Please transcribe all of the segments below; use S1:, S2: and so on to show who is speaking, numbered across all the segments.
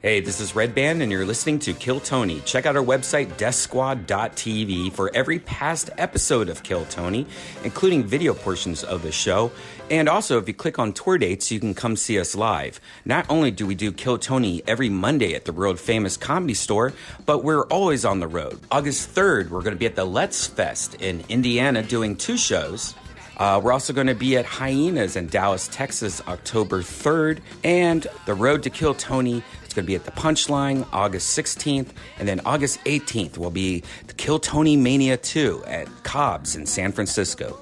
S1: Hey, this is Red Band, and you're listening to Kill Tony. Check out our website, DeathSquad.tv, for every past episode of Kill Tony, including video portions of the show. And also, if you click on tour dates, you can come see us live. Not only do we do Kill Tony every Monday at the world famous comedy store, but we're always on the road. August 3rd, we're going to be at the Let's Fest in Indiana doing two shows. Uh, we're also going to be at Hyenas in Dallas, Texas, October 3rd. And The Road to Kill Tony is going to be at the Punchline August 16th. And then August 18th will be the Kill Tony Mania 2 at Cobb's in San Francisco.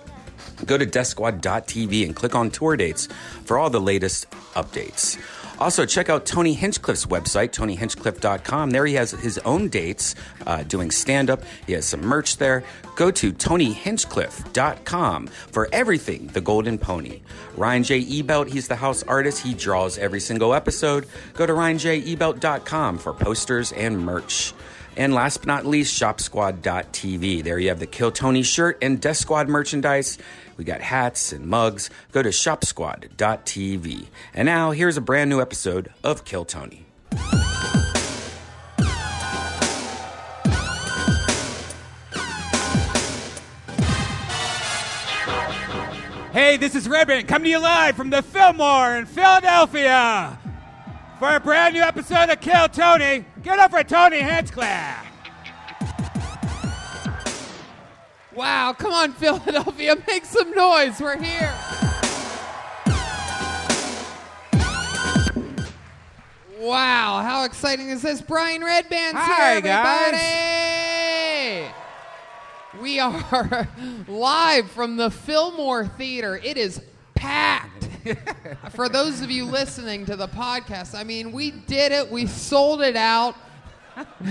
S1: Go to DeathSquad.tv and click on tour dates for all the latest updates. Also, check out Tony Hinchcliffe's website, TonyHinchcliffe.com. There he has his own dates uh, doing stand up. He has some merch there. Go to TonyHinchcliffe.com for everything The Golden Pony. Ryan J. Ebelt, he's the house artist. He draws every single episode. Go to RyanJEbelt.com for posters and merch. And last but not least, shopsquad.tv. There you have the Kill Tony shirt and Death Squad merchandise. We got hats and mugs. Go to shopsquad.tv. And now here's a brand new episode of Kill Tony.
S2: Hey, this is Redband coming to you live from the Fillmore in Philadelphia for a brand new episode of Kill Tony. Get up for Tony Hinchcliffe.
S3: Wow, come on, Philadelphia, make some noise. We're here. Wow, how exciting is this? Brian Redband's
S2: Hi,
S3: here, everybody. We are live from the Fillmore Theater. It is packed. For those of you listening to the podcast, I mean, we did it. We sold it out.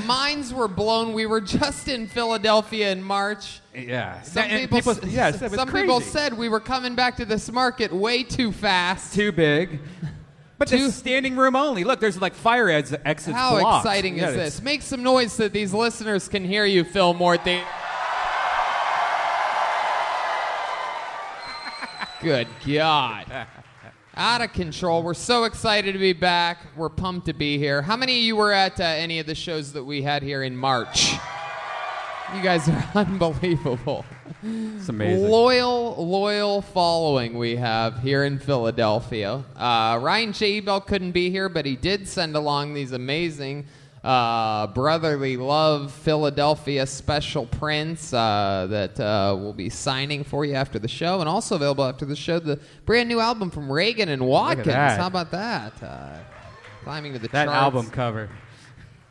S3: Minds were blown. We were just in Philadelphia in March.
S2: Yeah.
S3: Some
S2: And
S3: people, s-
S2: yeah, it was
S3: some
S2: crazy.
S3: people said we were coming back to this market way too fast.
S2: too big. But
S3: Too-
S2: there's standing room only. Look, there's like fire ex- exits.
S3: How
S2: blocked.
S3: exciting
S2: Yeah,
S3: is
S2: it's-
S3: this? Make some noise so that these listeners can hear you, Phil Morthy. Good God. Out of control. We're so excited to be back. We're pumped to be here. How many of you were at uh, any of the shows that we had here in March? You guys are unbelievable.
S2: It's amazing.
S3: Loyal, loyal following we have here in Philadelphia. Uh, Ryan J. Bell couldn't be here, but he did send along these amazing uh, brotherly love Philadelphia special prints uh, that uh, will be signing for you after the show, and also available after the show the brand new album from Reagan and Watkins.
S2: that.
S3: How about that? Uh, climbing to the
S2: That
S3: charts.
S2: album cover.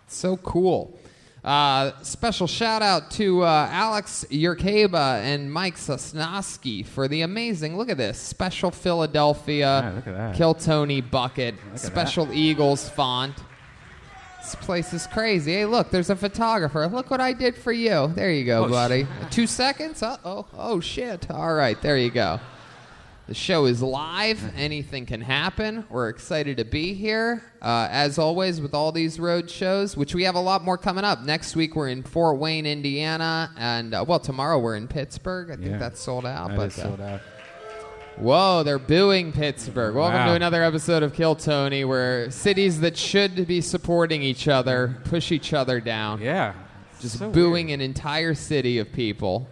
S3: So cool. Uh, special shout out to uh, Alex Yerkeba and Mike Sosnowski for the amazing, look at this, special Philadelphia
S2: Yeah, Ah, look at that.
S3: Kill Tony bucket,
S2: at
S3: special Eagles font. This place is crazy. Hey, look, there's a photographer. Look what I did for you. There you go,
S2: Oh,
S3: buddy. Two seconds? Uh oh. Oh, shit. All right, there you go. The show is live. Anything can happen. We're excited to be here. Uh, as always, with all these road shows, which we have a lot more coming up. Next week, we're in Fort Wayne, Indiana. And, uh, well, tomorrow we're in Pittsburgh. I think
S2: Yeah.
S3: that's sold out.
S2: That
S3: but,
S2: is
S3: uh,
S2: sold out.
S3: Whoa, they're booing Pittsburgh. Welcome
S2: Wow.
S3: to another episode of Kill Tony, where cities that should be supporting each other push each other down.
S2: Yeah.
S3: Just
S2: So
S3: booing
S2: weird.
S3: an entire city of people,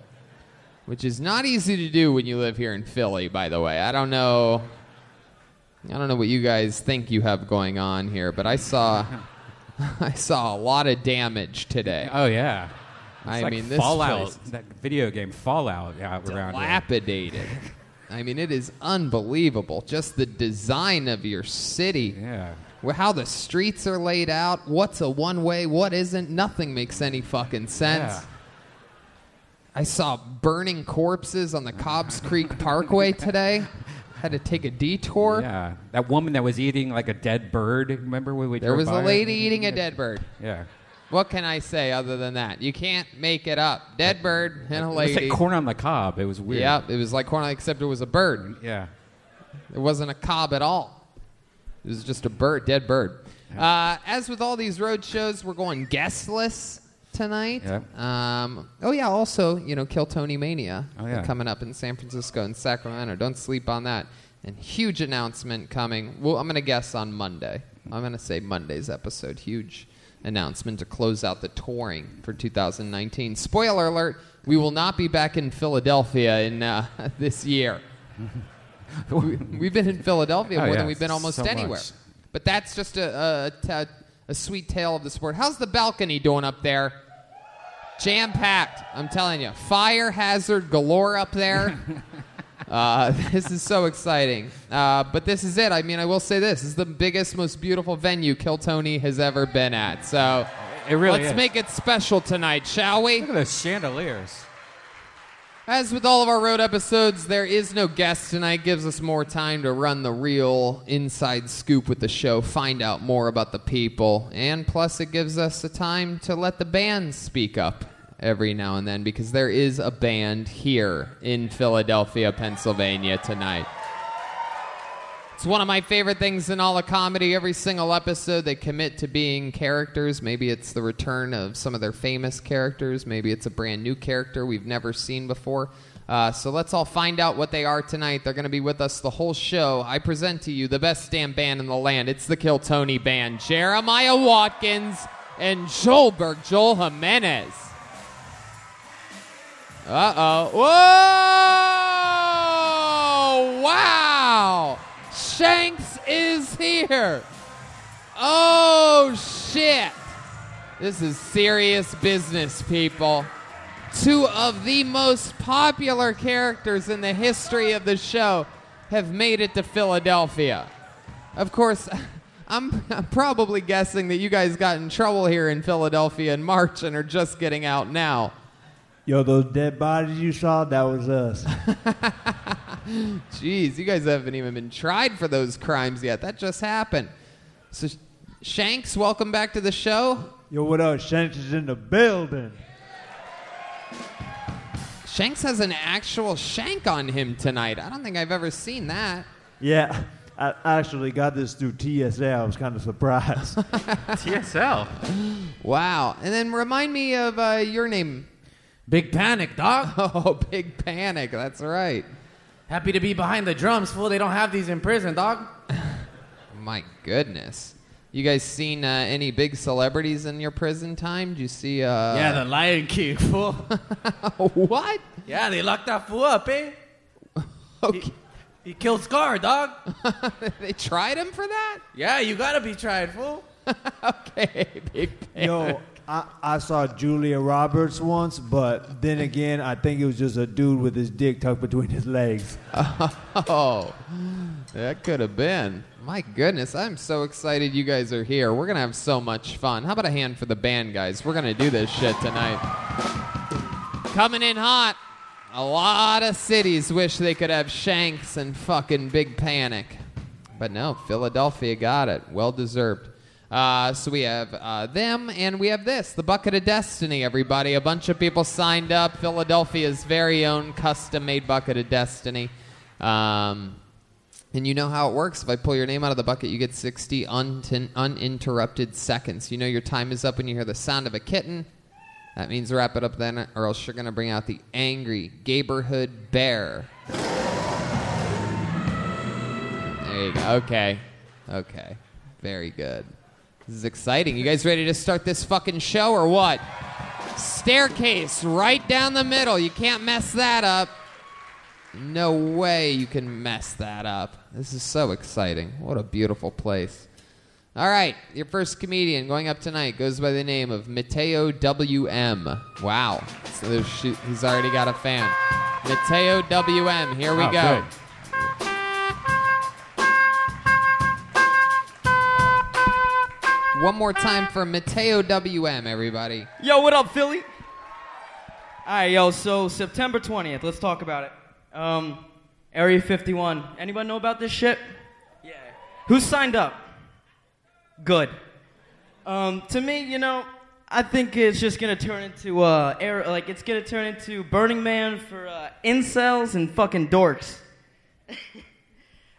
S3: which is not easy to do when you live here in Philly, by the way. I don't know. I don't know what you guys think you have going on here, but I saw I saw a lot of damage today.
S2: Oh yeah. It's
S3: I
S2: like
S3: mean, this
S2: Fallout,
S3: place-
S2: that video game Fallout out around here.
S3: dilapidated. I mean, it is unbelievable. Just the design of your city,
S2: Yeah.
S3: wh- how the streets are laid out, what's a one way, what isn't. Nothing makes any fucking sense.
S2: Yeah.
S3: I saw burning corpses on the Cobbs Creek Parkway today. Had to take a detour.
S2: Yeah, that woman that was eating like a dead bird. Remember when we
S3: There
S2: drove
S3: was a
S2: by?
S3: lady eating a dead bird.
S2: Yeah,
S3: What can I say other than that? You can't make it up. Dead bird and a
S2: It was
S3: lady.
S2: like corn on the cob. It was weird.
S3: Yep, it was like corn, except it was a bird.
S2: Yeah.
S3: It wasn't a cob at all. It was just a bird, dead bird. Uh, as with all these road shows, we're going guestless tonight.
S2: Yeah.
S3: Um, oh yeah, also you know, Kill Tony Mania
S2: Oh, yeah.
S3: coming up in San Francisco and Sacramento. Don't sleep on that. And huge announcement coming. Well, I'm gonna guess on Monday. I'm going to say Monday's episode. Huge announcement to close out the touring for 2019. Spoiler alert, we will not be back in Philadelphia in uh, this year. we, we've been in Philadelphia
S4: Oh,
S3: more
S4: yeah,
S3: than we've been almost
S4: so
S3: anywhere.
S4: much.
S3: But that's just a, a, ta- a sweet tale of the sport. How's the balcony doing up there? Jam packed, I'm telling you. Fire hazard galore up there. Uh, this is so exciting. Uh, but this is it. I mean, I will say this. This is the biggest, most beautiful venue Kiltony has ever been at. So
S4: It really
S3: let's
S4: is.
S3: make it special tonight, shall we?
S4: Look at those chandeliers.
S3: As with all of our road episodes, there is no guest tonight. Gives us more time to run the real inside scoop with the show, find out more about the people, and plus it gives us the time to let the band speak up every now and then because there is a band here in Philadelphia, Pennsylvania tonight. It's one of my favorite things in all of comedy. Every single episode, they commit to being characters. Maybe it's the return of some of their famous characters. Maybe it's a brand new character we've never seen before. Uh, so let's all find out what they are tonight. They're going to be with us the whole show. I present to you the best damn band in the land. It's the Kill Tony Band. Jeremiah Watkins and Joelberg Joel Jimenez. Uh oh. Whoa! Wow! Shanks is here! Oh shit! This is serious business, people. Two of the most popular characters in the history of the show have made it to Philadelphia. Of course, I'm, I'm probably guessing that you guys got in trouble here in Philadelphia in March and are just getting out now.
S5: Yo, those dead bodies you saw, that was us.
S3: Jeez, you guys haven't even been tried for those crimes yet. That just happened. So, Shanks, welcome back to the show.
S5: Yo, what up? Shanks is in the building.
S3: Shanks has an actual shank on him tonight. I don't think I've ever seen that.
S5: Yeah, I actually got this through TSA. I was kind of surprised.
S4: TSL.
S3: Wow. And then remind me of uh, your name.
S4: Big panic, dog.
S3: Oh, Big Panic. That's right.
S4: Happy to be behind the drums, fool. They don't have these in prison, dog.
S3: My goodness. You guys seen uh, any big celebrities in your prison time? Do you see? Uh,
S4: yeah, the Lion King, fool.
S3: what?
S4: yeah, they locked that fool up, eh?
S3: Okay.
S4: He killed Scar, dog.
S3: they tried him for that?
S4: Yeah, you gotta be tried, fool.
S3: Okay, Big Panic.
S5: Yo, I, I saw Julia Roberts once, but then again, I think it was just a dude with his dick tucked between his legs.
S3: Uh. Oh, that could have been. My goodness, I'm so excited you guys are here. We're going to have so much fun. How about a hand for the band, guys? We're going to do this shit tonight. Coming in hot. A lot of cities wish they could have Shanks and fucking Big Panic. But no, Philadelphia got it. Well deserved. Uh, so we have uh, them, and we have this the Bucket of Destiny, everybody. A bunch of people signed up. Philadelphia's very own custom made Bucket of Destiny. Um, and you know how it works. If I pull your name out of the bucket, you get 60 untin uninterrupted seconds. You know your time is up when you hear the sound of a kitten. That means wrap it up then, or else you're going to bring out the angry neighborhood bear. There you go. Okay. Okay. Very good. This is exciting. You guys ready to start this fucking show or what? Staircase right down the middle. You can't mess that up. No way you can mess that up. This is so exciting. What a beautiful place. All right, your first comedian going up tonight goes by the name of Mateo W.M. Wow. So there's- she- he's already got a fan. Mateo W.M., here we
S4: Oh,
S3: go.
S4: good.
S3: One more time for Mateo WM, everybody.
S6: Yo, what up, Philly? All right, yo. So September 20th. Let's talk about it. Um, Area 51. Anybody know about this shit? Yeah. Who signed up? Good. Um, to me, you know, I think it's just gonna turn into uh, air, like it's gonna turn into Burning Man for uh, incels and fucking dorks.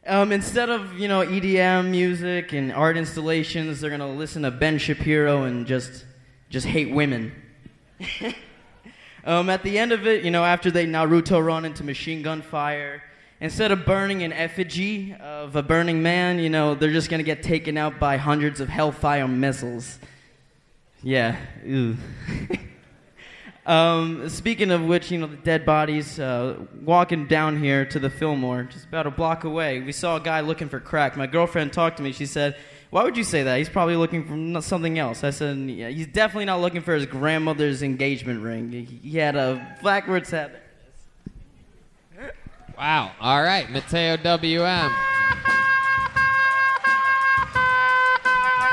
S6: Um, instead of you know EDM music and art installations, they're gonna listen to Ben Shapiro and just just hate women. um, at the end of it, you know, after they Naruto run into machine gun fire instead of burning an effigy of a burning man, you know, they're just gonna get taken out by hundreds of hellfire missiles. Yeah. Ooh. um, speaking of which, you know, the dead bodies, uh, walking down here to the Fillmore, just about a block away, we saw a guy looking for crack. My girlfriend talked to me. She said, Why would you say that? He's probably looking for no- something else. I said, yeah, He's definitely not looking for his grandmother's engagement ring. He, he had a backwards hat.
S3: Wow. All right, Mateo WM.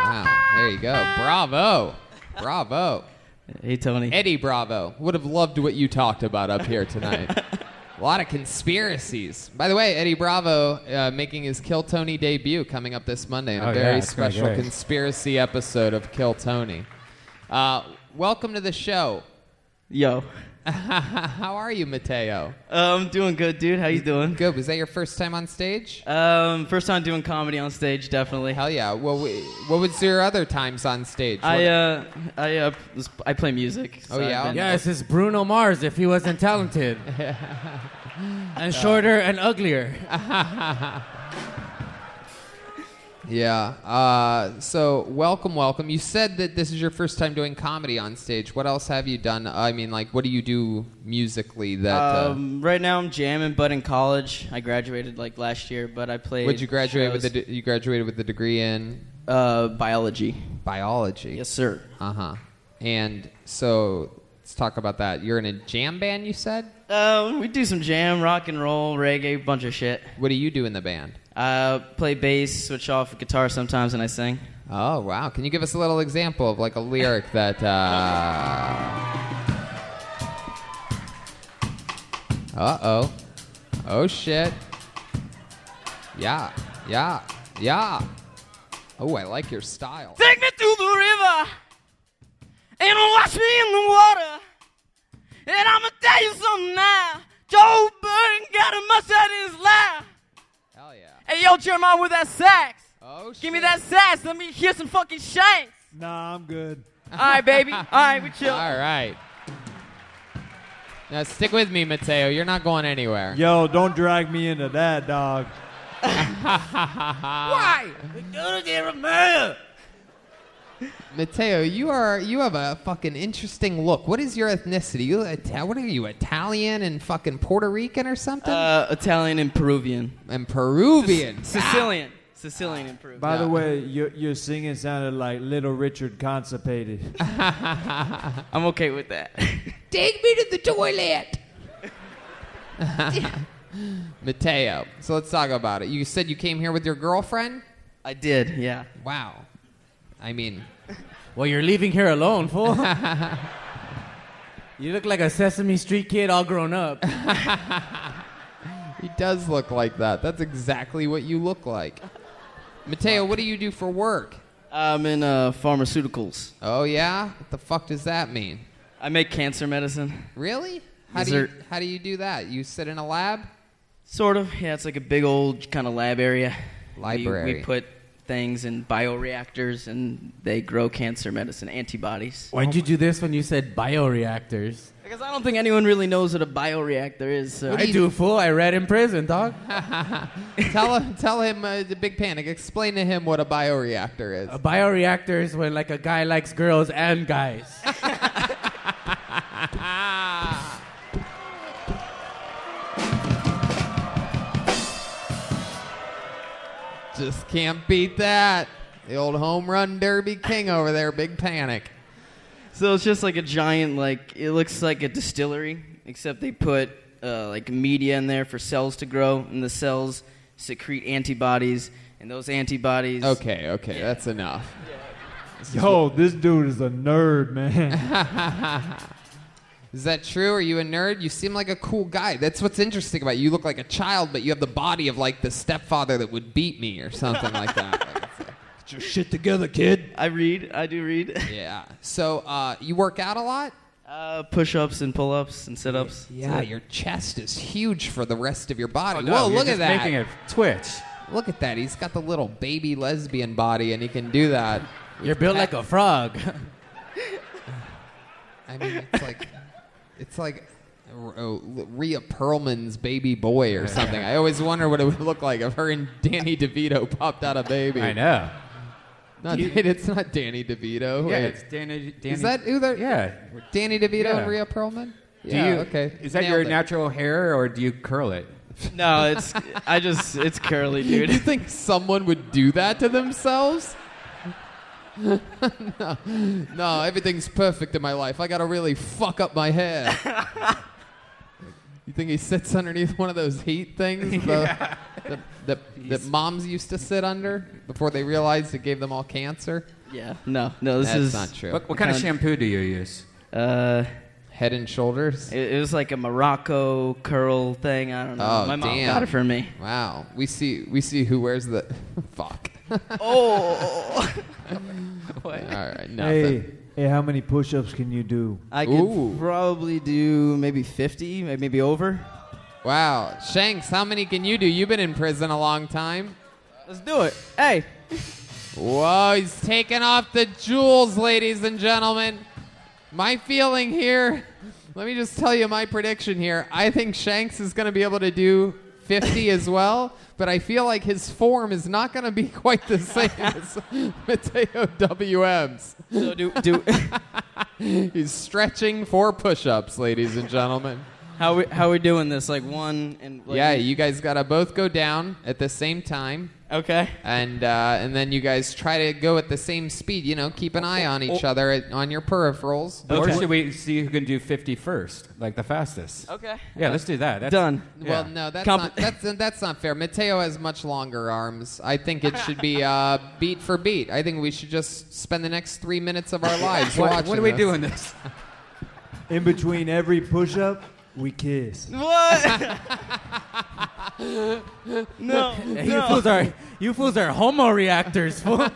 S3: Wow. There you go. Bravo. Bravo.
S6: Hey, Tony.
S3: Eddie Bravo. Would have loved what you talked about up here tonight. A lot of conspiracies. By the way, Eddie Bravo uh, making his Kill Tony debut coming up this Monday in a
S5: Oh,
S3: very
S5: yeah, it's gonna be
S3: special
S5: great.
S3: conspiracy episode of Kill Tony. Uh, welcome to the show.
S6: Yo.
S3: How are you, Mateo?
S6: I'm doing good, dude. How you doing?
S3: Good. Was that your first time on stage?
S6: Um, first time doing comedy on stage, definitely.
S3: Hell yeah. Well, we, what was your other times on stage?
S6: I
S3: What-
S6: uh, I uh, was- I play music. so
S3: Oh, yeah?
S6: I've been-
S4: Yes, it's Bruno Mars if he wasn't talented.
S3: Uh,
S4: and shorter and uglier.
S3: yeah. Uh, so, welcome, welcome. You said that this is your first time doing comedy on stage. What else have you done? I mean, like, what do you do musically that. Uh,
S6: Um, right now I'm jamming, but in college I graduated like last year, but I played.
S3: would you graduate with?
S6: shows-
S3: The, you graduated with a degree in
S6: uh, biology?
S3: biology.
S6: Yes, sir.
S3: Uh huh. And so, let's talk about that. You're in a jam band. You said.
S6: Uh, we do some jam, rock and roll, reggae, bunch of shit.
S3: What do you do in the band?
S6: I play bass, switch off guitar sometimes, and I sing.
S3: Oh wow! Can you give us a little example of like a lyric that? Uh oh! Oh shit! Yeah! Yeah! Yeah! Oh, I like your style.
S6: Take me to the river and wash me in the water. And I'ma tell you something now. Joe Burton got a mustache in his life.
S3: Hell yeah!
S6: Hey, yo, Jeremiah, with that sax.
S3: Oh shit!
S6: Give me that sax. Let me hear some fucking shanks.
S5: Nah, I'm good.
S6: All right, baby. All right, we chill.
S3: All right. Now stick with me, Mateo. You're not going anywhere.
S5: Yo, don't drag me into that, dog.
S4: Why? We go to the Romeo.
S3: Mateo, you are you have a fucking interesting look. What is your ethnicity? You Ita- what are you Italian and fucking Puerto Rican or something?
S6: Uh, Italian and Peruvian.
S3: and Peruvian.
S6: Sicilian. Sicilian and Peruvian.
S5: By the
S3: Yeah.
S5: way, your, your singing sounded like Little Richard constipated.
S6: I'm okay with that.
S3: Take me to the toilet. Mateo, so let's talk about it. You said you came here with your girlfriend.
S6: I did, yeah.
S3: Wow, I mean,
S4: Well, you're leaving here alone, fool. you look like a Sesame Street kid all grown up.
S3: he does look like that. That's exactly what you look like. Mateo, what do you do for work?
S6: I'm in uh, pharmaceuticals.
S3: Oh yeah, what the fuck does that mean?
S6: I make cancer medicine.
S3: Really? How
S6: Is
S3: do you,
S6: there-
S3: how do you do that? You sit in a lab?
S6: Sort of. Yeah, it's like a big old kind of lab area. We- We,
S3: Library.
S6: put things in bioreactors and they grow cancer medicine antibodies.
S4: Why'd you do this when you said bioreactors?
S6: Because I don't think anyone really knows what a bioreactor is. So.
S4: I do, fool. I read in prison, dog.
S3: tell him tell him uh, the big panic. Explain to him what a bioreactor is.
S4: A bioreactor is when like a guy likes girls and guys.
S3: Ah. Just can't beat that. The old home run derby king over there, big panic.
S6: So it's just like a giant, like it looks like a distillery, except they put uh, like media in there for cells to grow, and the cells secrete antibodies, and those antibodies.
S3: Okay, okay, that's enough.
S5: Yo, this dude is a nerd, man.
S3: Is that true? Are you a nerd? You seem like a cool guy. That's what's interesting about you. You look like a child, but you have the body of like the stepfather that would beat me or something like that. Like, it's like-
S5: Get your shit together, kid.
S6: I read. I do read.
S3: yeah. So uh, you work out a lot?
S6: Uh, push-ups and pull-ups and sit-ups.
S3: Yeah, your chest is huge for the rest of your body.
S2: No,
S3: Whoa,
S2: you're
S3: look at
S2: just
S3: that.
S2: Making it twitch.
S3: Look at that. He's got the little baby lesbian body, and he can do that.
S4: You're built like a frog.
S3: I mean, it's like, it's like, R- oh, L- Rhea Perlman's baby boy or something. I always wonder what it would look like if her and Danny DeVito popped out a baby.
S4: I know.
S3: Not, it's not Danny DeVito.
S4: Yeah,
S3: Wait.
S4: it's Danny. Danny
S3: Is that who they're?
S4: Yeah.
S3: Danny DeVito
S4: Yeah.
S3: and Rhea Perlman.
S4: Do
S3: yeah.
S4: you,
S3: okay.
S4: Is that
S3: Nailed
S4: your
S3: it.
S4: natural hair or do you curl it?
S6: No, it's I just it's curly,
S3: You
S6: dude.
S3: think someone would do that to themselves? no. no, everything's perfect in my life. I gotta really fuck up my hair. you think he sits underneath one of those heat things the, that, that, that moms used to sit under before they realized it gave them all cancer?
S6: Yeah. No, no, this
S3: That's
S6: is
S3: not true.
S4: What, what kind of
S6: Um,
S4: shampoo do you use?
S6: Uh,
S3: Head and shoulders.
S6: it, it was like a Morocco curl thing. I don't know.
S3: Oh,
S6: My mom
S3: damn.
S6: got it for me.
S3: Wow, we see we see who wears the fuck.
S6: Oh.
S3: All right, nothing.
S5: Hey, hey, how many push-ups can you do?
S6: I could
S3: Ooh.
S6: probably do maybe 50, may- maybe over.
S3: Wow, Shanks, how many can you do? You've been in prison a long time.
S6: Let's do it. Hey.
S3: Whoa, he's taking off the jewels, ladies and gentlemen. My feeling here, let me just tell you my prediction here. I think Shanks is going to be able to do 50 as well, but I feel like his form is not going to be quite the same as Mateo WM's.
S6: So do do
S3: He's stretching for push ups, ladies and gentlemen.
S6: how we how we doing this? Like one and like,
S3: Yeah, you guys got to both go down at the same time.
S6: Okay.
S3: and uh, and then you guys try to go at the same speed. You know, keep an eye on each other at, on your peripherals.
S4: Or
S6: Oh. Okay.
S4: should we see who can do 50 first, like the fastest?
S6: Okay.
S4: Yeah, let's do that. That's,
S6: Done.
S4: yeah.
S3: Well, no, that's
S6: Comp-
S3: not that's that's not fair. Mateo has much longer arms. I think it should be uh, beat for beat. I think we should just spend the next three minutes of our lives
S4: What,
S3: watching.
S4: what are we
S3: this.
S4: doing this?
S5: In between every push-up, we kiss.
S6: What? no.
S4: You
S6: No.
S4: fools are you fools are homo reactors. Fool.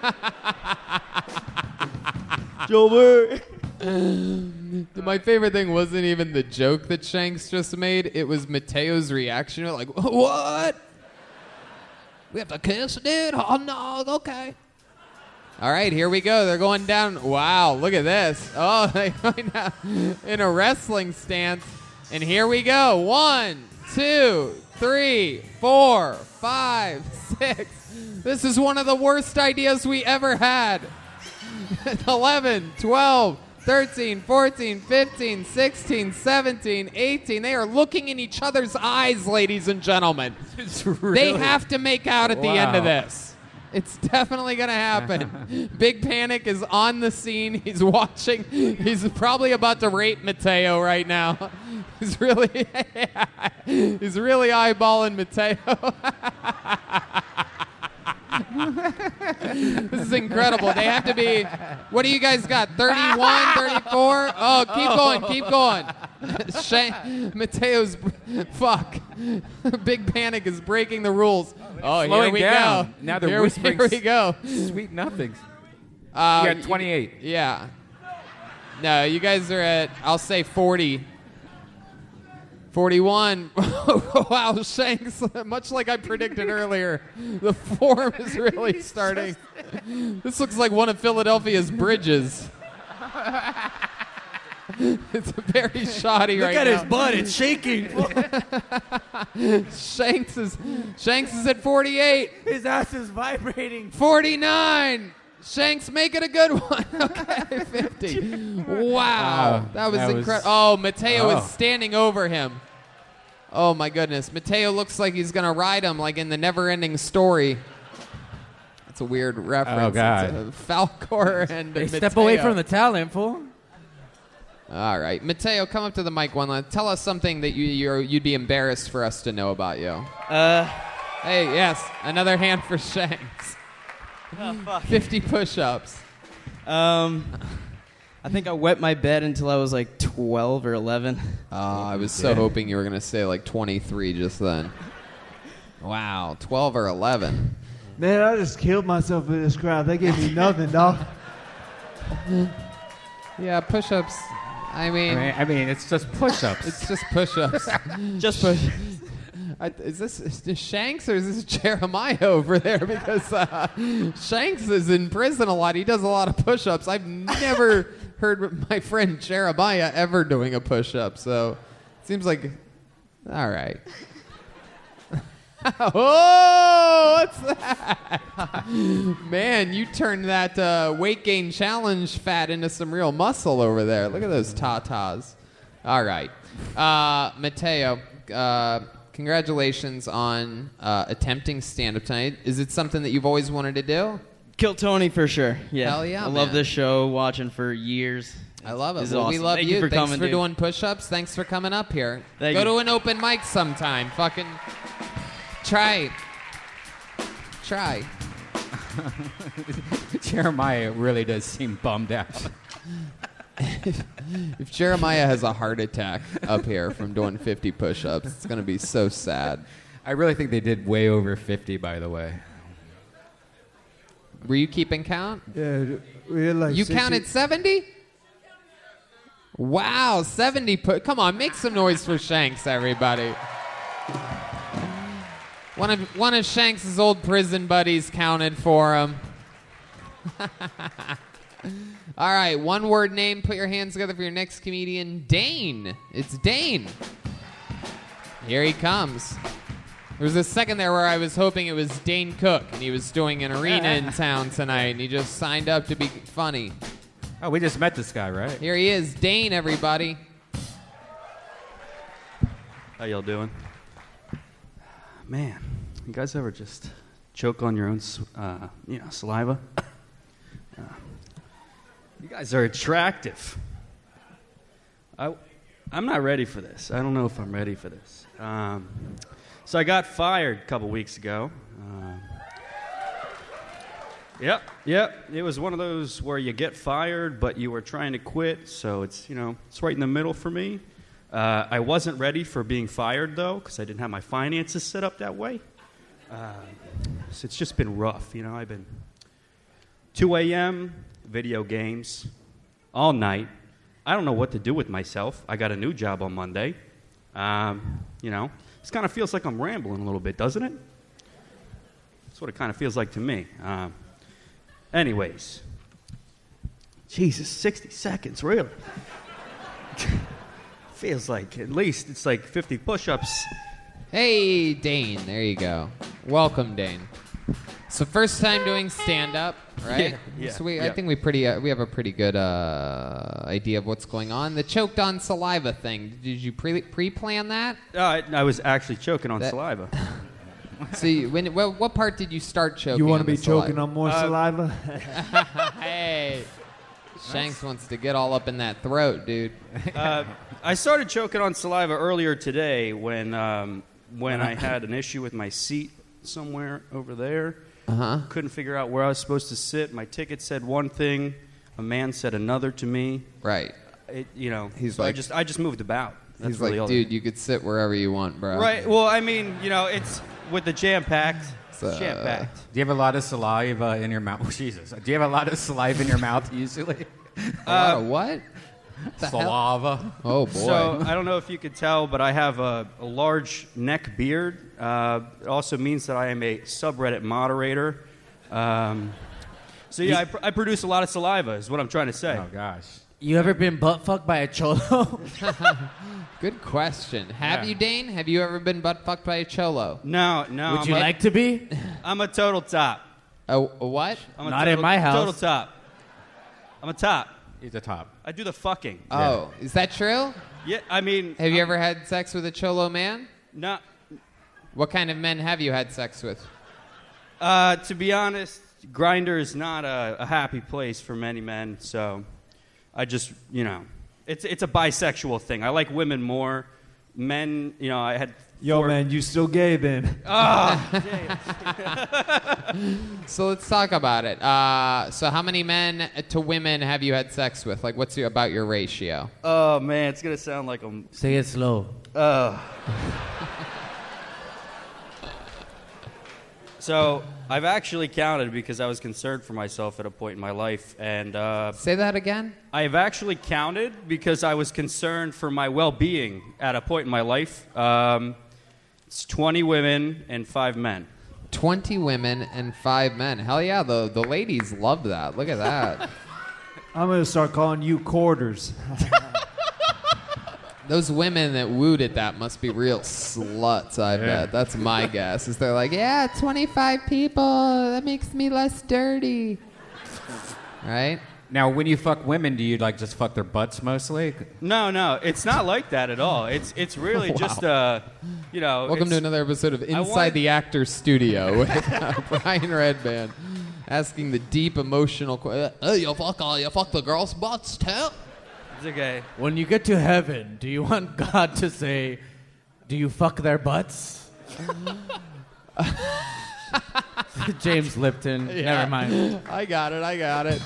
S6: Jover.
S3: My favorite thing wasn't even the joke that Shanks just made. It was Mateo's reaction, like what? We have to kiss, dude? Oh no, okay. All right, here we go. They're going down. Wow, look at this. Oh, they going down in a wrestling stance. And here we go. One, two, three, four, five, six. This is one of the worst ideas we ever had. 11, 12, 13, 14, 15, 16, 17, 18. They are looking in each other's eyes, ladies and gentlemen. They have to make out at the end of
S4: Wow.
S3: this. It's definitely going to happen. Big Panic is on the scene. He's watching. He's probably about to rape Mateo right now. He's really, he's really eyeballing Mateo. This is incredible. They have to be. What do you guys got? 31, 34? Oh, keep going, keep going. Shan- Mateo's. Fuck. Big Panic is breaking the rules. Oh, here
S4: slowing
S3: we
S4: down.
S3: go.
S4: Now they're
S3: here, we-
S4: whispering
S3: Here we go.
S4: Sweet nothings.
S3: Uh,
S4: You got 28.
S3: Yeah. No, you guys are at, I'll say 40. 41. wow, Shanks, much like I predicted earlier, the form is really starting. This looks like one of Philadelphia's bridges. it's very shoddy right now.
S6: butt. It's shaking.
S3: Shanks is Shanks is at 48. His ass is vibrating. 49. Shanks, make it a good one. Okay, 50. Wow,
S4: Wow,
S3: that was
S4: that was-
S3: incredible. Oh, Mateo
S4: Oh.
S3: is standing over him. Oh my goodness, Mateo looks like he's gonna ride him like in the never-ending story. That's a weird reference.
S4: Oh, God.
S3: It's, uh, Falcor and
S4: They
S3: Mateo.
S4: step away from the talent, fool.
S3: All right, Mateo, come up to the mic one. last. Tell us something that you you're, you'd be embarrassed for us to know about you.
S6: Uh.
S3: Hey, yes, another hand for Shanks. 50 push ups.
S6: Um, I think I wet my bed until I was like 12 or 11.
S3: Oh, I was so hoping you were going to say like 23 just then. Wow, 12 or 11.
S5: Man, I just killed myself in this crowd. They gave me nothing, dog.
S3: Yeah, push ups. I
S4: I
S3: mean,
S4: mean, I mean it's just push-ups.
S3: it's just push ups.
S6: Just push.
S3: I- is this is this Shanks or is this Jeremiah over there? Because uh, Shanks is in prison a lot. He does a lot of push-ups. I've never heard my friend Jeremiah ever doing a push-up. So Seems like. All right. oh, what's that? Man, you turned that uh, weight gain challenge fat into some real muscle over there. Look at those tatas. All right. Uh, Mateo, uh, congratulations on uh, attempting stand up tonight. Is it something that you've always wanted to do?
S6: Kill Tony for sure. Yeah.
S3: Hell Oh, yeah,
S6: I love
S3: man.
S6: this show. Watching for years.
S3: I love it.
S6: This is
S3: Well, We
S6: awesome.
S3: love
S6: Thank
S3: you.
S6: you for
S3: Thanks
S6: coming,
S3: for
S6: dude.
S3: doing push-ups. Thanks for coming up here.
S6: Thank
S3: Go
S6: you.
S3: to an open mic sometime. Fucking try. Try.
S7: Jeremiah really does seem bummed out.
S3: If Jeremiah has a heart attack up here from doing 50 push-ups, it's gonna be so sad.
S7: I really think they did way over 50, by the way.
S3: Were you keeping count?
S5: Yeah, we did like
S3: You
S5: 60
S3: counted 70? Wow, 70 put. Come on, make some noise for Shanks, everybody. One of one of Shanks' old prison buddies counted for him. All right, one word name. Put your hands together for your next comedian, Dane. It's Dane. Here he comes. There was a second there where I was hoping it was Dane Cook, and he was doing an arena in town tonight, and he just signed up to be funny.
S7: Oh, we just met this guy, right?
S3: Here he is, Dane, everybody.
S8: How y'all doing? Man, you guys ever just choke on your own, s- uh, you know, saliva? Uh, you guys are attractive. I, I'm not ready for this. I don't know if I'm ready for this. Um, so I got fired a couple weeks ago. Um, yep, yep. It was one of those where you get fired, but you were trying to quit. So it's you know it's right in the middle for me. Uh, I wasn't ready for being fired though, because I didn't have my finances set up that way. Um, so it's just been rough. You know, I've been 2 a.m. video games all night. I don't know what to do with myself. I got a new job on Monday. Um, you know, this kind of feels like I'm rambling a little bit, doesn't it? That's what it kind of feels like to me. Um, anyways, Jesus, 60 seconds, really? feels like at least it's like 50 push ups.
S3: Hey, Dane, there you go. Welcome, Dane. So first time doing stand up, right?
S8: Yeah, yeah,
S3: so we, I
S8: yeah.
S3: think we pretty uh, we have a pretty good uh, idea of what's going on. The choked on saliva thing. Did you pre pre plan that?
S8: Uh, I- I was actually choking on
S3: That-
S8: saliva.
S3: So you, when what, what part did you start choking?
S5: You
S3: want to
S5: be choking on
S8: Uh,
S5: more saliva?
S3: Hey, Shanks wants to get all up in that throat, dude.
S8: Uh, I started choking on saliva earlier today when um, when I had an issue with my seat somewhere over there.
S3: Uh-huh.
S8: Couldn't figure out where I was supposed to sit. My ticket said one thing, a man said another to me.
S3: Right.
S8: It, you know,
S3: He's
S8: so I
S3: like-
S8: just I just moved about. That's
S3: He's
S8: really
S3: like,
S8: all.
S3: dude, you could sit wherever you want, bro.
S8: right? Well, I mean, you know, it's with the jam packed.
S3: uh,
S8: Jam packed.
S7: Do you have a lot of saliva in your mouth? Oh, Jesus. Do you have a lot of saliva in your mouth usually?
S3: A lot of what? the hell?
S7: Uh, saliva.
S3: Oh boy.
S8: So I don't know if you could tell, but I have a, a large neck beard. Uh, it also means that I am a subreddit moderator. Um, so yeah, I, pr- I produce a lot of saliva. Is what I'm trying to say.
S7: Oh, gosh.
S4: You ever been butt fucked by a cholo?
S3: Good question. Have
S7: Yeah.
S3: you, Dane? Have you ever been butt fucked by a cholo?
S8: No, no.
S4: Would
S8: I'm,
S4: you
S8: a,
S4: like to be?
S8: I'm a total top.
S3: A, a what?
S8: I'm a
S4: Not
S8: total,
S4: in my house.
S8: Total top. I'm a top.
S7: He's a top.
S8: I do the fucking.
S3: Oh, is that true?
S8: Yeah, I mean,
S3: Have you ever had sex with a cholo man?
S8: not.
S3: What kind of men have you had sex with?
S8: Uh, to be honest, Grinder is not a, a happy place for many men. So, I just you know, it's it's a bisexual thing. I like women more. Men, you know, I had.
S5: Yo,
S8: four-
S5: man, you still gay then?
S4: Ah.
S3: So let's talk about it. Uh, so how many men to women have you had sex with? Like, what's your, about your ratio?
S8: Oh man, it's gonna sound like I'm. Uh.
S4: Say it slow.
S8: So I've actually counted because I was concerned for myself at a point in my life, and uh,
S3: Say that again.
S8: I have actually counted because I was concerned for my well-being at a point in my life. Um, it's 20 women and five men.
S3: Twenty women and five men. Hell yeah, the the ladies love that. Look at that.
S5: I'm gonna start calling you quarters.
S3: Those women that wooed at that must be real sluts, I bet. That's my guess. Is they're like, yeah, 25 people. That makes me less dirty. Right?
S7: Now, when you fuck women, do you like just fuck their butts mostly?
S8: No, no, it's not like that at all. It's it's really just uh, you
S4: Oh,
S8: know.
S3: Welcome to
S8: it's-
S3: another episode of Inside
S8: want-
S3: the Actor's Studio with uh, Brian Redband asking the deep emotional question. Hey, you fuck all, you fuck the girls' butts too?
S8: It's okay.
S4: When you get to heaven, do you want God to say, "Do you fuck their butts"?
S8: Mm-hmm.
S4: James Lipton. Never mind.
S3: I got it. I got it.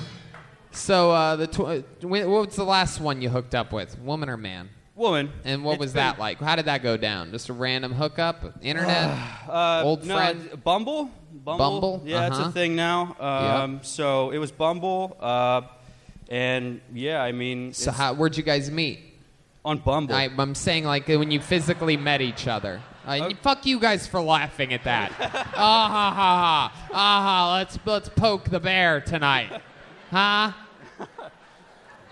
S3: So uh, the tw- when, what was the last one you hooked up with, woman or man?
S8: Woman.
S3: And what
S8: It's
S3: was
S8: been-
S3: that like? How did that go down? Just a random hookup, internet,
S8: Uh,
S3: old
S8: no,
S3: friend.
S8: it's Bumble. Bumble.
S3: Bumble?
S8: Yeah, it's
S3: Uh-huh.
S8: a thing now. Um, So it was Bumble, uh, and yeah, I mean,
S3: So
S8: it's
S3: how, where'd you guys meet?
S8: on Bumble.
S3: I, I'm saying like uh, when you physically met each other. Uh,
S8: Oh.
S3: Fuck you guys for laughing at that. ah ha ha ha. Ah ha. Let's let's poke the bear tonight, huh?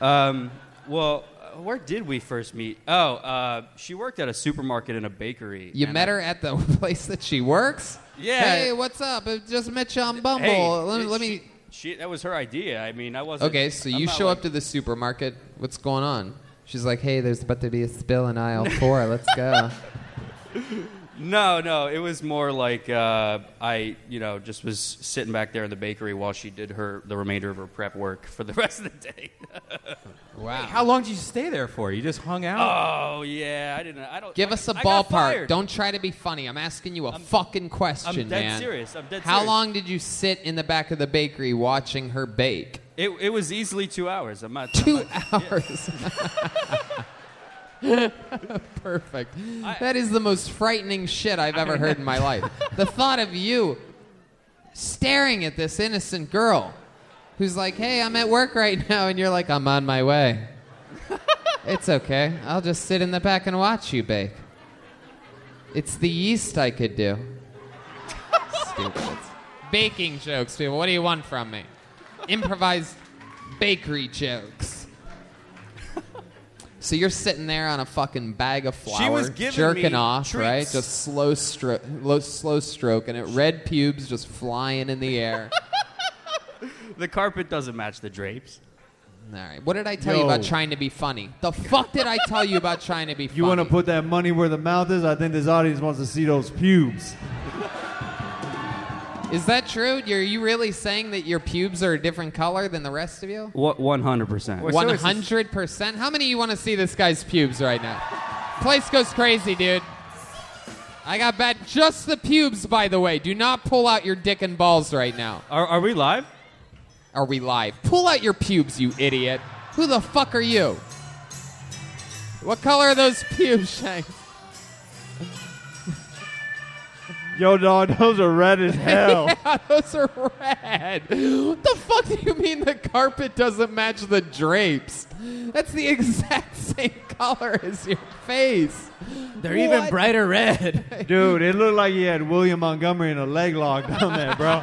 S8: Um, well, uh, where did we first meet? Oh, uh, she worked at a supermarket and a bakery.
S3: You
S8: and
S3: met
S8: I-
S3: her at the place that she works.
S8: Yeah.
S3: Hey, what's up? I just met you on Bumble.
S8: Hey,
S3: let me
S8: it-
S3: let
S8: she-
S3: me.
S8: She, that was her idea. I mean, I wasn't.
S3: Okay, so
S8: I'm
S3: you
S8: not
S3: show
S8: like-
S3: up to the supermarket. What's going on? She's like, hey, there's about to be a spill in aisle four. Let's go.
S8: No, no, it was more like uh, I, you know, just was sitting back there in the bakery while she did her the remainder of her prep work for the rest of the day.
S3: Wow.
S7: How long did you stay there for? You just hung out?
S8: oh yeah, I didn't. I don't
S3: Give us a
S8: I got
S3: ballpark.
S8: fired.
S3: Don't try to be funny. I'm asking you a fucking question,
S8: dead
S3: man.
S8: serious. I'm dead
S3: How
S8: serious.
S3: long did you sit in the back of the bakery watching her bake?
S8: It, it was easily two hours. I'm not.
S3: Two
S8: I'm
S3: hours. Perfect.
S8: I-
S3: that is the most frightening shit I've ever heard in my life. The thought of you staring at this innocent girl who's like, hey, I'm at work right now, and you're like, I'm on my way. it's okay. I'll just sit in the back and watch you bake. It's the yeast I could do. Stupid. Baking jokes, people. What do you want from me? Improvised bakery jokes. So you're sitting there on a fucking bag of flour,
S8: was giving
S3: jerking
S8: me
S3: off, right?
S8: treats.
S3: Just slow stroke, slow stroke, and it red pubes just flying in the air.
S8: not- the carpet doesn't match the drapes.
S3: All right, what did I tell you about trying to be funny? The fuck did I tell you about trying to be funny?
S5: You want to put that money where the mouth is? I think this audience wants to see those pubes.
S3: Is that true? You're, are you really saying that your pubes are a different color than the rest of you?
S8: What? One hundred percent.
S3: One hundred percent. How many of you want to see this guy's pubes right now? Place goes crazy, dude. I got bad. Just the pubes, by the way. Do not pull out your dick and balls right now.
S8: Are, are we live?
S3: Are we live? Pull out your pubes, you idiot. Who the fuck are you? What color are those pubes, Shanks?
S5: Yo, dog, those are red as hell.
S3: Yeah, those are red. What the fuck do you mean the carpet doesn't match the drapes? That's the exact same color as your face.
S4: They're even
S3: What?
S4: brighter red.
S5: Dude, it looked like he had William Montgomery in a leg lock down there, bro.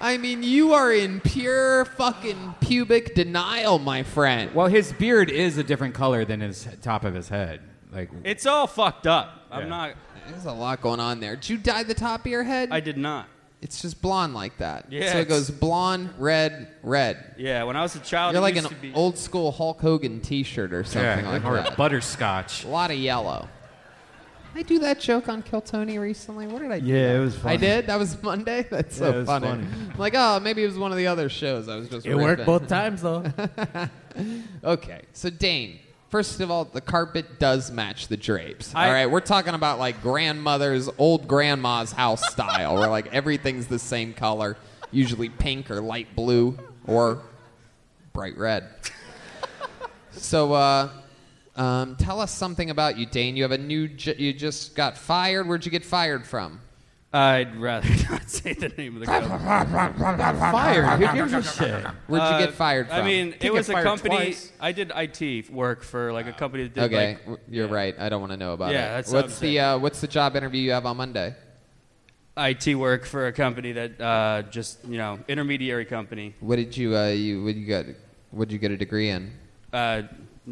S3: I mean, you are in pure fucking pubic denial, my friend.
S7: Well, his beard is a different color than his top of his head. Like,
S8: It's all fucked up. I'm
S7: Yeah.
S8: not.
S3: There's a lot going on there. Did you dye the top of your head?
S8: I did not.
S3: it's just blonde like that.
S8: Yeah,
S3: So it
S8: it's-
S3: goes blonde, red, red.
S8: Yeah, when I was a child,
S3: You're
S8: it
S3: like
S8: used
S3: an
S8: to be-
S3: old school Hulk Hogan T-shirt or
S7: yeah,
S3: something like
S7: or
S3: that.
S7: butterscotch.
S3: A lot of yellow. I do that joke on Kill Tony recently. What did I do?
S5: Yeah,
S3: that?
S5: it was funny.
S3: I did. That was Monday. That's
S5: Yeah,
S3: so
S5: it was
S3: funny.
S5: funny.
S3: I'm like, oh, maybe it was one of the other shows. I was just.
S4: It worked
S3: riffing.
S4: both times though.
S3: Okay, so Dane. First of all, the carpet does match the drapes.
S8: I-
S3: all right, we're talking about like grandmother's old grandma's house style, where like everything's the same color, usually pink or light blue or bright red. So, uh, um, tell us something about you, Dane. You have a new. J- you just got fired. Where'd you get fired from?
S8: I'd rather not say the name of the company.
S4: Fired. Who gives a shit?
S3: Where'd
S8: Uh,
S3: you get fired from?
S8: I mean, it
S7: get
S8: was a
S7: fired
S8: company.
S7: twice.
S8: I did IT work for like a company that did
S3: okay,
S8: like
S3: w- you're right. I don't want to know about
S8: Yeah,
S3: it.
S8: that's what
S3: what's
S8: I'm
S3: the uh, what's the job interview you have on Monday?
S8: IT work for a company that uh, just you know intermediary company.
S3: What did you uh, you what you got? What did you get a degree in?
S8: Uh,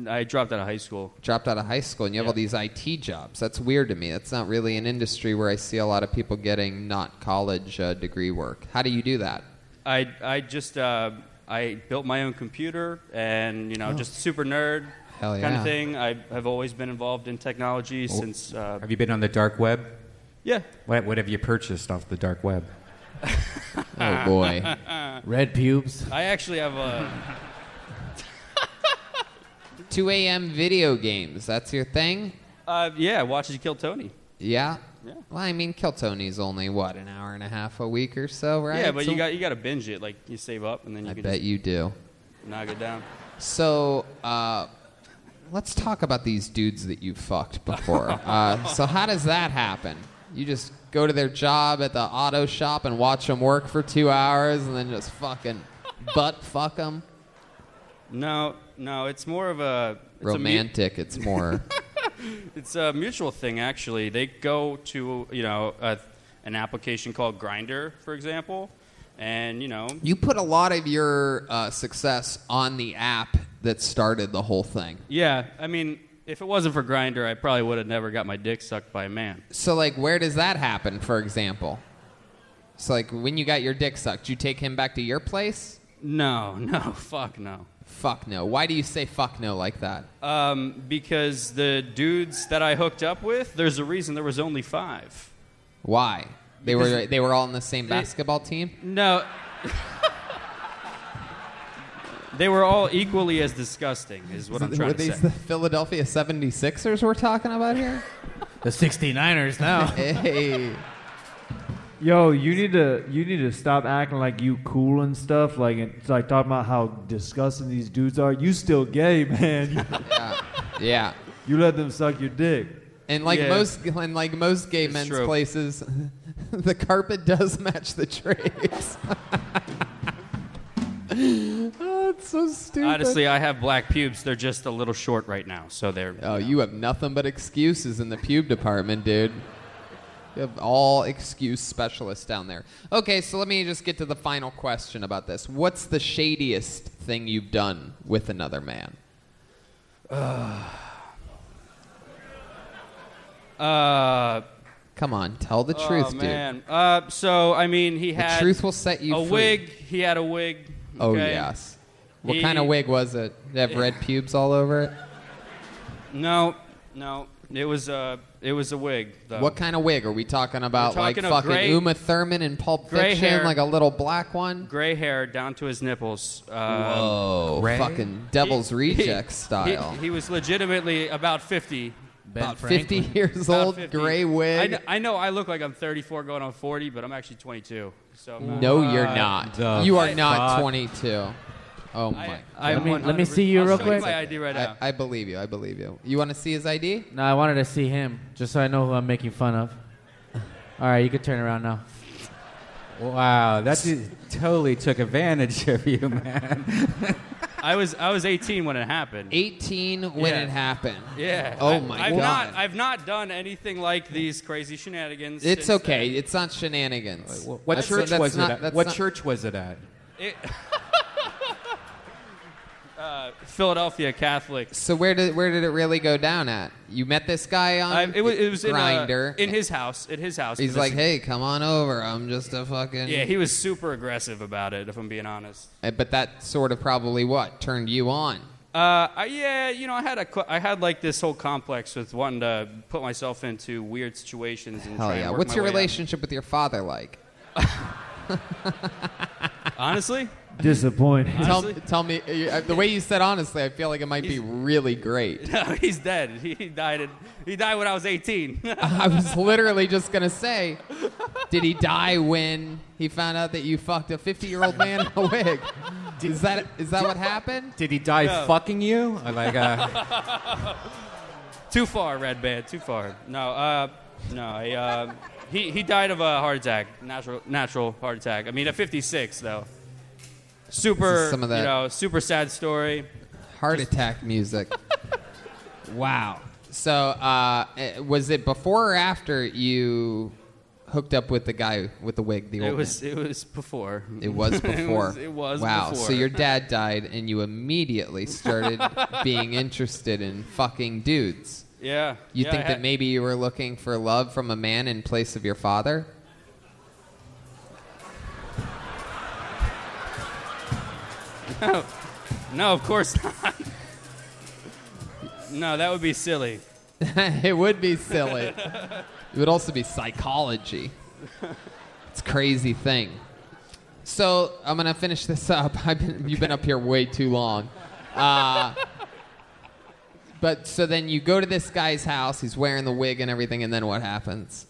S8: I dropped out of high school.
S3: dropped out of high school and you have all these IT jobs. That's weird to me. That's not really an industry where I see a lot of people getting not college uh, degree work. How do you do that?
S8: I, I just uh, I built my own computer and you know just super nerd
S3: Oh. Hell
S8: kind
S3: yeah. Oh.
S8: of thing. I have always been involved in technology since. Uh,
S7: Oh, Have you been on the dark web?
S8: yeah,
S7: What, what have you purchased off the dark web?
S3: Oh boy.
S4: Red pubes.
S8: I actually have a
S3: 2 a.m. video games. That's your thing?
S8: uh, yeah. Watch as you kill Tony.
S3: Yeah.
S8: Yeah.
S3: Well, I mean, Kill Tony's only what an hour and a half a week or so, right?
S8: Yeah, but
S3: So-
S8: you got you got to binge it. Like you save up and then you
S3: I
S8: can
S3: bet you do.
S8: just knock it down.
S3: So, uh, let's talk about these dudes that you fucked before. uh, so, how does that happen? You just go to their job at the auto shop and watch them work for two hours, and then just fucking butt fuck them.
S8: No, no, it's more of a it's a mu-
S3: Romantic. it's more.
S8: It's a mutual thing, actually. They go to you know a, an application called Grinder, for example, and you know
S3: you put a lot of your uh, success on the app that started the whole thing.
S8: yeah. I mean, if it wasn't for Grinder, I probably would have never got my dick sucked by a man.
S3: So, like, where does that happen, for example? So, like, when you got your dick sucked, you take him back to your place?
S8: No, no, fuck no.
S3: Fuck no. Why do you say fuck no like that?
S8: Um, because the dudes that I hooked up with, there's a reason there was only five.
S3: Why? They were
S8: Because-
S3: they were all on the same basketball team.
S8: No. they were all equally as disgusting, is what I'm
S3: were
S8: trying to
S3: these
S8: say.
S3: the Philadelphia 76ers we're talking about here?
S4: The 69ers now.
S3: hey.
S5: Yo, you need to you need to stop acting like you cool and stuff. Like it's like talking about how disgusting these dudes are. You still gay, man. You,
S3: Yeah.
S5: you let them suck your dick.
S3: And like
S8: Yeah.
S3: most and like most gay
S8: It's
S3: men's
S8: true.
S3: places, the carpet does match the drapes. oh, it's so stupid.
S8: Honestly, I have black pubes. They're just a little short right now, so they're.
S3: Oh, you have nothing but excuses in the pube department, dude. You have all excuse specialists down there. Okay, so let me just get to the final question about this. What's the shadiest thing you've done with another man?
S9: Ah.
S8: Uh,
S3: Come on, tell the
S8: oh,
S3: truth, dude.
S8: man. Uh, so I mean, he
S3: The
S8: had
S3: truth will set you
S8: a
S3: free.
S8: wig. He had a wig.
S3: Oh
S8: okay?
S3: yes. What
S8: He-
S3: kind of wig was it? Did it have red pubes all over it?
S8: No, no. It was a it was a wig. Though.
S3: What kind of wig are we talking about?
S8: talking
S3: like
S8: of
S3: fucking
S8: gray-
S3: Uma Thurman in Pulp
S8: gray
S3: Fiction,
S8: hair.
S3: like a little black one.
S8: Gray hair down to his nipples. Um,
S3: Oh,
S7: Gray?
S3: fucking Devil's Reject
S8: he-
S3: style.
S8: He, he was legitimately about fifty.
S4: Ben
S3: about
S4: Franklin.
S3: 50 years
S8: about
S3: old,
S8: 50.
S3: gray
S8: I
S3: wig.
S8: kn- I know I look like I'm 34 going on 40, but I'm actually 22. So uh, I'm not-
S3: No, you're not.
S7: the
S3: You are not
S7: fuck?
S3: 22. Oh my.
S8: I,
S4: Let me-
S8: want-
S4: let me see you
S8: I'll
S4: real
S8: show
S4: quick.
S8: My ID right now.
S3: I, I believe you. I believe you. You want to see his ID?
S4: No, I wanted to see him just so I know who I'm making fun of. All right, you can turn around now.
S7: Wow, that dude totally took advantage of you, man.
S8: I was I was 18 when it happened.
S3: 18 when
S8: Yeah.
S3: it happened.
S8: Yeah.
S3: Oh
S8: I-
S3: my
S8: I've
S3: God.
S8: Not, I've not done anything like these crazy shenanigans.
S3: It's
S8: since
S3: okay. It's not shenanigans.
S7: What
S3: That's-
S7: church
S3: that's
S7: was
S3: not-
S7: it at?
S3: that's
S7: What
S3: not-
S7: church was it at?
S8: then. It- Uh, Philadelphia Catholic.
S3: So where did where did it really go down at? You met this guy on
S8: I, it was, it was in, uh,
S3: Grinder.
S8: in his house. At his house.
S3: He's
S8: This-
S3: like, hey, come on over. I'm just a fucking.
S8: Yeah, he was super aggressive about it. If I'm being honest.
S3: Uh, But that sort of probably what turned you on.
S8: Uh, I, yeah, you know, I had a, co- I had like this whole complex with wanting to put myself into weird situations. And
S3: Hell
S8: try
S3: yeah!
S8: and work
S3: What's
S8: my
S3: your
S8: way out.
S3: relationship with your father like?
S8: Honestly,
S5: Disappointing.
S3: Tell,
S8: Honestly?
S3: tell me uh, the way you said honestly. I feel like it might be really great.
S8: no, he's dead. He died. In, he died when I was 18.
S3: I was literally just gonna say, did he die when he found out that you fucked a 50 year old man in a wig? Is that is that what happened?
S7: Did he die fucking you? Or Like, uh,
S8: too far, Red Band. Too far. No, uh, no. I, uh, he he died of a heart attack, natural natural heart attack. I mean, at 56 though.
S3: This
S8: Super,
S3: is some of that-
S8: you know, super sad story.
S3: Heart attack music. wow. So uh, eh, was it before or after you hooked up with the guy with the wig? The
S8: It
S3: old
S8: was it was before.
S3: man? It was
S8: it
S3: before.
S8: was, it was
S3: wow. So
S8: before.
S3: your dad died, and you immediately started being interested in fucking dudes.
S8: Yeah.
S3: You
S8: yeah, I
S3: think
S8: had-
S3: that maybe you were looking for love from a man in place of your father?
S8: No, no, of course not. no, that would be silly.
S3: it would be silly. it would also be psychology. It's a crazy thing. So I'm gonna finish this up. I've been, You've been up here way too long. Uh, but so then you go to this guy's house. He's wearing the wig and everything, and then what happens?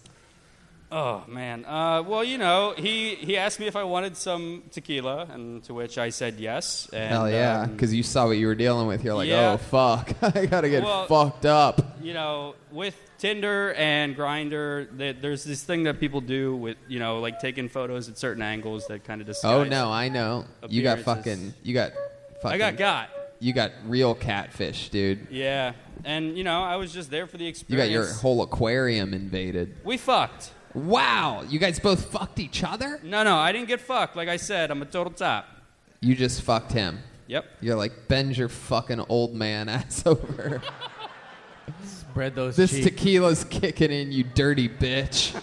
S8: Oh man. Uh, well, you know, he he asked me if I wanted some tequila, and to which I said yes. And,
S3: Hell yeah,
S8: um,
S3: because you saw what you were dealing with. You're like,
S8: yeah.
S3: oh fuck, I gotta get
S8: Well-
S3: fucked up.
S8: you know, with Tinder and Grinder, there's this thing that people do with you know, like taking photos at certain angles that kind of disguise.
S3: Oh no, I know. You got
S8: Appearances.
S3: fucking. You got. Fucking,
S8: I got got.
S3: You got real catfish, dude.
S8: Yeah, and you know, I was just there for the
S3: You
S8: experience.
S3: got your whole aquarium invaded.
S8: We fucked.
S3: Wow, you guys both fucked each other?
S8: No, no, I didn't get fucked. Like I said, I'm a total top.
S3: You just fucked him.
S8: Yep.
S3: You're like, bend your fucking old man ass over.
S4: Spread those
S3: this
S4: cheeks.
S3: tequila's kicking in, you dirty bitch.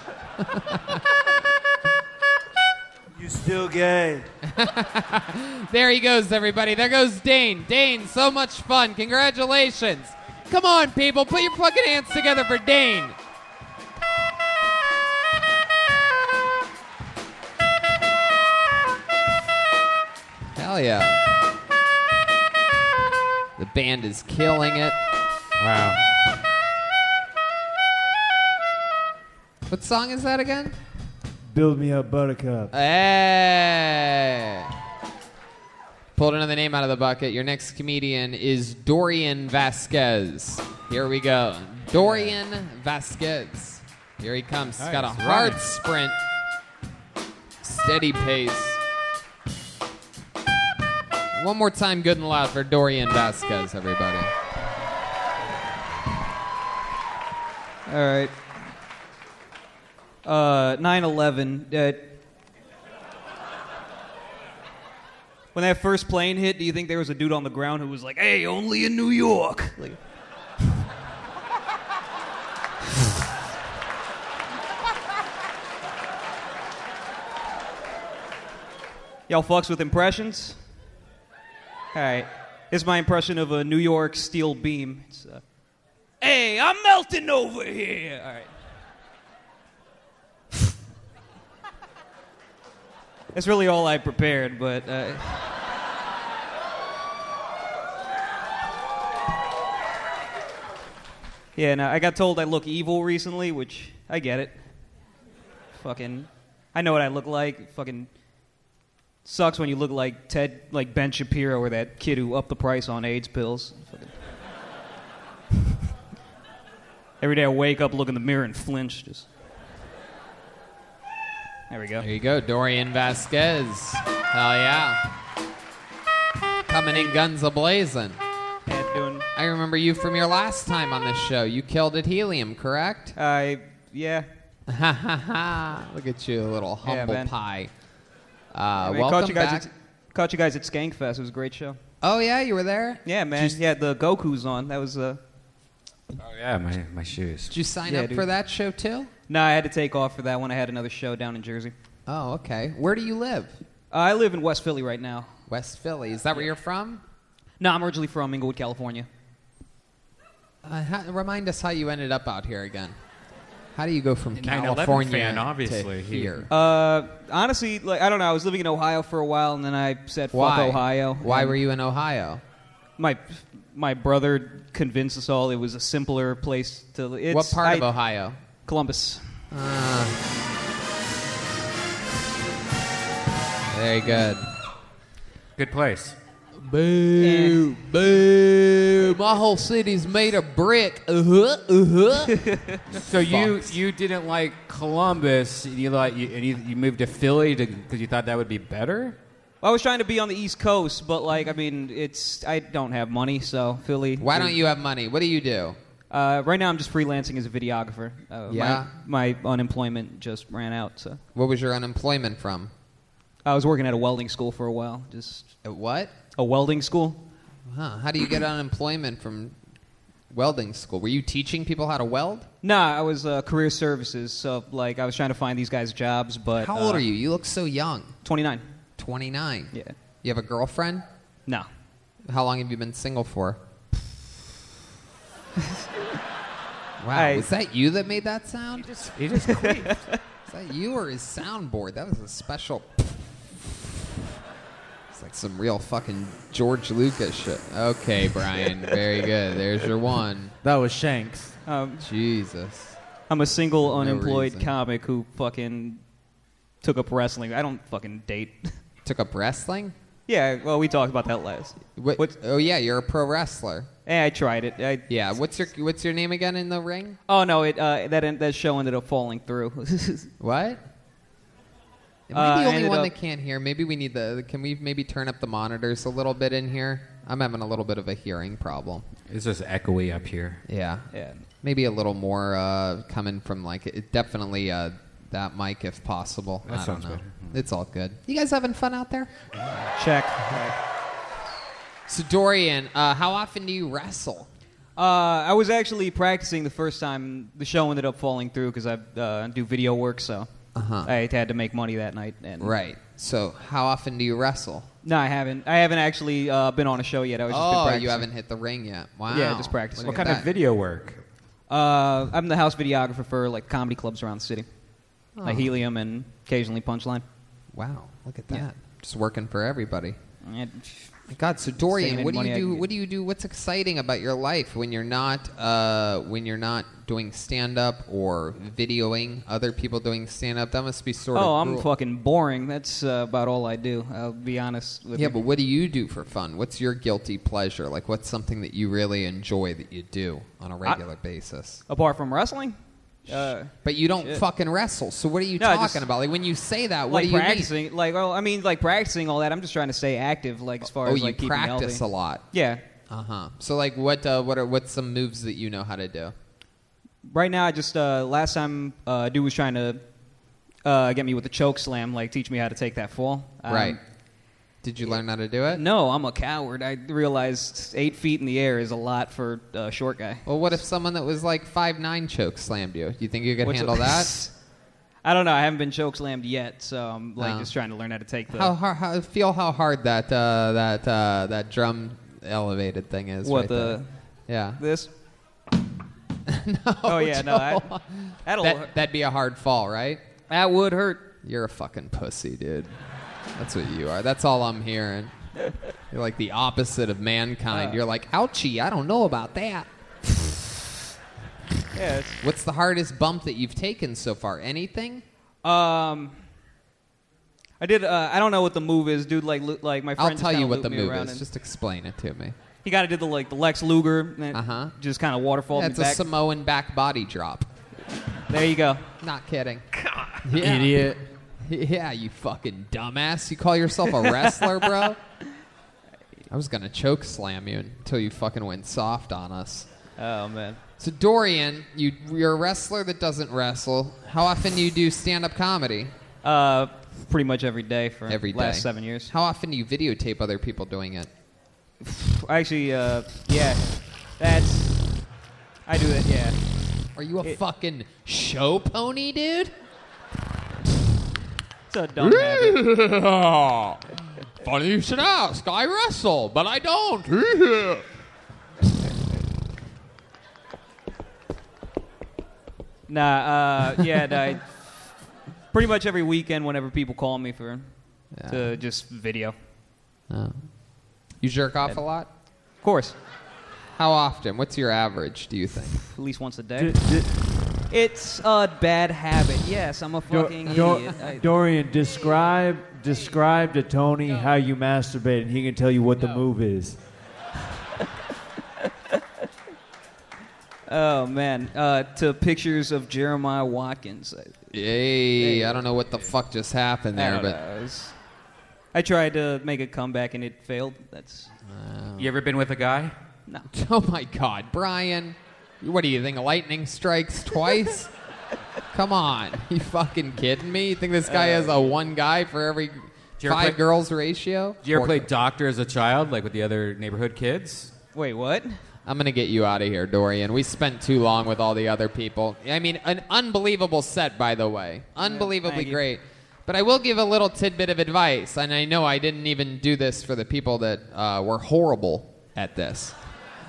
S5: You still gay.
S3: There he goes, everybody. There goes Dane. Dane, so much fun. Congratulations. Come on, people. Put your fucking hands together for Dane. Hell yeah. The band is killing it.
S7: Wow.
S3: What song is that again?
S5: Build me up, buttercup.
S3: Hey. Eh. Pulled another name out of the bucket. Your next comedian is Dorian Vasquez. Here we go. Dorian Vasquez. Here he comes. He's got a
S7: Nice,
S3: hard
S7: running.
S3: sprint, steady pace. One more time, good and loud for Dorian Vasquez, everybody.
S10: All right. Uh, 9/11. Uh, when that first plane hit, do you think there was a dude on the ground who was like, "Hey, only in New York"? Like, y'all fucks with impressions. All right. Here's my impression of a New York steel beam. It's, uh, hey, I'm melting over here. All right. That's really all I prepared, but. Uh, yeah, no, I got told I look evil recently, which I get it. Fucking. I know what I look like. Fucking. Sucks when you look like Ted, like Ben Shapiro or that kid who upped the price on AIDS pills. Fucking- Every day I wake up, look in the mirror, and flinch. Just. There we go.
S3: There you go, Dorian Vasquez. Hell yeah. Coming in guns a blazing.
S10: Yeah, doing.
S3: I remember you from your last time on this show. You killed at helium, correct?
S10: I yeah.
S3: Ha ha ha! Look at you, little
S10: Yeah,
S3: humble
S10: man.
S3: pie. Uh,
S10: I mean,
S3: welcome
S10: caught you guys
S3: back.
S10: At, caught you guys at Skankfest. It was a great show.
S3: oh yeah, you were there.
S10: Yeah, man. yeah, the Goku's on. That was uh.
S7: Oh yeah, my, my shoes.
S3: Did you sign
S10: Yeah,
S3: up
S10: dude.
S3: for that show too?
S10: No, I had to take off for that one. I had another show down in Jersey.
S3: Oh, okay. Where do you live?
S10: Uh, I live in West Philly right now.
S3: West Philly. Is that where you're from?
S10: No, I'm originally from Inglewood, California.
S3: Uh, ha- remind us how you ended up out here again. How do you go from
S7: 9/11
S3: California
S7: fan,
S3: to
S7: obviously. He-
S3: here?
S10: Uh, honestly, like I don't know. I was living in Ohio for a while, and then I said, "Fuck
S3: Why
S10: Ohio."
S3: Why
S10: And
S3: were you in Ohio?
S10: My my brother convinced us all it was a simpler place to. li- It's,
S3: what part
S10: I-
S3: of Ohio? Uh,
S10: Columbus.
S3: Very good.
S7: Good place.
S3: Boo! Boo! My whole city's made of brick. Uh huh. Uh huh.
S7: So you
S3: Fucked.
S7: you didn't like Columbus. You like you, and you, you moved to Philly because you thought that would be better.
S10: Well, I was trying to be on the East Coast, but like, I mean, it's I don't have money, so Philly.
S3: Why don't you have money? What do you do?
S10: Uh, right now, I'm just freelancing as a videographer. Uh,
S3: Yeah.
S10: My, my unemployment just ran out, so
S3: What was your unemployment from?
S10: I was working at a welding school for a while. Just
S3: At what?
S10: a welding school.
S3: Huh. How do you get unemployment from welding school? Were you teaching people how to weld?
S10: Nah, I was uh, career services, so like I was trying to find these guys jobs. But
S3: How old are you? You look so young.
S10: 29.
S3: 29.
S10: Yeah.
S3: You have a girlfriend?
S10: No.
S3: How long have you been single for? wow.
S10: I-
S3: was that you that made that sound?
S7: He just quit.
S3: Is that you or his soundboard? That was a special. It's like some real fucking George Lucas shit. Okay, Brian. Very good. There's your one.
S4: That was Shanks.
S10: Um,
S3: Jesus.
S10: I'm a single, unemployed
S3: reason.
S10: comic who fucking took up wrestling. I don't fucking date.
S3: Took up wrestling?
S10: yeah, well, we talked about that last.
S3: What,
S10: What's-
S3: oh yeah, you're a pro wrestler.
S10: Eh, I tried it. I,
S3: Yeah. What's your What's your name again in the ring?
S10: Oh no, it uh, that en- that show ended up falling through.
S3: What? Am I the
S10: Uh, I
S3: only
S10: ended
S3: one
S10: up-
S3: that can't hear? Maybe we need the. Can we maybe turn up the monitors a little bit in here? I'm having a little bit of a hearing problem.
S7: It's just echoey up here.
S3: Yeah.
S10: yeah.
S3: Maybe a little more uh, coming from like it, definitely uh, that mic if possible. I don't
S7: sounds
S3: know. Mm-hmm.
S7: better.
S3: It's all good. You guys having fun out there?
S10: Check.
S3: So Dorian, uh, how often do you wrestle?
S10: Uh, I was actually practicing the first time the show ended up falling through because I uh, do video work, so
S3: Uh-huh.
S10: I had to make money that night. And
S3: Right. So how often do you wrestle?
S10: No, I haven't. I haven't actually uh, been on a show yet. I was just been
S3: Oh,
S10: practicing.
S3: you haven't hit the ring yet. Wow.
S10: Yeah, just practicing.
S3: Look
S7: What
S3: at
S7: kind
S3: that.
S7: of video work?
S10: Uh, I'm the house videographer for like comedy clubs around the city, like Helium and occasionally Punchline.
S3: Oh. Wow. Look at that.
S10: Yeah.
S3: Just working for everybody.
S10: And-
S3: My God, so
S10: Saving
S3: Dorian, what do
S10: money
S3: you
S10: I
S3: do?
S10: can-
S3: What do you do? What's exciting about your life when you're not uh, when you're not doing stand up or videoing other people doing stand up? That must be sort of.
S10: Oh, I'm
S3: gruel-
S10: fucking boring. That's uh, about all I do. I'll be honest with
S3: Yeah,
S10: you.
S3: but what do you do for fun? What's your guilty pleasure? Like, what's something that you really enjoy that you do on a regular basis?
S10: Apart from wrestling, uh,
S3: But you don't fucking wrestle. So what are you
S10: No, I
S3: talking
S10: just-
S3: about? Like when you say that, what
S10: like
S3: do you mean?
S10: practicing, like well, I mean, like practicing all that. I'm just trying to stay active, like as far
S3: Oh,
S10: as
S3: you
S10: like keeping
S3: practice
S10: healthy.
S3: a lot.
S10: Yeah.
S3: Uh huh. So like, what uh, what are what's some moves that you know how to do?
S10: Right now, I just uh, last time uh, dude was trying to uh, get me with a choke slam, like teach me how to take that fall. Um,
S3: right. Did you learn how to do it?
S10: No, I'm a coward. I realized eight feet in the air is a lot for a short guy.
S3: Well, what if someone that was like five nine choke slammed you? You think you could
S10: What's
S3: handle
S10: a-
S3: that?
S10: I don't know. I haven't been choke slammed yet, so I'm like
S3: Oh.
S10: just trying to learn how to take the.
S3: How hard? How, feel how hard that uh, that uh, that drum elevated thing is.
S10: What,
S3: right
S10: the-
S3: there. Yeah.
S10: this? no. Oh yeah, no. I, that'll
S3: That, that'd be a hard fall, right?
S10: that would hurt.
S3: You're a fucking pussy, dude. That's what you are. That's all I'm hearing. You're like the opposite of
S10: Uh.
S3: mankind. You're like, ouchie, I don't know about that.
S10: Yeah.
S3: What's the hardest bump that you've taken so far? Anything?
S10: it's- Um. I did. Uh, I don't know what the move is, dude. Like, lo- like my friend.
S3: I'll
S10: just
S3: tell
S10: kinda
S3: you what
S10: looped
S3: the
S10: me
S3: move
S10: around
S3: is.
S10: and-
S3: Just explain it to me.
S10: he kind of did the like the Lex Luger.
S3: Uh-huh.
S10: Uh Just kind of waterfall me
S3: That's a
S10: back.
S3: Samoan back body drop.
S10: there you go.
S3: Not kidding. Yeah.
S4: Idiot.
S3: Yeah, you fucking dumbass. You call yourself a wrestler, bro? I was gonna choke slam you until you fucking went soft on us.
S10: Oh man.
S3: So Dorian, you you're a wrestler that doesn't wrestle. How often do you do stand-up comedy?
S10: Uh, pretty much every day for
S3: Every day.
S10: last seven years.
S3: How often do you videotape other people doing it?
S10: Actually, uh, yeah, that's. I do it. Yeah.
S3: Are you a
S10: It-
S3: fucking show pony, dude?
S10: It's a dumb habit.
S3: Funny you should ask. I wrestle, but I don't.
S10: Nah, uh, yeah, nah, I- pretty much every weekend whenever people call me for
S3: Yeah.
S10: to just video. Of
S3: Uh, Oh. You jerk off a lot?
S10: course,
S3: How often? What's your average, do you think?
S10: at least once a
S5: D-
S10: day.
S5: d-
S10: It's a bad habit. Yes, I'm a
S5: Dor-
S10: fucking
S5: Dor-
S10: idiot. I-
S5: Dorian, describe describe to Tony how you masturbate, and he can tell you what the move is.
S10: oh man, uh, to pictures of Jeremiah Watkins. I,
S3: Hey, I don't know what the fuck just happened
S10: I,
S3: there,
S10: don't
S3: but
S10: know, it was- I tried to make a comeback and it failed. That's
S7: You ever been with a guy?
S10: no.
S3: oh my god, Brian, What do you think? Lightning strikes twice? Come on. You fucking kidding me? You think this guy
S7: Uh,
S3: has a one guy for every
S7: you ever
S3: five
S7: play-
S3: girls ratio?
S7: Did you ever
S3: Or-
S7: play doctor as a child, like with the other neighborhood kids?
S3: Wait, what? I'm gonna get you out of here, Dorian. We spent too long with all the other people. I mean, an unbelievable set, by the way, unbelievably
S11: thank you.
S3: great. But I will give a little tidbit of advice, and I know I didn't even do this for the people that uh, were horrible at this,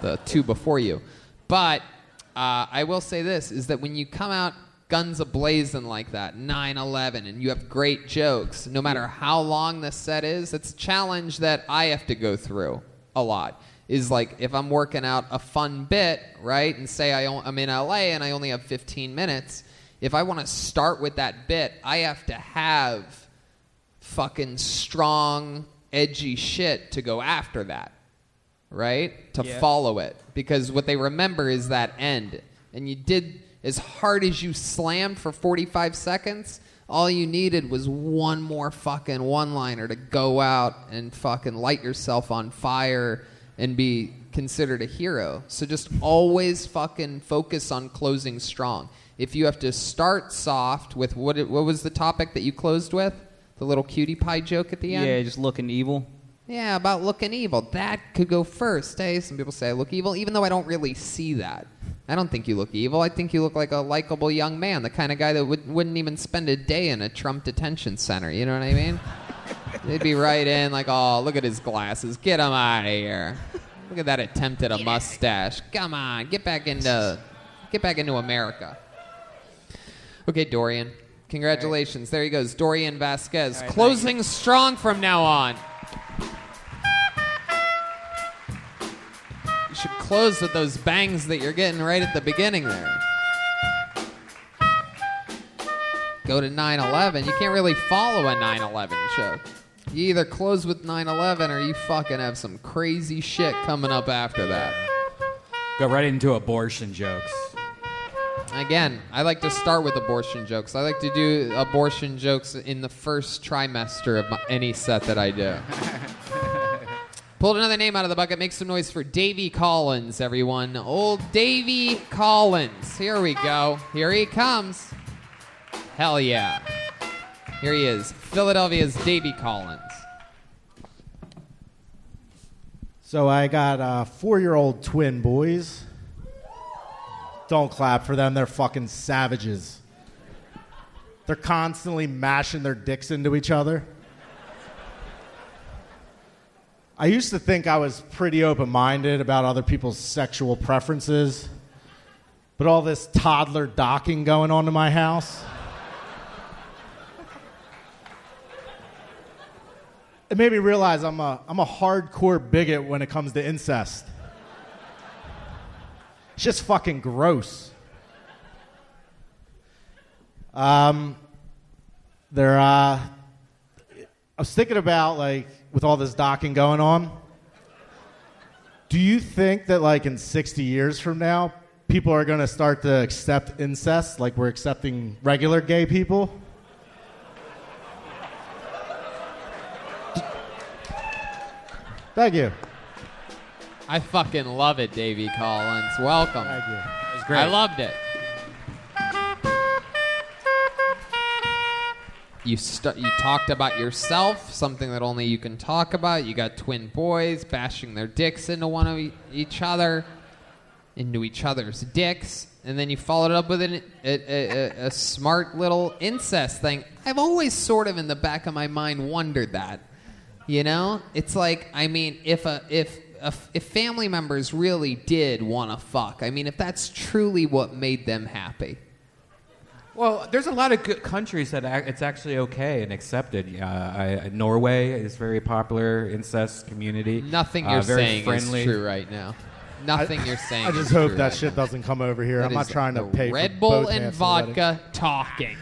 S3: the two before you. But uh, I will say this: is that when you come out guns ablazing like that, 9/11, and you have great jokes, no matter how long the set is, it's a challenge that I have to go through a lot is like if I'm working out a fun bit, right? And say I on, I'm in LA and I only have 15 minutes. If I want to start with that bit, I have to have fucking strong, edgy shit to go after that, right? To
S11: Yeah.
S3: follow it. Because what they remember is that end. And you did as hard as you slammed for 45 seconds. All you needed was one more fucking one liner to go out and fucking light yourself on fire and be considered a hero. So just always fucking focus on closing strong. If you have to start soft with what, it, what was the topic that you closed with? The little cutie pie joke at the end?
S10: Yeah, just looking evil.
S3: Yeah, about looking evil. That could go first. Hey, some people say I look evil, even though I don't really see that. I don't think you look evil. I think you look like a likable young man, the kind of guy that would, wouldn't even spend a day in a Trump detention center. You know what I mean? They'd be right in, like, oh, look at his glasses. Get him out of here. Look at that attempt at a mustache. Come on, get back into, get back into America. Okay, Dorian. Congratulations. There he goes, Dorian Vasquez,
S11: All right,
S3: closing strong from now on. You should close with those bangs that you're getting right at the beginning there. Go to 9 11. You can't really follow a 9 11 show. You either close with 9 11 or you fucking have some crazy shit coming up after that.
S7: Go right into abortion jokes.
S3: Again, I like to start with abortion jokes. I like to do abortion jokes in the first trimester of my, any set that I do. Pulled another name out of the bucket. Make some noise for Davy Collins, everyone. Old Davy Collins. Here we go. Here he comes. Hell yeah. Here he is. Philadelphia's Davy Collins.
S12: So I got uh, four-year-old twin boys. Don't clap for them; they're fucking savages. They're constantly mashing their dicks into each other. I used to think I was pretty open-minded about other people's sexual preferences, but all this toddler docking going on in my house. it made me realize I'm a, I'm a hardcore bigot when it comes to incest. It's just fucking gross. Um, there, uh, I was thinking about, like, with all this docking going on, do you think that, like, in 60 years from now, people are going to start to accept incest like we're accepting regular gay people? Thank you.
S3: I fucking love it, Davy Collins. Welcome. Thank
S12: you. That
S3: was
S12: great.
S3: I loved it. You stu you talked about yourself, something that only you can talk about. You got twin boys bashing their dicks into one of e- each other, into each other's dicks, and then you followed it up with an, a, a, a, a smart little incest thing. I've always sort of in the back of my mind wondered that. You know, it's like I mean, if a if a, if family members really did want to fuck, I mean, if that's truly what made them happy,
S7: Well, there's a lot of good countries that ac- it's actually okay and accepted. Uh, I, Norway is very popular incest community.
S3: nothing
S7: Uh,
S3: you're
S7: very
S3: saying
S7: friendly.
S3: is true right now. Nothing you're saying.
S12: I just
S3: is
S12: hope
S3: true
S12: that
S3: right
S12: shit
S3: now.
S12: doesn't come over here.
S3: That
S12: I'm not
S3: is
S12: trying to
S3: the
S12: pay for
S3: Red Bull
S12: both
S3: and
S12: halves of the wedding.
S3: vodka talking.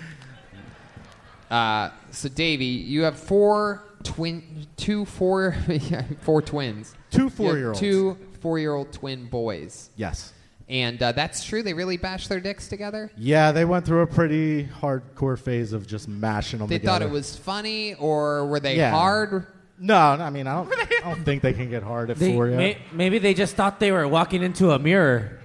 S3: Uh, so, Davey, you have four twin, two four, yeah, four twins,
S12: Two
S3: You have
S12: four-year-olds.
S3: two four-year-old twin boys.
S12: Yes.
S3: And uh, that's true. They really bash their dicks together.
S12: Yeah, they went through a pretty hardcore phase of just mashing them
S3: They
S12: together.
S3: thought it was funny, or were they
S12: Yeah.
S3: hard?
S12: No, no, I mean, I don't, I don't think they can get hard at
S4: They-
S12: four yet.
S4: may- maybe they just thought they were walking into a mirror.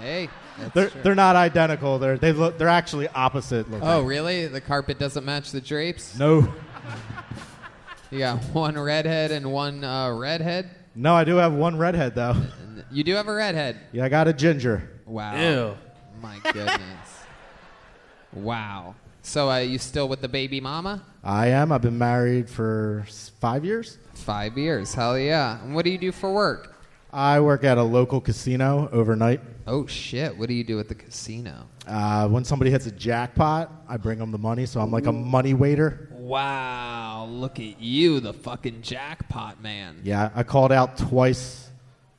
S3: Hey.
S12: They're, they're not identical. They're they look they're actually opposite looking.
S3: Oh, really? The carpet doesn't match the drapes?
S12: No.
S3: You got one redhead and one uh, redhead?
S12: No, I do have one redhead though.
S3: You do have a redhead.
S12: Yeah, I got a ginger.
S3: Wow. My goodness. wow. So, uh, you still with the baby mama?
S12: I am. I've been married for s- five years.
S3: Five years. Hell yeah. And what do you do for work?
S12: I work at a local casino overnight.
S3: Oh shit! What do you do at the casino?
S12: Uh, when somebody hits a jackpot, I bring them the money, so I'm like a money waiter.
S3: Wow, look at you, the fucking jackpot man.
S12: Yeah, I called out twice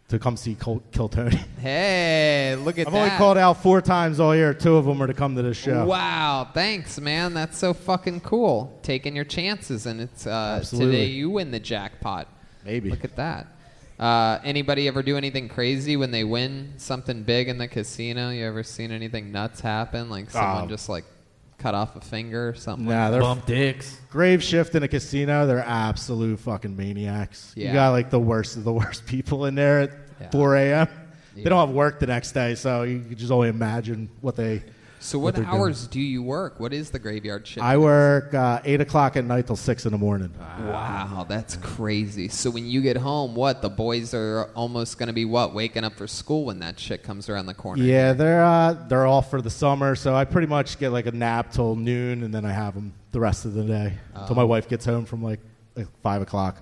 S12: to come see Col- Kill Tony.
S3: Hey, look at
S12: I've
S3: that.
S12: only called out four times all year. Two of them were to come to this show.
S3: Wow, thanks, man. That's so fucking cool. Taking your chances, and it's uh,
S12: Absolutely.
S3: today you win the jackpot.
S12: Maybe.
S3: Look at that. Uh, anybody ever do anything crazy when they win something big in the casino? You ever seen anything nuts happen? Like someone
S12: Um,
S3: just like cut off a finger or something?
S12: Nah,
S3: like
S12: they're
S3: that?
S12: dicks. Grave shift in a casino. They're absolute fucking maniacs.
S3: Yeah.
S12: You got like the worst of the worst people in there at 4 a.m. They don't have work the next day, so you can just only imagine what they.
S3: So what,
S12: they're doing.
S3: hours do you work? What is the graveyard shift?
S12: I work uh, eight o'clock at night till six in the morning. Um,
S3: Wow, that's crazy. So when you get home, what the boys are almost going to be what waking up for school when that shit comes around the corner.
S12: Yeah, they're uh, they're off for the summer, so I pretty much get like a nap till noon, and then I have them the rest of the day until my
S3: Oh.
S12: wife gets home from like, like five o'clock.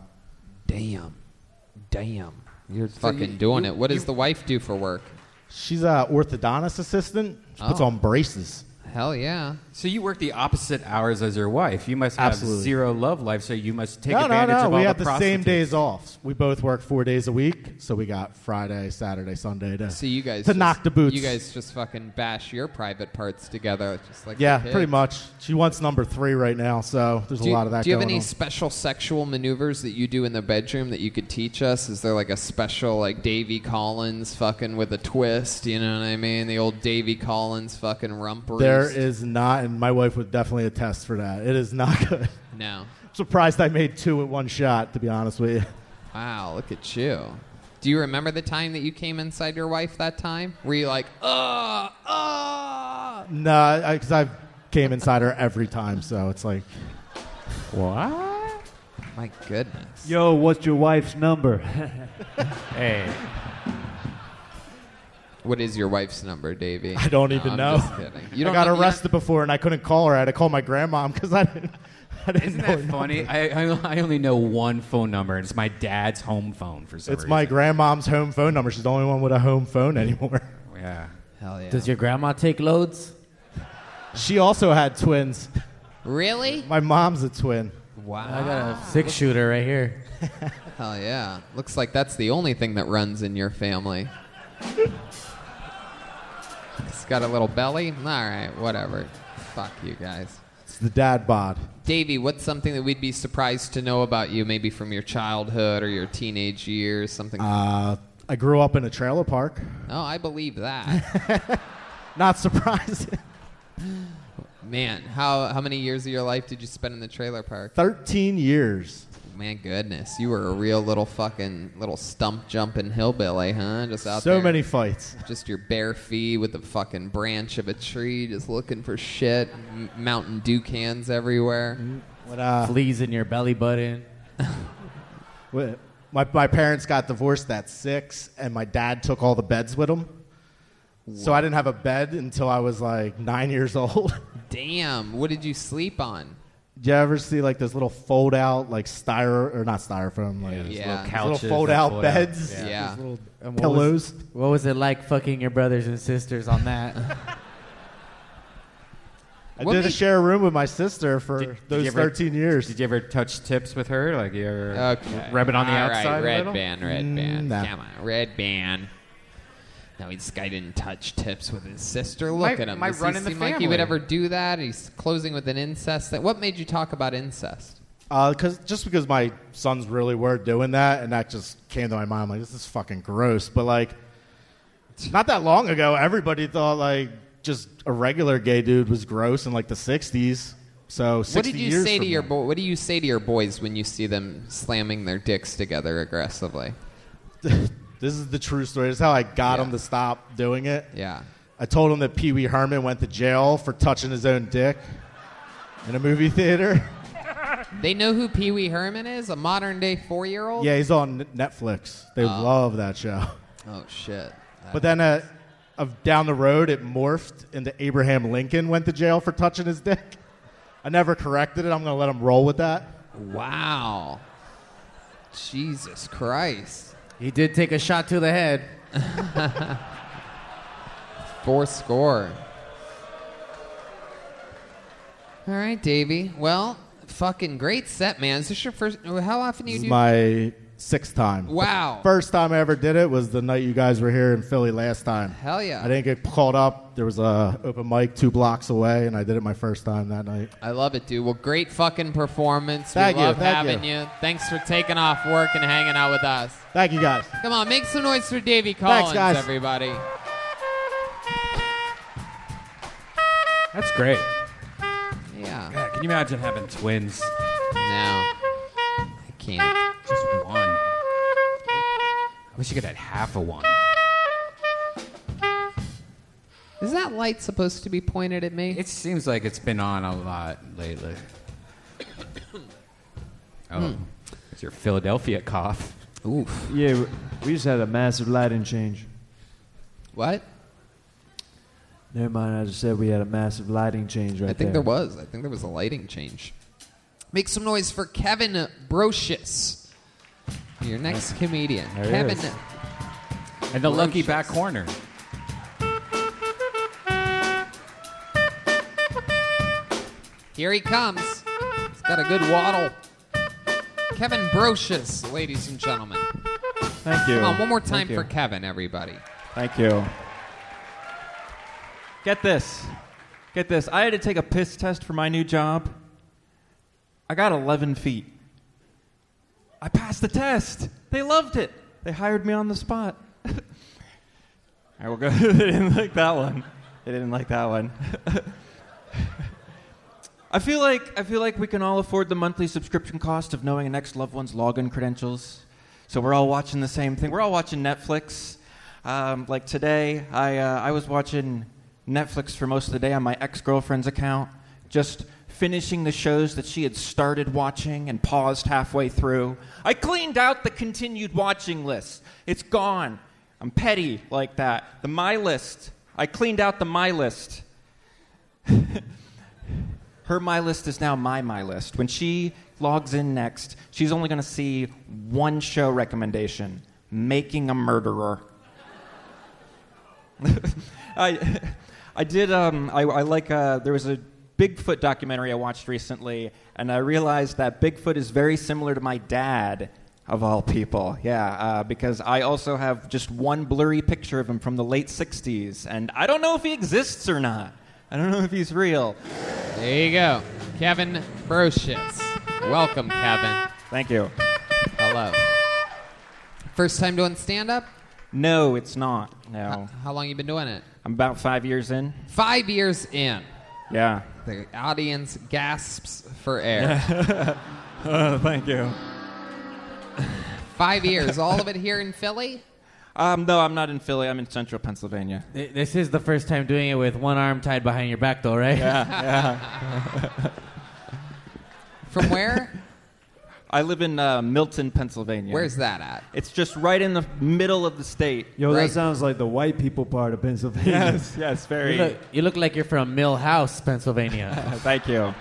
S3: Damn, damn, you're
S12: So
S3: fucking
S12: you-
S3: doing
S12: you-
S3: it. What does
S12: you-
S3: the wife do for work?
S12: She's a orthodontist assistant. She puts
S3: Oh.
S12: on braces.
S3: Hell yeah.
S7: So you work the opposite hours as your wife. You must have
S12: Absolutely.
S7: zero love life, so you must take
S12: no, no,
S7: advantage
S12: no.
S7: of
S12: we
S7: all
S12: have
S7: the,
S12: the, same
S7: prostitutes.
S12: days off. We both work four days a week, so we got Friday, Saturday, Sunday to
S3: So you guys
S12: to
S3: just-
S12: knock the boots.
S3: You guys just fucking bash your private parts together, just like the
S12: yeah,
S3: kids.
S12: pretty much. She wants number three right now, so there's
S3: Do
S12: a
S3: you-
S12: lot of that.
S3: Do you have
S12: going
S3: any
S12: on.
S3: special sexual maneuvers that you do in the bedroom that you could teach us? Is there like a special like Davy Collins fucking with a twist? You know what I mean? The old Davy Collins fucking rumper.
S12: There is not, and my wife would definitely attest for that. It is not good.
S3: No.
S12: Surprised I made two at one shot, to be honest with you.
S3: Wow, look at you. Do you remember the time that you came inside your wife that time? Were you like, uh, uh?
S12: No, because I came inside her every time, so it's like, what?
S3: My goodness.
S5: Yo, what's your wife's number?
S3: Hey. What is your wife's number, Davy?
S12: I don't
S3: No,
S12: even
S3: I'm
S12: know.
S3: just kidding. You don't
S12: I got
S3: know- you don't-
S12: arrested before, and I couldn't call her. I had to call my grandmom because I didn't. I didn't
S7: Isn't
S12: know
S7: that
S12: her
S7: funny?
S12: number.
S7: I, I, I only know one phone number, and it's my dad's home phone for some
S12: It's
S7: reason.
S12: my grandmom's home phone number. She's the only one with a home phone anymore.
S7: Yeah.
S3: Hell yeah.
S4: Does your grandma take loads?
S12: She also had twins.
S3: Really?
S12: My mom's a twin.
S3: Wow.
S4: I got a six shooter right here.
S3: Hell yeah. Looks like that's the only thing that runs in your family. It's got a little belly. All right, whatever. Fuck you guys.
S12: It's the dad bod.
S3: Davey, what's something that we'd be surprised to know about you, maybe from your childhood or your teenage years, something?
S12: Uh, I grew up in a trailer park.
S3: oh, I believe that.
S12: Not surprised.
S3: Man, how, how many years of your life did you spend in the trailer park?
S12: 13 years.
S3: Man, goodness, you were a real little fucking little stump jumping hillbilly, huh? Just out
S12: so
S3: there.
S12: many fights.
S3: just your bare feet with a fucking branch of a tree, just looking for shit. M- Mountain Dew cans everywhere.
S12: What, uh,
S4: Fleas in your belly button.
S12: what- my, my parents got divorced at six, and my dad took all the beds with him. So I didn't have a bed until I was like nine years old.
S3: Damn, what did you sleep on?
S12: Did you ever see like those little fold out like styro or not styrofoam like those
S3: Yeah.
S12: little,
S7: Couches that
S12: fold out
S7: fold out.
S12: beds?
S3: Yeah.
S12: Those little
S4: And what was-
S12: pillows.
S4: What was, it like fucking your brothers and sisters on that?
S12: I
S3: What
S12: did
S3: made-
S12: share a room with my sister for
S7: Did- did
S12: those
S7: you ever-
S12: 13 years.
S7: Did you ever touch tips with her? Like you ever
S3: Okay.
S7: rub it on the
S3: Uh, All right,
S7: outside? a
S3: red
S7: little?
S3: band, red
S12: Mm,
S3: band.
S12: no.
S3: Come on, red band. No, this guy didn't touch tips with his sister. Look
S7: My-
S3: at him.
S7: my
S3: Does
S7: run
S3: he
S7: in the
S3: seem like he would
S7: family.
S3: ever do that? He's closing with an incest. That what made you talk about incest?
S12: because uh, just because my sons really were doing that, and that just came to my mind. Like this is fucking gross. But like, not that long ago, everybody thought like just a regular gay dude was gross in like the '60s. So 60
S3: What did you
S12: years
S3: say to
S12: from
S3: your
S12: now.
S3: bo- What do you say to your boys when you see them slamming their dicks together aggressively?
S12: This is the true story. This is how I got him to stop doing it.
S3: Yeah.
S12: I told him that Pee Wee Herman went to jail for touching his own dick in a movie theater.
S3: They know who Pee Wee Herman is, a modern day four year old.
S12: Yeah, he's on Netflix. They
S3: Oh.
S12: love that show.
S3: Oh shit.
S12: But then uh, of down the road, it morphed into Abraham Lincoln went to jail for touching his dick. I never corrected it. I'm going to let him roll with that.
S3: Wow. Jesus Christ.
S4: He did take a shot to the head.
S3: Four score. All right, Davey. Well, fucking great set, man. Is this your first? How often do you
S12: This is
S3: do?
S12: my sixth time.
S3: Wow.
S12: The first time I ever did it was the night you guys were here in Philly last time.
S3: Hell yeah.
S12: I didn't get called up. There was a open mic two blocks away, and I did it my first time that night.
S3: I love it, dude. Well, great fucking performance.
S12: Thank
S3: we
S12: you,
S3: love
S12: thank
S3: having you. Thanks for taking off work and hanging out with us.
S12: Thank you guys.
S3: Come on, make some noise for Davey Collins,
S12: Thanks, guys.
S3: everybody.
S7: That's great.
S3: Yeah.
S7: God, can you imagine having twins?
S3: No. I can't.
S7: Just one. I wish you could have half of one.
S3: Is that light supposed to be pointed at me?
S7: It seems like it's been on a lot lately. Oh,
S3: Hmm.
S7: it's your Philadelphia cough.
S3: Oof.
S5: Yeah, we- we just had a massive lighting change.
S3: What?
S5: Never mind. I just said we had a massive lighting change right
S3: I think there was. I think there was a lighting change. Make some noise for Kevin Brocious, your next comedian.
S7: There he
S3: Kevin.
S7: is. And the lucky back corner.
S3: Here he comes. He's got a good waddle. Kevin Brocious, ladies and gentlemen.
S5: Thank you.
S3: Come on, one more time
S5: Thank you.
S3: for Kevin, everybody.
S5: Thank you.
S9: Get this. Get this. I had to take a piss test for my new job. I got 11 feet. I passed the test. They loved it. They hired me on the spot. All right, we'll go. they didn't like that one. They didn't like that one. I feel like I feel like we can all afford the monthly subscription cost of knowing an ex-loved one's login credentials. So we're all watching the same thing. We're all watching Netflix. Um, like today, I uh, I was watching Netflix for most of the day on my ex-girlfriend's account, just finishing the shows that she had started watching and paused halfway through. I cleaned out the continued watching list. It's gone. I'm petty like that. The my list. I cleaned out the my list. Her my list is now my my list. When she logs in next, she's only going to see one show recommendation Making a Murderer. I, I did, um, I, I like, uh, there was a Bigfoot documentary I watched recently, and I realized that Bigfoot is very similar to my dad, of all people. Yeah, uh, because I also have just one blurry picture of him from the late 60s, and I don't know if he exists or not. I don't know if he's real.
S3: There you go. Kevin Brocious. Welcome, Kevin.
S9: Thank you.
S3: Hello. First time doing stand up?
S9: No, it's not. No.
S3: How long you been doing it?
S9: I'm about five years in.
S3: Five years in.
S9: Yeah.
S3: The audience gasps for air.
S9: Uh, thank you.
S3: Five years, all of it here in Philly?
S9: Um, no, I'm not in Philly. I'm in central Pennsylvania.
S4: Th- This is the first time doing it with one arm tied behind your back, though, right?
S9: Yeah, yeah.
S3: From where?
S9: I live in uh, Milton, Pennsylvania.
S3: Where's that at?
S9: It's just right in the middle of the state.
S5: Yo, that sounds like the white people part of Pennsylvania.
S9: Yes, yes, very.
S4: You look, you look like you're from Mill House, Pennsylvania.
S9: Thank you.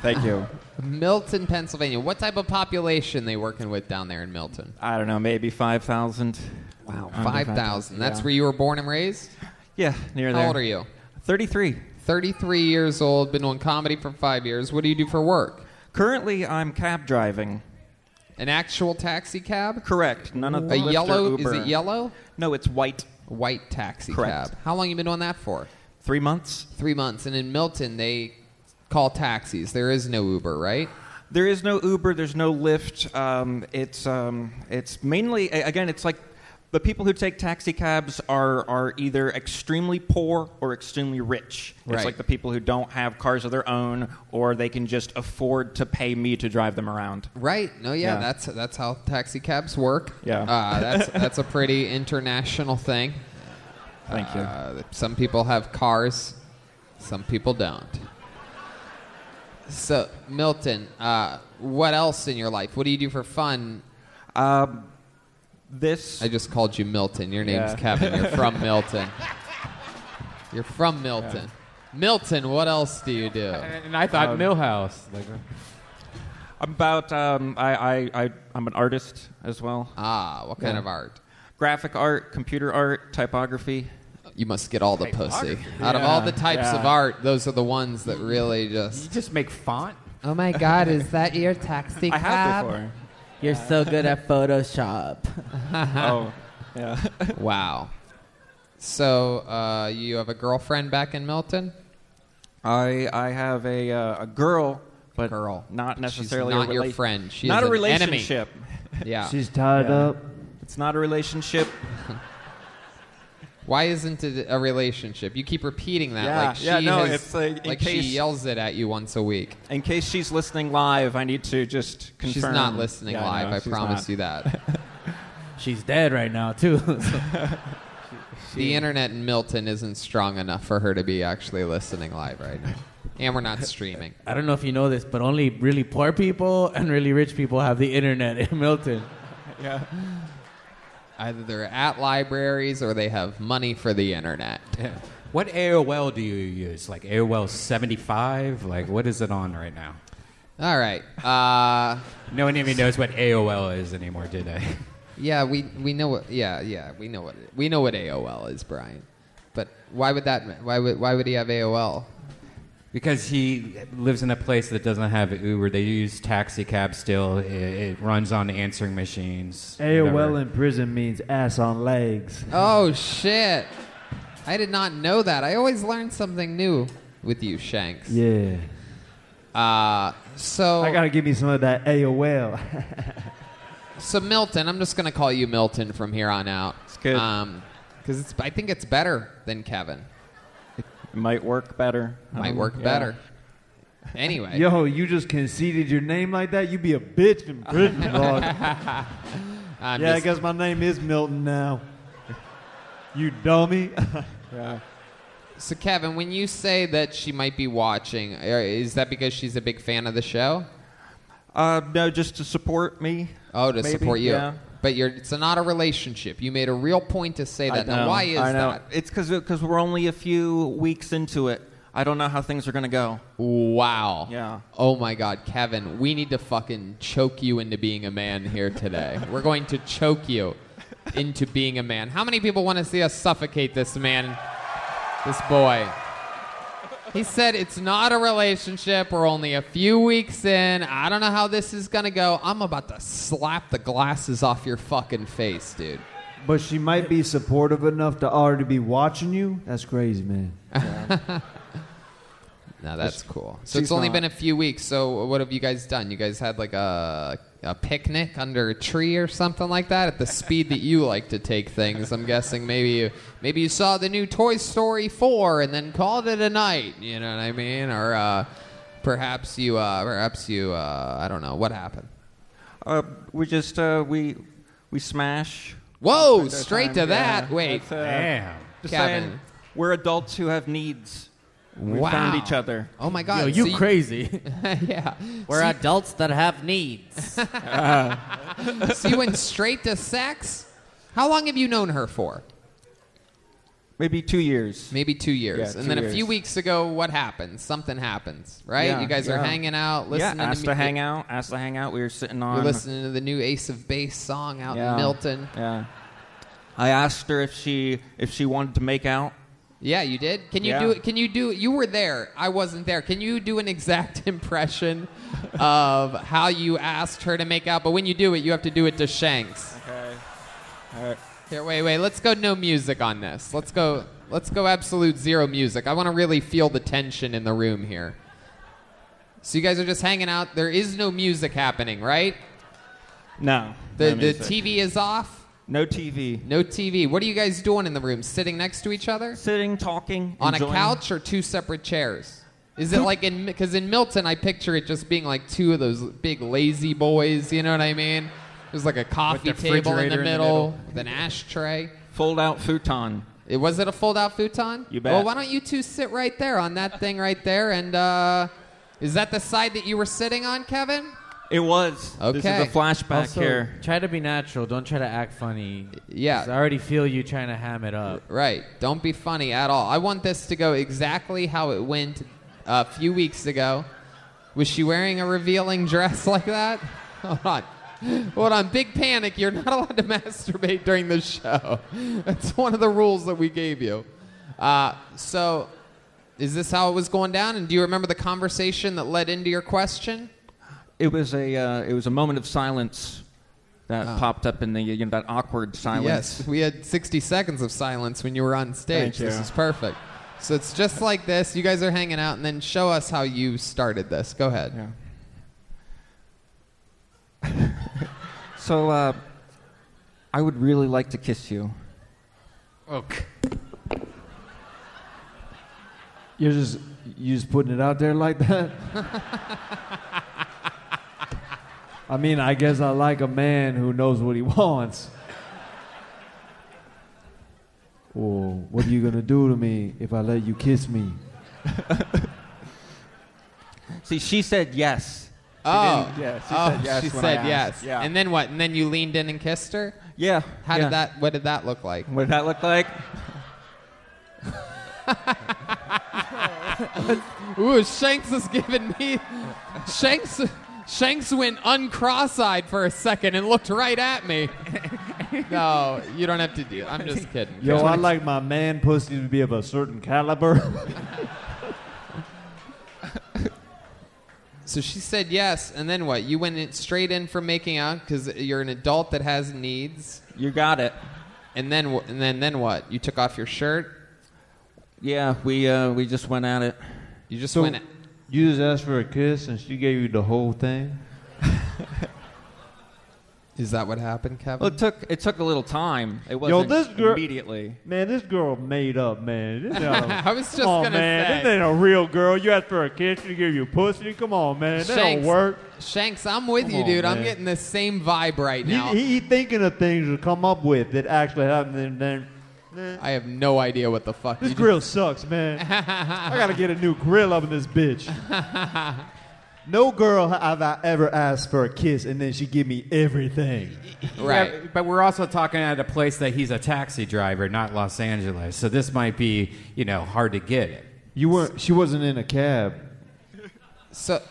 S9: Thank you.
S3: Milton, Pennsylvania. What type of population they working with down there in Milton?
S9: I don't know, maybe 5,000. Wow.
S3: Five thousand. That's
S9: yeah.
S3: where you were born and raised.
S9: Yeah, near
S3: How
S9: there.
S3: old are you?
S9: Thirty-three.
S3: Thirty-three years old. Been doing comedy for five years. What do you do for work?
S9: Currently, I'm cab driving.
S3: An actual taxi cab?
S9: Correct. None of the
S3: a
S9: Lyft or
S3: yellow. Is
S9: Uber.
S3: it yellow?
S9: No, it's white.
S3: White taxi
S9: Correct.
S3: cab. How long you been doing that for?
S9: Three months.
S3: Three months. And in Milton, they call taxis. There is no Uber, right?
S9: There is no Uber. There's no Lyft. Um, it's um, it's mainly a- again. It's like the people who take taxi cabs are, are either extremely poor or extremely rich.
S3: Right.
S9: It's like the people who don't have cars of their own or they can just afford to pay me to drive them around.
S3: Right. No, yeah,
S9: Yeah.
S3: that's that's how taxi cabs work.
S9: Yeah.
S3: Uh, that's that's a pretty international thing. Thank you. Uh, some people have cars, some people don't. So, Milton, uh, what else in your life? What do you do for fun?
S9: Um, this.
S3: I just called you Milton. Your name's
S9: Yeah.
S3: Kevin. You're from Milton. You're from Milton. Milton, what else do you do?
S9: And I thought Um, Millhouse, like- I'm about. Um, I, I, I, I'm an artist as well.
S3: Ah, what kind of art?
S9: Graphic art, computer art, typography.
S3: You must get all the pussy. Out of
S9: Yeah,
S3: all the types
S9: yeah.
S3: of art, those are the ones that really just. You
S9: just make font?
S13: Oh my God, is that your taxi
S4: I have
S13: cab?
S4: before. You're so good at Photoshop.
S13: Oh,
S9: yeah.
S3: wow. So, uh, you have a girlfriend back in Milton?
S9: I I have a uh, a girl, but not necessarily
S3: not
S9: a
S3: your
S9: rela-
S3: friend. She
S9: not
S3: is
S9: a
S3: an enemy.
S9: relationship.
S3: Yeah.
S5: She's tied
S9: Yeah.
S5: up.
S9: It's not a relationship.
S3: Why isn't it a relationship? You keep repeating that.
S9: Yeah,
S3: like she
S9: yeah, no,
S3: has-
S9: it's like in
S3: she
S9: case-
S3: yells it at you once a week.
S9: In case she's listening live, I need to just confirm.
S3: She's not listening
S9: Yeah,
S3: live.
S9: no,
S3: I
S9: she's
S3: promise
S9: not.
S3: you that.
S4: She's dead right now Uh, too. So-
S3: the internet in Milton isn't strong enough for her to be actually listening live right now, and we're not streaming.
S4: I don't know if you know this, but only really poor people and really rich people have the internet in Milton.
S9: Yeah.
S3: Either they're at libraries or they have money for the internet.
S7: What AOL do you use? Like AOL 75? Like what is it on right now?
S3: All right. Uh,
S7: no one even knows what AOL is anymore, do they?
S3: Yeah, we we know what. Yeah, yeah, we know what we know what AOL is, Brian. But why would that? Why would why would he have AOL?
S7: Because he lives in a place that doesn't have Uber. They use taxi cabs still. It, it runs on answering machines. whatever.
S5: AOL in prison means ass on legs.
S3: Oh shit! I did not know that. I always learn something new with you, Shanks.
S5: Yeah.
S3: Uh, so
S5: I gotta give me some of that AOL.
S3: so Milton, I'm just gonna call you Milton from here on out. It's
S9: good.
S3: because it's I think it's better than Kevin.
S9: It might work better.
S3: Might
S9: Um,
S3: work
S9: yeah.
S3: better. Anyway.
S5: Yo, you just conceded your name like that? You be a bitch in prison, dog. yeah,
S3: I'm
S5: I
S3: just-
S5: guess my name is Milton now. You dummy.
S9: yeah.
S3: So Kevin, when you say that she might be watching, uh, is that because she's a big fan of the show?
S9: Uh, no, just to support me.
S3: Oh, to
S9: maybe,
S3: support you.
S9: yeah.
S3: But you're, it's not a relationship. You made a real point to say that.
S9: I
S3: Now,
S9: know,
S3: why is
S9: I know.
S3: that?
S9: It's because we're only a few weeks into it. I don't know how things are going to go.
S3: Wow.
S9: Yeah.
S3: Oh my God, Kevin, we need to fucking choke you into being a man here today. We're going to choke you into being a man. How many people want to see us suffocate this man, this boy? He said it's not a relationship. We're only a few weeks in. I don't know how this is going to go. I'm about to slap the glasses off your fucking face, dude.
S5: But she might be supportive enough to already be watching you? That's crazy, man.
S3: Now that's cool. So
S5: she's
S3: it's only
S5: not.
S3: been a few weeks. So what have you guys done? You guys had like a a picnic under a tree or something like that at the speed that you like to take things. I'm guessing maybe you maybe you saw the new Toy Story 4 and then called it a night, you know what I mean? Or uh, perhaps you uh, perhaps you uh, I don't know what happened.
S9: Uh, we just uh, we we smash.
S3: Whoa,
S9: Spend our
S3: straight
S9: time,
S3: to
S9: yeah.
S3: that. Wait.
S9: That's, uh,
S3: Damn.
S9: Just
S3: Kevin.
S9: saying, we're adults who have needs. We
S3: Wow.
S9: found each other.
S3: Oh my God.
S4: Yo, you
S3: so you-
S4: crazy.
S3: yeah.
S4: We're
S3: So you-
S4: adults that have needs.
S3: so you went straight to sex? How long have you known her for?
S9: Maybe two years.
S3: Maybe two years. and then a few weeks ago, what happens? Something happens, right? you guys are hanging out, listening
S9: yeah, asked
S3: to
S9: to,
S3: music.
S9: hang out. Asked to hang out. We were sitting on.
S3: You're listening to the new Ace of Base song out in Milton.
S9: Yeah. I asked her if she if she wanted to make out.
S3: Yeah, you did. Can you
S9: Yeah.
S3: do it? Can you do? You were there. I wasn't there. Can you do an exact impression of how you asked her to make out? But when you do it, you have to do it to Shanks.
S9: Okay.
S3: Here, wait, wait. Let's go no music on this. Let's go. Let's go absolute zero music. I want to really feel the tension in the room here. So you guys are just hanging out. There is no music happening, right?
S9: No.
S3: The
S9: no
S3: the
S9: music.
S3: TV is off. No TV. No TV. What are you guys doing in the room? Sitting next to each other? Sitting, talking. On
S9: enjoying.
S3: a couch or two separate chairs? Is it like in because in Milton I picture it just being like two of those big lazy boys, you know what I mean? There's like a coffee
S11: the
S3: table in the,
S11: refrigerator in the
S3: middle
S11: middle.
S3: with an ashtray.
S11: Fold out futon.
S3: It was it a fold out futon?
S11: You bet.
S3: Well, why don't you two sit right there on that thing right there and uh is that the side that you were sitting on, Kevin?
S11: It was. This is
S3: Okay.
S11: a flashback
S4: Also,
S11: here.
S4: Try to be natural. Don't try to act funny.
S3: Yeah.
S4: 'Cause I already feel you trying to ham it up.
S3: Right. Don't be funny at all. I want this to go exactly how it went a few weeks ago. Was she wearing a revealing dress like that? Hold on. Hold on. Big panic. You're not allowed to masturbate during the show. That's one of the rules that we gave you. Uh, so, is this how it was going down? And do you remember the conversation that led into your question?
S9: It was a uh, it was a moment of silence that
S3: Ah.
S9: popped up in the you know that awkward silence.
S3: Yes, we had 60 seconds of silence when you were on stage.
S9: Thank you.
S3: This is perfect. So it's just like this. You guys are hanging out, and then show us how you started this. Go ahead.
S9: So uh, I would really like to kiss you.
S5: Okay. You're just you just putting it out there like that. I mean, I guess I like a man who knows what he wants. Well, what are you gonna do to me if I let you kiss me?
S9: See, she said yes. She
S3: Oh,
S9: didn't- yeah, she
S3: Oh,
S9: said yes.
S3: she
S9: when I
S3: said
S9: asked.
S3: yes.
S9: Yeah.
S3: And then what? And then you leaned in and kissed her.
S9: Yeah.
S3: How
S9: yeah.
S3: did that? What did that look like?
S9: What did that look like?
S3: Ooh, Shanks is giving me. Shanks, Shanks went uncross-eyed for a second and looked right at me. No, you don't have to do. I'm just kidding.
S5: Yo, I like my man pussy to be of a certain caliber.
S3: So she said yes, and then what? You went in, straight in for making out because you're an adult that has needs.
S9: You got it.
S3: And then wh- and then then what? You took off your shirt.
S9: Yeah, we uh, we just went at it.
S3: You just
S5: So you just asked for a kiss and she gave you the whole thing.
S3: Is that what happened, Kevin?
S9: Well, it took it took a little time. It
S5: Yo,
S9: wasn't
S5: this girl
S9: immediately.
S5: Man, this girl made up, man. This ain't a-
S3: I was just
S5: come on,
S3: gonna
S5: man.
S3: say.
S5: This ain't a real girl. You asked for a kiss, she give you pussy. Come on, man. That don't
S3: Shanks,
S5: work.
S3: Shanks, I'm with
S5: Come
S3: you,
S5: on,
S3: dude. I'm
S5: man.
S3: getting the same vibe right
S5: He,
S3: now.
S5: he, he thinking of things to come up with that actually happened. And then
S3: I have no idea what the fuck.
S5: this
S3: you
S5: grill sucks, man. I gotta get a new grill up in this bitch. no girl have I ever asked for a kiss and then she give me everything.
S7: Yeah, but we're also talking at a place that he's a taxi driver, not Los Angeles. So this might be, you know, hard to get.
S5: You weren't. She wasn't in a cab.
S3: So,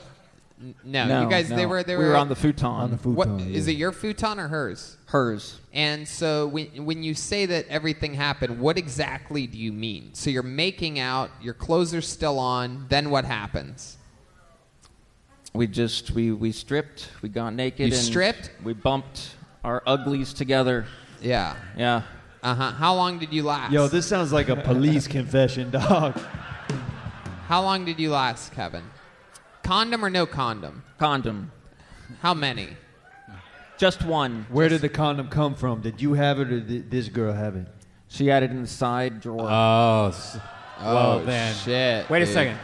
S3: n- no, you guys, they were they were,
S5: On the futon.
S3: What is it? Your futon or hers?
S9: Hers.
S3: And so when when you say that everything happened, what exactly do you mean? So you're making out, your clothes are still on, then what happens?
S9: We just we we stripped. We got naked.
S3: You
S9: and
S3: stripped?
S9: We bumped our uglies together.
S3: Yeah.
S9: Yeah.
S3: Uh huh. How long did you last?
S5: Yo, this sounds like a police confession, dog.
S3: How long did you last, Kevin? Condom or no condom?
S9: Condom.
S3: How many?
S9: Just one.
S5: Where did the condom come from? Did you have it or did this girl have it?
S9: She had it in the side drawer.
S7: Oh,
S3: Oh, shit,
S7: Wait a
S3: dude.
S7: second.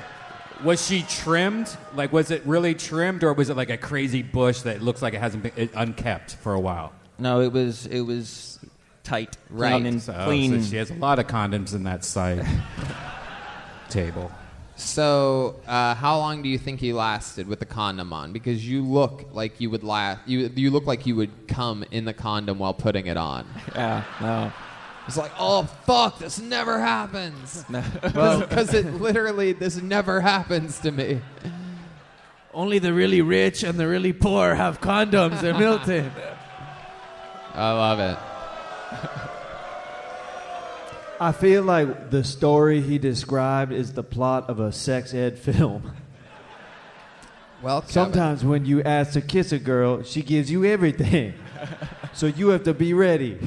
S7: Was she trimmed? Like, was it really trimmed, or was it like a crazy bush that looks like it hasn't been it, unkept for a while?
S9: No, it was it was tight, Oh, clean and
S7: So,
S9: clean.
S7: Oh, so she has a lot of condoms in that side table.
S3: So, uh, how long do you think you lasted with the condom on? Because you look like you would last. You you look like you would come in the condom while putting it on.
S9: Yeah. No.
S3: It's like, oh fuck, this never happens. Because it literally, this never happens to me.
S4: Only the really rich and the really poor have condoms in Milton.
S3: I love it.
S5: I feel like the story he described is the plot of a sex ed film.
S3: Well,
S5: sometimes when you ask to kiss a girl, she gives you everything. so you have to be ready.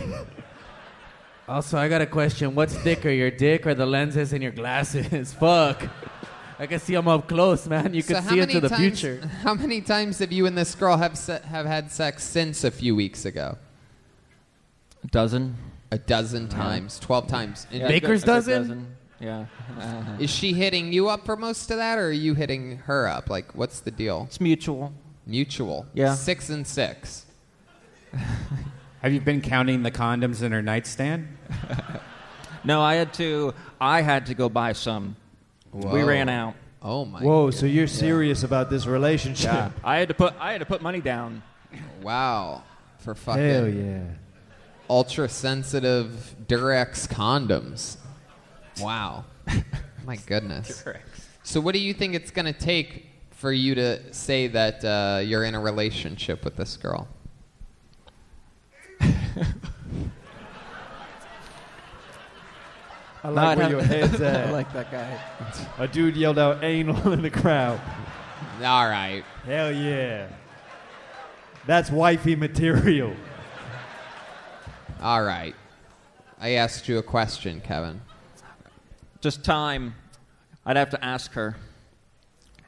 S4: Also, I got a question. What's thicker, your dick or the lenses in your glasses? Fuck. I can see them up close, man. You
S3: So
S4: can
S3: how
S4: see
S3: many
S4: into the
S3: times-
S4: future.
S3: How many times have you and this girl have se- have had sex since a few weeks ago?
S9: A dozen.
S3: A dozen times, twelve times.
S9: Yeah, a good- Baker's a good dozen? dozen. Yeah.
S3: Uh-huh. Is she hitting you up for most of that, or are you hitting her up? Like, what's the deal? It's
S9: mutual.
S3: Mutual.
S9: Yeah.
S3: Six and six.
S7: Have you been counting the condoms in her nightstand?
S9: No, I had to. I had to go buy some. We
S7: Whoa.
S9: ran out.
S3: Oh my.
S5: Whoa, so you're serious about this relationship?
S9: Yeah. I had to put. I had to put money down.
S3: Wow. For fucking.
S5: Hell yeah.
S3: Ultra sensitive Durex condoms. Wow. my goodness.
S9: Durex.
S3: So, what do you think it's going to take for you to say that uh, you're in a relationship with this girl?
S5: I like where
S9: Not-
S5: your head's at.
S9: I like that guy.
S5: A dude yelled out anal in the crowd.
S3: All right.
S5: Hell yeah. That's wifey material.
S3: All right. I asked you a question, Kevin.
S9: Just time. I'd have to ask her.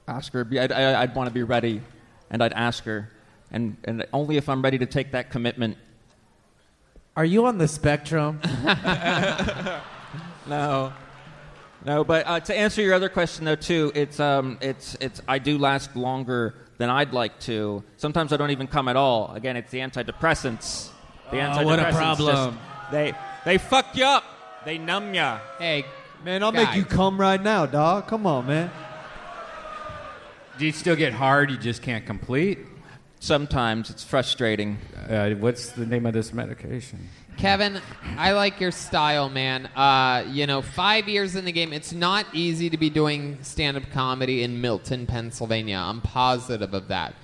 S9: Ask her. I'd, I- I'd want to be ready, and I'd ask her, and and only if I'm ready to take that commitment.
S4: Are you on the spectrum?
S9: No. No, but uh, to answer your other question though too, it's um, it's it's I do last longer than I'd like to. Sometimes I don't even come at all. Again, it's the antidepressants. The
S11: Oh,
S9: antidepressants.
S11: what a
S9: just-
S11: problem.
S9: they they fuck you up. They numb you.
S3: Hey,
S5: man, I'll make you come right now, dog. Come on, man.
S9: Do you still get hard? You just can't complete. Sometimes it's frustrating.
S7: Uh, what's the name of this medication?
S3: Kevin, I like your style, man. Uh, you know, five years in the game, it's not easy to be doing stand up comedy in Milton, Pennsylvania. I'm positive of that.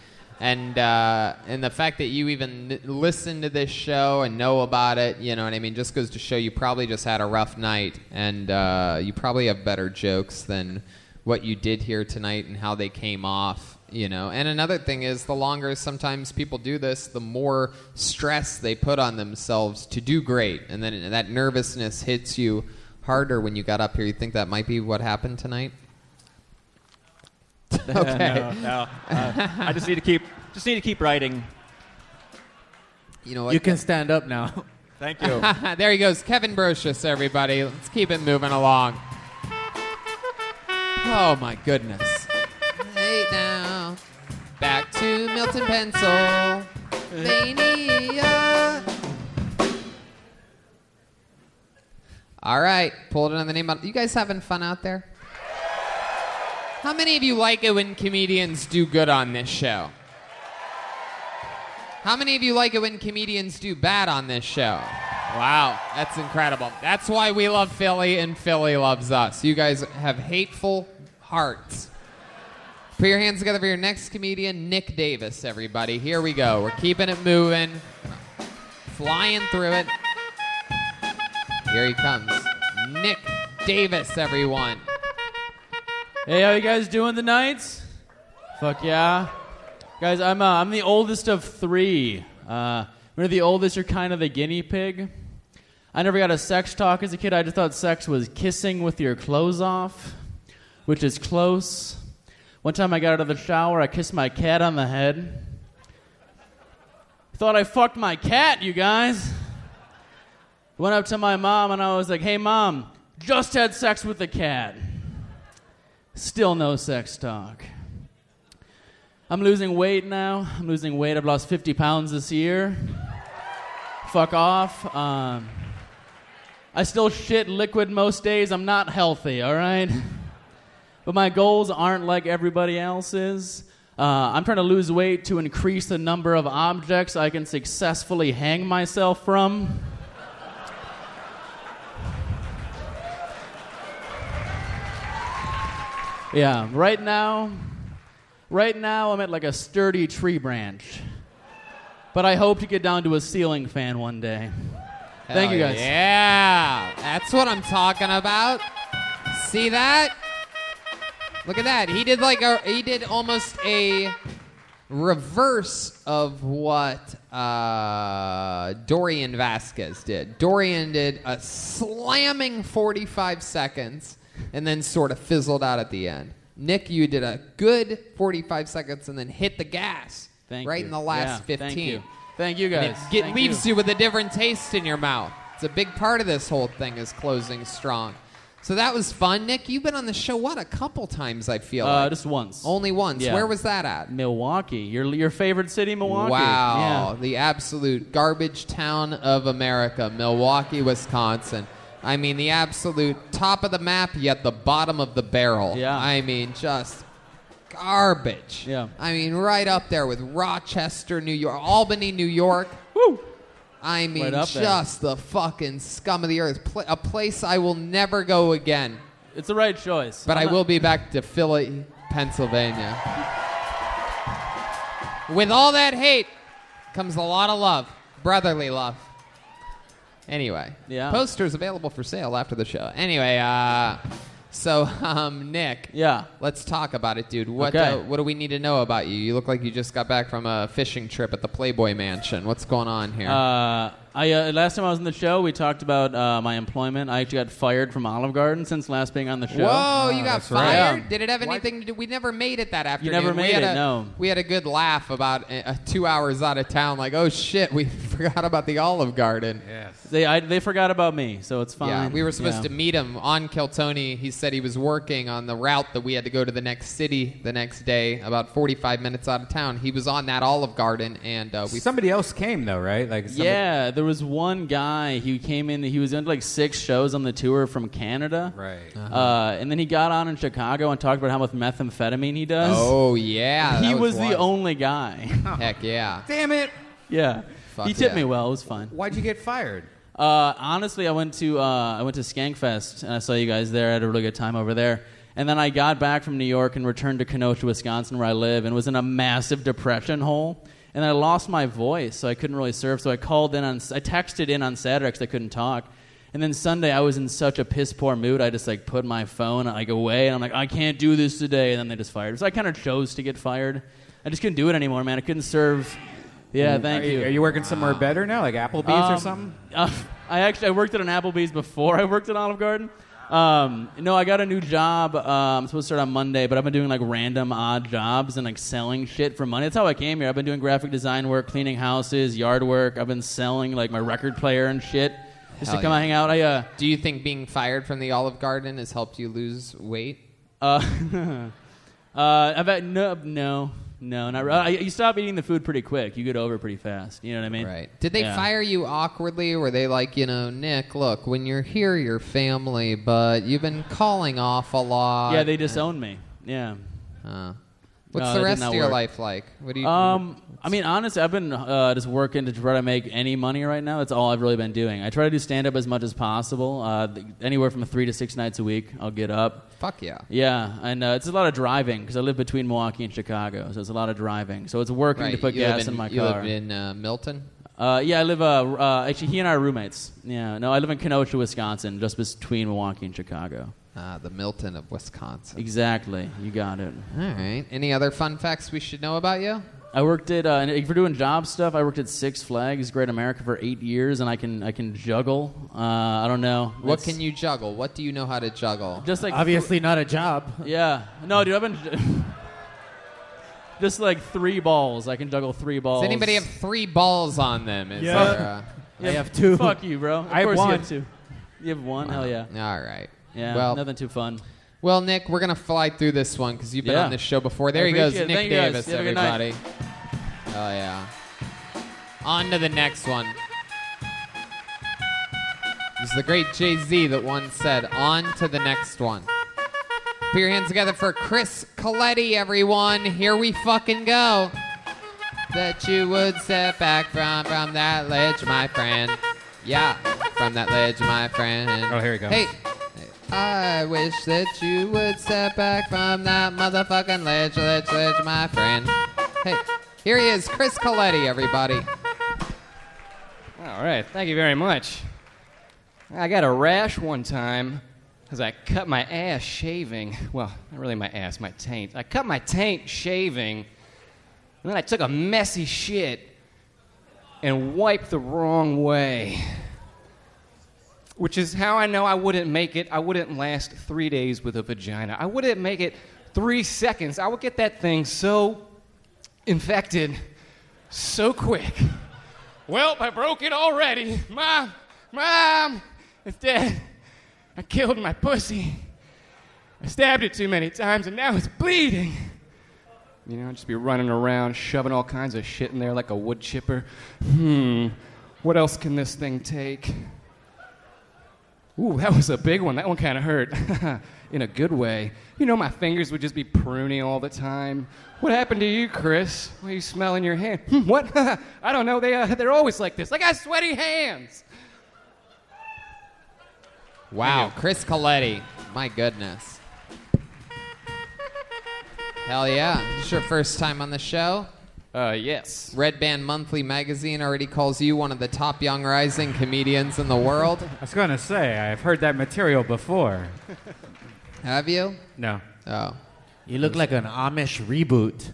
S3: And, uh, and the fact that you even n- listen to this show and know about it, you know what I mean, just goes to show you probably just had a rough night and uh, you probably have better jokes than what you did here tonight and how they came off you know and another thing is the longer sometimes people do this the more stress they put on themselves to do great and then that nervousness hits you harder when you got up here you think that might be what happened tonight
S9: no, no. Uh, I just need to keep just need to keep writing.
S3: You know what?
S4: You can stand up now.
S9: Thank
S3: there he goes kevin brocious everybody let's keep it moving along oh my goodness Late now. Back to Milton, Pennsylvania. All right, pulled it on the name. Of, you guys having fun out there? How many of you like it when comedians do good on this show? How many of you like it when comedians do bad on this show? Wow, that's incredible. That's why we love Philly and Philly loves us. You guys have hateful hearts. Put your hands together for your next comedian, Nick Davis, everybody. Here we go. We're keeping it moving, flying through it. Here he comes. Nick Davis, everyone.
S14: Hey, how you guys doing tonight? Fuck yeah, guys! I'm uh, I'm the oldest of three. Uh, when you're the oldest, you're kind of a guinea pig. I never got a sex talk as a kid. I just thought sex was kissing with your clothes off, which is close. One time I got out of the shower, I kissed my cat on the head. Thought I fucked my cat, you guys. Went up to my mom and I was like, "Hey, mom, just had sex with a cat." Still no sex talk. I'm losing weight now. I'm losing weight. I've lost 50 pounds this year. Fuck off. Um, I still shit liquid most days. I'm not healthy, all right? But my goals aren't like everybody else's. Uh, I'm trying to lose weight to increase the number of objects I can successfully hang myself from. Yeah, right now, right now I'm at like a sturdy tree branch. But I hope to get down to a ceiling fan one day. Thank
S3: Hell
S14: you guys.
S3: Yeah, that's what I'm talking about. See that? Look at that. He did like a he did almost a reverse of what uh, Dorian Vasquez did. Dorian did a slamming 45 seconds and then sort of fizzled out at the end. Nick, you did a good 45 seconds and then hit the gas
S14: Thank
S3: right
S14: you.
S3: in the last
S14: Yeah,
S3: 15.
S14: thank you. Thank you
S3: And
S14: guys.
S3: It get-
S14: Thank
S3: leaves
S14: you.
S3: you. with a different taste in your mouth. It's a big part of this whole thing is closing strong. So that was fun, Nick. You've been on the show what a couple times. I feel
S14: Uh,
S3: like.
S14: just once.
S3: Only once.
S14: Yeah.
S3: Where was that at?
S14: Milwaukee. Your your favorite city, Milwaukee.
S3: Wow,
S14: Yeah.
S3: the absolute garbage town of America, Milwaukee, Wisconsin. I mean, the absolute top of the map, yet the bottom of the barrel. Yeah. I mean, just garbage. Yeah. I mean, right up there with Rochester, New York, Albany, New York. Woo. I mean,
S14: Right up there.
S3: just the fucking scum of the earth. Pla a place I will never go again.
S14: It's the right choice.
S3: But
S14: I'm
S3: I
S14: not-
S3: will be back to Philly, Pennsylvania. With all that hate comes a lot of love, brotherly love. Anyway,
S14: Yeah.
S3: posters available for sale after the show. Anyway, uh, so um, Nick,
S14: yeah,
S3: let's talk about it, dude. What
S14: Okay.
S3: uh, what do we need to know about you? You look like you just got back from a fishing trip at the Playboy Mansion. What's going on here?
S14: Uh, I uh, last time I was on the show, we talked about uh, my employment. I actually got fired from Olive Garden since last being on the show. Ah,
S3: Whoa, you got fired? Did it have anything to do? We never made it that afternoon.
S14: never
S3: We
S14: made
S3: had
S14: it,
S3: a-
S14: no.
S3: We had a good laugh about uh, two hours out of town. Like, oh shit, we forgot about the Olive Garden.
S14: Yes. They I, they forgot about me, so it's fine.
S3: Yeah, we were supposed
S14: Yeah.
S3: to meet him on Kiltony. He said he was working on the route that we had to go to the next city the next day, about 45 minutes out of town. He was on that Olive Garden, and uh, we
S7: somebody else came though, right? Like somebody-
S14: yeah, there was one guy. He came in. He was in like six shows on the tour from Canada.
S7: Right.
S14: Uh, and then he got on in Chicago and talked about how much methamphetamine he does.
S3: Oh, yeah,
S14: He
S3: that
S14: was,
S3: was
S14: the
S3: wild.
S14: only guy.
S3: Heck yeah.
S7: Damn it!
S14: Yeah.
S3: Fuck
S14: he tipped
S3: yeah.
S14: me well. It was fine.
S7: Why'd you get fired?
S14: Uh, honestly, I went to uh, I went to Skankfest and I saw you guys there. I had a really good time over there. And then I got back from New York and returned to Kenosha, Wisconsin, where I live, and was in a massive depression hole. And I lost my voice, so I couldn't really serve. So I called in on I texted in on Saturday because I couldn't talk. And then Sunday, I was in such a piss poor mood. I just like put my phone like away, and I'm like, I can't do this today. And then they just fired. me. So I kind of chose to get fired. I just couldn't do it anymore, man. I couldn't serve. Yeah,
S7: Ooh.
S14: thank
S7: Mm. Are
S14: you.
S7: Are you working somewhere better now, like Applebee's or
S14: Um,
S7: something?
S14: uh, I actually I worked at an Applebee's before I worked at Olive Garden. Um, no, I got a new job. Uh, I'm supposed to start on Monday, but I've been doing like random odd jobs and like selling shit for money. That's how I came here. I've been doing graphic design work, cleaning houses, yard work. I've been selling like my record player and shit just
S3: Hell
S14: to come
S3: yeah.
S14: hang out. I uh,
S3: Do you think being fired from the Olive Garden has helped you lose weight?
S14: Uh, uh, I've had, no, no, no, not really. I, you stop eating the food pretty quick. You get over pretty fast. You know what I mean? Right.
S3: Did they fire you awkwardly? Were they like, you know, Nick, look, when you're here, you're family, but you've been calling off a lot.
S14: Yeah, they disowned me. Yeah.
S3: What's
S14: No,
S3: the
S14: that did
S3: rest
S14: not
S3: of your
S14: work.
S3: life like? What do you?
S14: Um, I mean, honestly, I've been uh, just working to try to make any money right now. That's all I've really been doing. I try to do stand up as much as possible. Uh, th- anywhere from three to six nights a week, I'll get up.
S3: Fuck yeah.
S14: Yeah, and uh, it's a lot of driving because I live between Milwaukee and Chicago, so it's a lot of driving. So it's working to
S3: Right,
S14: put
S3: you live
S14: gas
S3: in-
S14: in my
S3: you
S14: car.
S3: live in, uh, Milton.
S14: Uh, yeah, I live. Uh, uh, actually, he and I are roommates. Yeah, no, I live in Kenosha, Wisconsin, just between Milwaukee and Chicago.
S3: Ah, the Milton of Wisconsin.
S14: Exactly, you got it.
S3: All right. Any other fun facts we should know about you?
S14: I worked at uh, and if you're doing job stuff, I worked at Six Flags Great America for eight years, and I can I can juggle. Uh, I don't know
S3: What can you juggle? What do you know how to juggle?
S14: Just like Obviously
S3: not a job.
S14: Yeah, no, dude, I've been just like three balls. I can juggle three balls.
S3: Does anybody have three balls on them? Is
S14: Yeah.
S3: there, uh,
S14: Yeah, Fuck you, bro. Of course you have two. You have one. Hell yeah.
S3: All right.
S14: Yeah.
S3: Well-
S14: nothing too fun.
S3: Well, Nick, we're gonna fly through this one because you've been
S14: Yeah.
S3: on this show before. There
S14: I
S3: he goes,
S14: appreciate
S3: Nick
S14: it. Thank you guys.
S3: Davis,
S14: You have a good night.
S3: everybody. Oh yeah. On to the next one. This is the great Jay Z that once said, "On to the next one." Put your hands together for Chris Coletti, everyone. Here we fucking go. That you would step back from from that ledge, my friend. Yeah, from that ledge, my friend.
S7: Oh, here we go.
S3: Hey, I wish that you would step back from that motherfucking ledge, ledge, ledge, my friend. Hey, here he is, Chris Coletti, everybody.
S15: All right, thank you very much. I got a rash one time because I cut my ass shaving. Well, not really my ass, my taint. I cut my taint shaving, and then I took a messy shit and wiped the wrong way. Which is how I know I wouldn't make it. I wouldn't last three days with a vagina. I wouldn't make it three seconds. I would get that thing so infected so quick.
S16: Well, I broke it already. Mom, mom, it's dead. I killed my pussy. I stabbed it too many times, and now it's bleeding. You know, I'd just be running around, shoving all kinds of shit in there like a wood chipper. Hmm, what else can this thing take? Ooh, that was a big one. That one kind of hurt. in a good way. You know, my fingers would just be pruny all the time. What happened to you, Chris? What are you smelling your hand? Hmm, what? I don't know. They, uh, they're always like this. I got sweaty hands.
S3: Wow, Chris Coletti. My goodness. Hell yeah. It's your first time on the show?
S15: Uh, yes.
S3: Red Band Monthly magazine already calls you one of the top young rising comedians in the world.
S7: I was going to say, I've heard that material before.
S3: Have you?
S7: No.
S3: Oh.
S4: You look like an Amish reboot.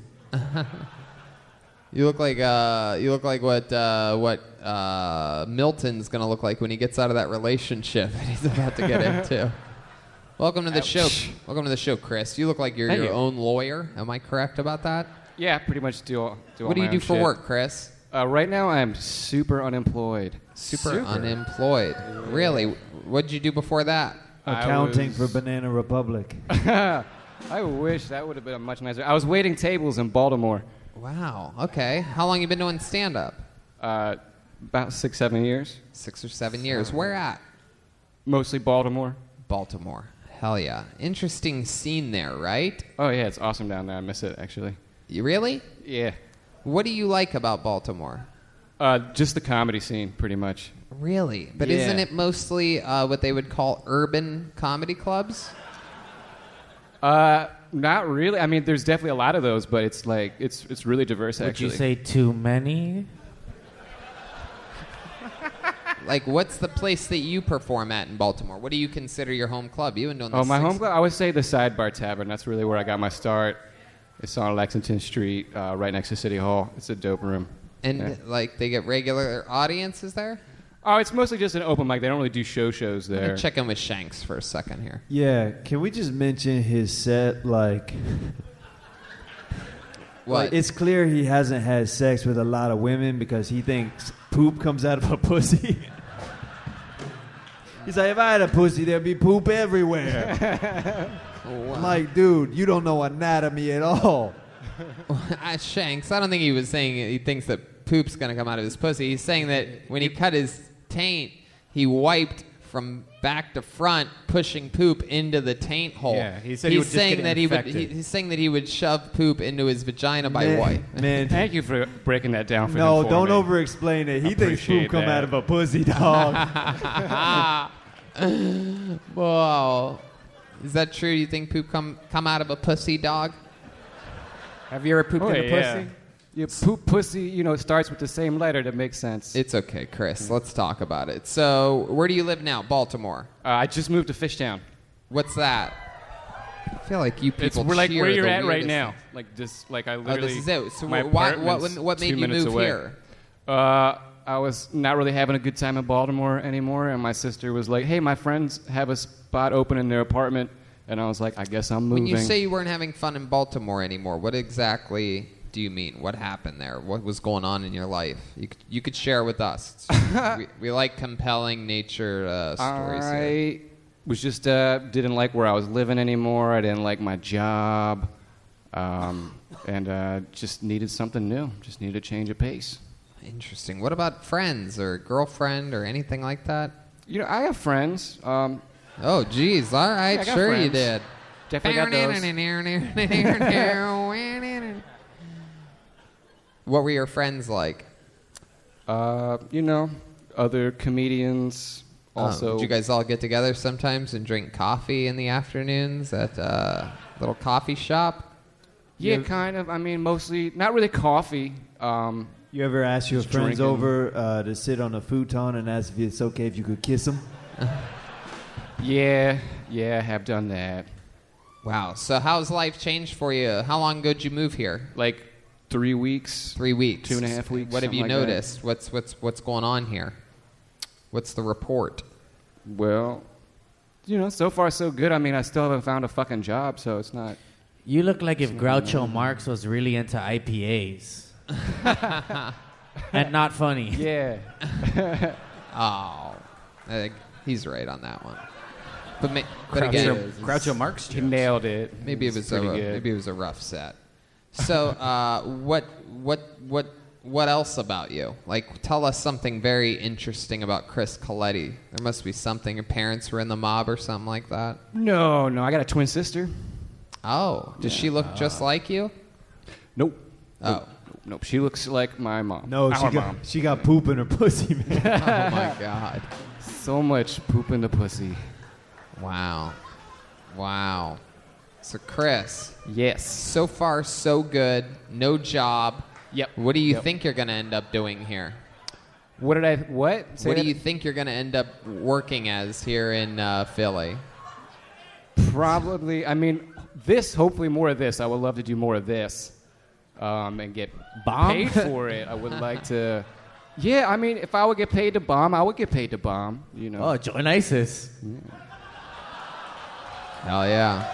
S3: You look like uh, you look like what uh, what uh, Milton's gonna look like when he gets out of that relationship that he's about to get into. Welcome to the show. Welcome to the show, Chris. You look like you're
S15: Thank
S3: your
S15: you.
S3: own lawyer. Am I correct about that?
S15: Yeah, pretty much do all. Do all
S3: What do
S15: my
S3: you do
S15: own
S3: for
S15: shit.
S3: work, Chris?
S15: Uh, right now, I'm super unemployed.
S3: Super, unemployed. Really? What'd you do before that?
S5: Accounting
S15: I
S5: for Banana Republic.
S15: I wish that would have been a much nicer. I was waiting tables in Baltimore.
S3: Wow. Okay. How long you been doing stand up?
S15: Uh, about six, seven years.
S3: Six or seven years. Where at?
S15: Mostly Baltimore.
S3: Baltimore. Hell yeah. Interesting scene there, right?
S15: Oh yeah, it's awesome down there. I miss it actually.
S3: You really?
S15: Yeah.
S3: What do you like about Baltimore?
S15: Uh, just the comedy scene, pretty much.
S3: Really? But
S15: Yeah.
S3: isn't it mostly uh, what they would call urban comedy clubs?
S15: Uh, not really. I mean, there's definitely a lot of those, but it's like it's it's really diverse.
S4: Would
S15: actually,
S4: you say too many?
S3: Like, what's the place that you perform at in Baltimore? What do you consider your home club? You've been doing this
S15: Oh, my
S3: six-
S15: home club. I would say the Sidebar Tavern. That's really where I got my start. It's on Lexington Street, uh, right next to City Hall. It's a dope room.
S3: And
S15: Yeah.
S3: like, they get regular audiences there.
S15: oh, it's mostly just an open mic. They don't really do show shows
S3: I'm
S15: there.
S3: gonna check in with Shanks for a second here.
S5: Yeah, can we just mention his set? Like,
S3: What?
S5: It's clear he hasn't had sex with a lot of women because he thinks poop comes out of a pussy. He's like, if I had a pussy, there'd be poop everywhere. I'm like, dude, you don't know anatomy at all.
S3: Uh, Shanks, I don't think he was saying he thinks that poop's gonna come out of his pussy. He's saying that when he cut his taint, he wiped from back to front, pushing poop into the taint hole.
S7: Yeah, he said he
S3: he's
S7: would just
S3: saying
S7: get
S3: that he would.
S7: infected.
S3: he- he's saying that he would shove poop into his vagina by
S5: Man-
S3: wipe.
S5: Man,
S15: thank you for breaking that down for
S5: No,
S15: him for
S5: don't
S15: me.
S5: over explain it. He thinks
S15: Appreciate
S5: poop come
S15: that.
S5: out of a pussy, dog.
S3: Whoa, is that true? You think poop come come out of a pussy dog?
S15: Have you ever pooped
S3: Oh,
S15: in a
S3: yeah.
S15: pussy? Your poop pussy, you know, starts with the same letter that makes sense.
S3: It's okay, Chris. Let's talk about it. So, where do you live now? Baltimore.
S15: Uh, I just moved to Fishtown.
S3: What's that? I feel like you people.
S15: It's we're like
S3: cheer
S15: where you're
S3: the
S15: at right
S3: weirdest
S15: now.
S3: things.
S15: Like this, like I
S3: this
S15: literally.
S3: is it. So
S15: my
S3: wh- why- what-
S15: apartment's
S3: what- what made
S15: two
S3: you
S15: minutes
S3: move
S15: away.
S3: here?
S15: Uh, I was not really having a good time in Baltimore anymore, and my sister was like, "Hey, my friends have a spot open in their apartment," and I was like, "I guess I'm moving."
S3: When you say you weren't having fun in Baltimore anymore, what exactly do you mean? What happened there? What was going on in your life? You could, you could share with us. It's- we, we like compelling nature uh, stories.
S15: I
S3: here.
S15: was just uh, didn't like where I was living anymore. I didn't like my job, um, and uh, just needed something new. Just needed a change of pace.
S3: Interesting. What about friends or girlfriend or anything like that?
S15: You know, I have friends. Um,
S3: oh, geez. All right.
S15: Yeah, I got
S3: sure you
S15: friends.
S3: did.
S15: Definitely got
S3: What were your friends like?
S15: Uh, you know, other comedians.
S3: Um,
S15: Also,
S3: did you guys all get together sometimes and drink coffee in the afternoons at a uh, little coffee shop?
S15: Yeah, kind of. I mean, mostly not really coffee. Um,
S5: You ever ask your
S15: Just
S5: friends
S15: drinking.
S5: over uh, to sit on a futon and ask if it's okay if you could kiss them?
S15: yeah, yeah, I have done that.
S3: Wow. So how's life changed for you? How long ago did you move here?
S15: Like three weeks.
S3: Three weeks.
S15: Two and a half weeks,
S3: What have
S15: something
S3: you
S15: like that.
S3: noticed? What's what's what's going on here? What's the report?
S15: Well, you know, so far so good. I mean, I still haven't found a fucking job, so it's not.
S4: You look like if
S15: It's not
S4: Groucho Marx was really into IPAs. and not funny.
S10: Yeah.
S3: Oh, I think he's right on that one. But, ma- but
S7: Groucho-
S3: again,
S7: Groucho Marx
S3: he nailed it. Maybe it was a, maybe it was a rough set. So, uh, what what what what else about you? Like, tell us something very interesting about Chris Coletti. There must be something. Your parents were in the mob or something like that.
S10: No, no, I got a twin sister.
S3: Oh, does she look just like you?
S10: Nope.
S3: Oh.
S10: Nope, nope. She looks like my mom.
S12: No, she
S10: Our
S12: got,
S10: mom.
S12: she got poop in her pussy,
S10: Oh
S12: man.
S15: Oh,
S3: God.
S10: So much poop in the pussy.
S3: Wow. Wow. So, Chris.
S10: Yes.
S3: So far, so good. No job.
S10: Yep.
S3: What do you
S10: Yep.
S3: think you're going to end up doing here?
S10: What did I? What? Say
S3: what do
S10: that-
S3: you think you're going to end up working as here in uh, Philly?
S10: Probably. I mean, this. Hopefully, more of this. I would love to do more of this, um, and get
S16: Bomb?
S10: paid for it. I would like to. Yeah, I mean, if I would get paid to bomb, I would get paid to bomb. You know.
S4: Oh, join ISIS.
S3: Hell yeah.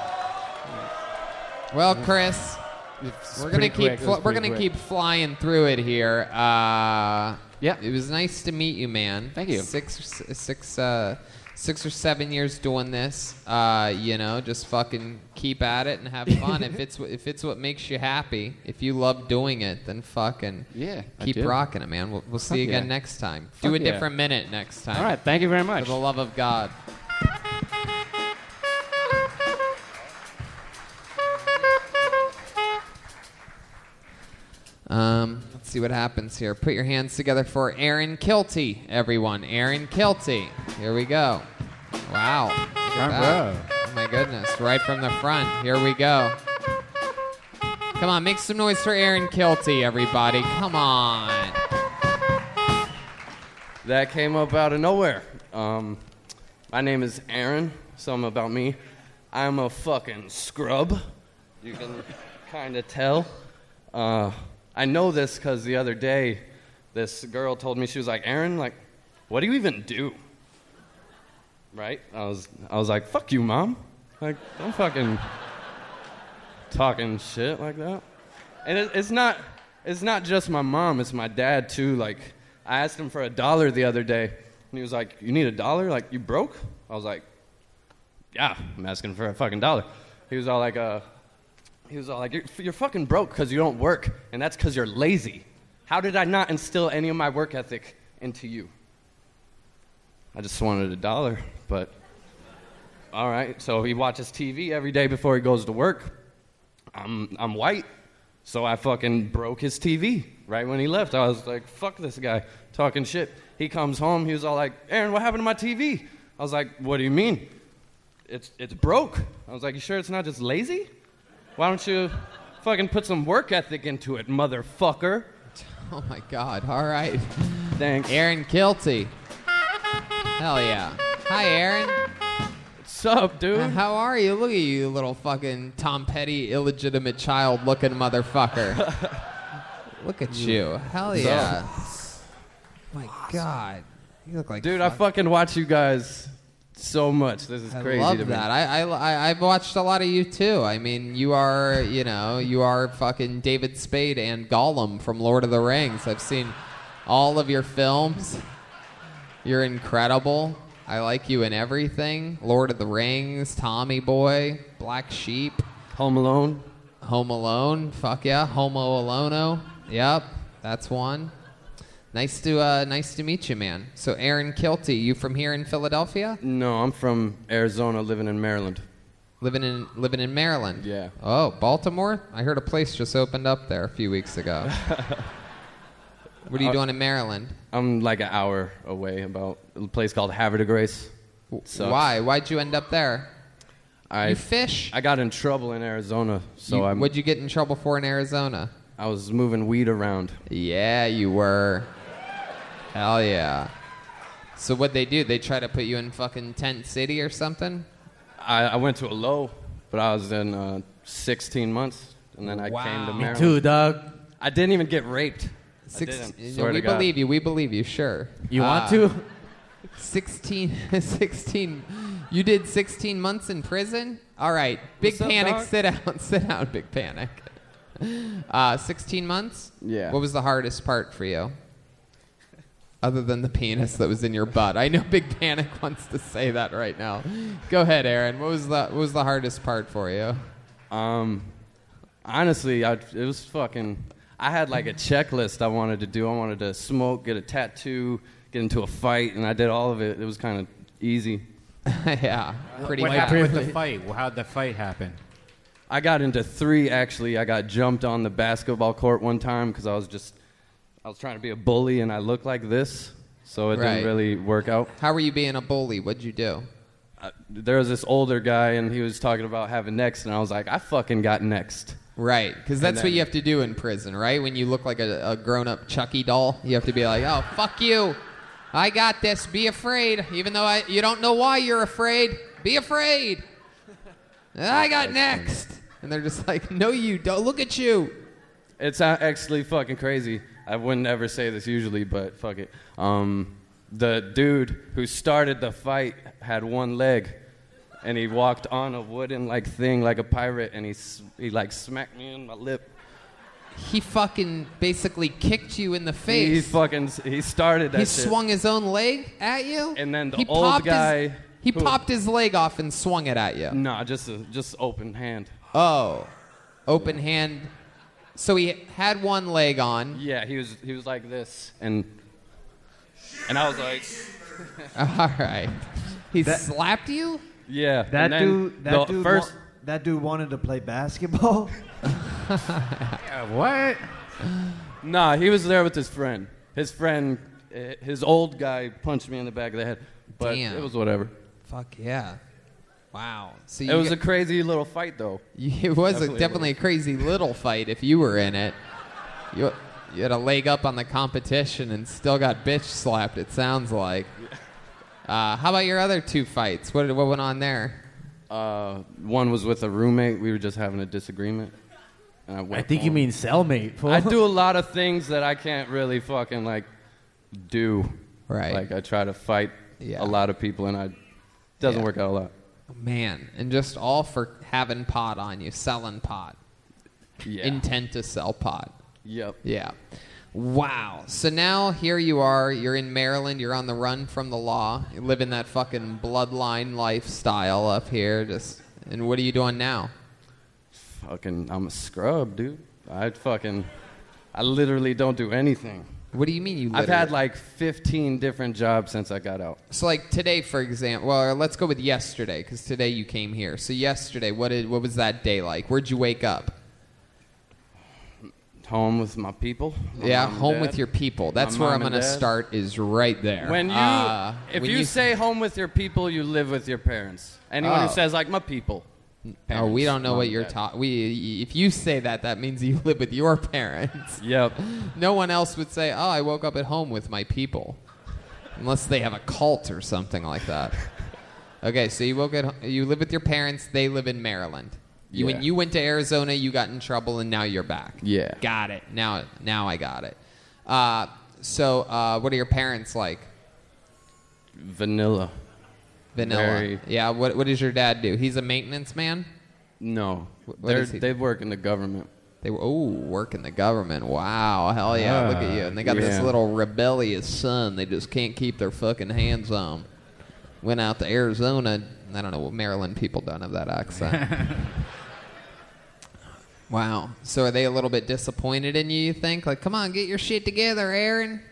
S3: Well, Chris,
S10: It's
S3: we're gonna
S10: pretty
S3: keep
S10: quick. It
S3: fl-
S10: was
S3: we're
S10: pretty
S3: gonna
S10: quick.
S3: keep flying through it here. Uh, yeah, it was nice to meet you, man. Thank you. Six or s- six uh, six or seven years doing this. Uh, you know, just fucking keep at it and have fun. if it's wh- if it's what makes you happy, if you love doing it, then fucking
S10: Yeah, I
S3: keep
S10: do.
S3: rocking it, man. We'll, we'll see
S10: Fuck
S3: you again
S10: yeah.
S3: next time.
S10: Fuck
S3: Do a
S10: yeah.
S3: different minute next time.
S10: All right, thank you very much.
S3: For the love of God. Um, let's see what happens here. Put your hands together for Aaron Kilty, everyone. Aaron Kilty. Here we go. Wow. Look at that. Oh my goodness. Right from the front. Here we go. Come on, make some noise for Aaron Kilty, everybody. Come on.
S13: That came up out of nowhere. Um, my name is Aaron. Something about me. I'm a fucking scrub. You can kind of tell. Uh, I know this because the other day, this girl told me she was like, "Aaron, like, what do you even do?" Right? I was, I was like, "Fuck you, mom." Like, don't fucking talking shit like that. And it, it's not it's not just my mom, it's my dad too. Like I asked him for a dollar the other day, and he was like, "You need a dollar? Like you broke?" I was like, "Yeah, I'm asking for a fucking dollar." He was all like, "Uh." He was all like, you're, you're fucking broke because you don't work, and that's because you're lazy. How did I not instill any of my work ethic into you? I just wanted a dollar, but all right. So he watches TV every day before he goes to work. I'm I'm white, so I fucking broke his TV right when he left. I was like, fuck this guy talking shit. He comes home, he was all like, Aaron, what happened to my TV? I was like, what do you mean? It's it's broke. I was like, you sure it's not just lazy? Why don't you fucking put some work ethic into it, motherfucker?
S3: Oh my God. All right.
S13: Thanks.
S3: Aaron Kilty. Hell yeah. Hi, Aaron. Uh,
S13: What's up, dude?
S3: how are you? Look at you, you little fucking Tom Petty, illegitimate child looking motherfucker. Look at you. Hell
S13: What's
S3: yeah.
S13: My
S3: God. You look like
S13: Dude, I fucking watch you guys so much. This is
S3: I
S13: crazy
S3: love
S13: to me.
S3: that. I, I, I, I've watched a lot of you too. I mean, you are, you know, you are fucking David Spade and Gollum from Lord of the Rings. I've seen all of your films. You're incredible. I like you in everything Lord of the Rings, Tommy Boy, Black Sheep,
S13: Home Alone.
S3: Home Alone. Fuck yeah. Homo Alono. Yep, that's one. Nice to uh, nice to meet you, man. So Aaron Kilty, you from here in Philadelphia?
S13: No, I'm from Arizona, living in Maryland.
S3: Living in living in Maryland.
S13: Yeah.
S3: Oh, Baltimore? I heard a place just opened up there a few weeks ago. what are you
S13: Uh,
S3: doing in Maryland?
S13: I'm like an hour away, about a place called Havre de Grace. Sucks.
S3: Why? Why'd you end up there?
S13: I,
S3: You fish?
S13: I got in trouble in Arizona, so
S3: You-
S13: I'm.
S3: what'd you get in trouble for in Arizona?
S13: I was moving weed around.
S3: Yeah, you were. Hell yeah. So what'd they do? They try to put you in fucking tent city or something?
S13: I, I went to a low, but I was in uh, 16 months, and then I came
S3: Wow.
S13: to
S3: Me
S13: Maryland.
S3: too,
S4: dog.
S13: I didn't even get raped.
S3: Six-
S13: I
S3: yeah,
S13: didn't. Swear
S3: we
S13: to God.
S3: believe you. We believe you. Sure. Uh,
S4: You want to?
S3: 16, 16. You did 16 months in prison. All right. Big
S13: What's up,
S3: panic.
S13: dog?
S3: Sit down. Sit down. Big panic. Uh, 16 months.
S13: Yeah.
S3: What was the hardest part for you? other than the penis that was in your butt. I know Big Panic wants to say that right now. Go ahead, Aaron. What was the what was the hardest part for you?
S13: Um, honestly, I, it was fucking. I had like a checklist I wanted to do. I wanted to smoke, get a tattoo, get into a fight, and I did all of it. It was kind of easy.
S3: yeah,
S7: what happened with the fight? Well, How'd the fight happen?
S13: I got into three actually. I got jumped on the basketball court one time because I was just, I was trying to be a bully and I looked like this, so it
S3: Right.
S13: didn't really work out.
S3: How were you being a bully? What'd you do?
S13: Uh, there was this older guy and he was talking about having next, and I was like, I fucking got next.
S3: Right, Because that's what you have to do in prison, right? When you look like a, a grown up Chucky doll, you have to be like, oh, fuck you. I got this. Be afraid. Even though I, you don't know why you're afraid, be afraid. I got next. And they're just like, no, you don't. Look at you.
S13: It's a- actually fucking crazy. I wouldn't ever say this usually, but fuck it. Um, the dude who started the fight had one leg, and he walked on a wooden like thing like a pirate, and he s- he like smacked me in my lip.
S3: He fucking basically kicked you in the face.
S13: He fucking s- he started that.
S3: he
S13: shit.
S3: swung his own leg at you. And then
S13: the old guy
S3: His, he
S13: who-
S3: popped his leg off and swung it at you.
S13: Nah, just a, just open hand.
S3: Oh, open hand. So he had one leg on.
S13: Yeah, he was he was like this, and and I was like,
S3: All right. He
S13: That-
S3: slapped you.
S13: yeah. and
S5: That
S13: then
S5: dude. That
S13: the
S5: dude. wa-
S13: First,
S5: that dude wanted to play basketball.
S13: what? Nah, he was there with his friend. His friend, eh, his old guy, punched me in the back of the head. But
S3: Damn.
S13: it was whatever.
S3: Fuck yeah. Wow. So
S13: It
S3: you
S13: was
S3: got-
S13: a crazy little fight, though.
S3: It was a,
S13: Definitely
S3: definitely a crazy little fight if you were in it. You, you had a leg up on the competition and still got bitch slapped, it sounds like. Uh, how about your other two fights? What, what went on there?
S13: Uh, one was with a roommate. We were just having a disagreement. And I, went
S4: I think you
S13: home.
S4: mean cellmate. fool.
S13: I do a lot of things that I can't really fucking like do.
S3: Right.
S13: Like I try to fight a lot of people, and I doesn't
S3: Yeah.
S13: work out a lot.
S3: Man, and just all for having pot on you, selling pot.
S13: Yeah.
S3: Intent to sell pot.
S13: Yep.
S3: Yeah. Wow. So now here you are, you're in Maryland, you're on the run from the law, you're living that fucking bloodline lifestyle up here, just and what are you doing now?
S13: Fucking, I'm a scrub, dude. I fucking, I literally don't do anything.
S3: What do you mean you?
S13: I've had
S3: literally-
S13: like 15 different jobs since I got out.
S3: So like today, for example, well, let's go with yesterday because today you came here. So yesterday, what did what was that day like? Where'd you wake up?
S13: Home with my people. my
S3: yeah,
S13: mom and
S3: home
S13: dad,
S3: with your people.
S13: my
S3: That's where
S13: mom
S3: I'm
S13: and
S3: gonna
S13: dad.
S3: start. Is right there.
S13: When you,
S3: Uh,
S13: if
S3: when
S13: you, say home with your people, you live with your parents. Anyone
S3: Oh.
S13: who says like my people.
S3: oh, we
S13: parents,
S3: don't know
S13: mom
S3: what
S13: and
S3: you're
S13: dad.
S3: taught. We if you say that, that means you live with your parents.
S13: Yep.
S3: No one else would say, "Oh, I woke up at home with my people," unless they have a cult or something like that. Okay, so you woke at ho- you live with your parents. They live in Maryland. You, When
S13: Yeah.
S3: you went to Arizona, you got in trouble, and now you're back.
S13: Yeah.
S3: Got it. Now, now I got it. Uh, so, uh, what are your parents like?
S13: Vanilla.
S3: Vanilla.
S13: Very-
S3: Yeah. What What does your dad do? He's a maintenance man.
S13: No.
S3: What,
S13: They're-
S3: is he?
S13: They work in the government.
S3: They were oh work in the government. Wow, Oh, hell yeah, look at you. And they got this
S13: Yeah.
S3: little rebellious son. They just can't keep their fucking hands on. Went out to Arizona. I don't know what Maryland people don't have that accent. wow. So are they a little bit disappointed in you? You think like, come on, get your shit together, Aaron.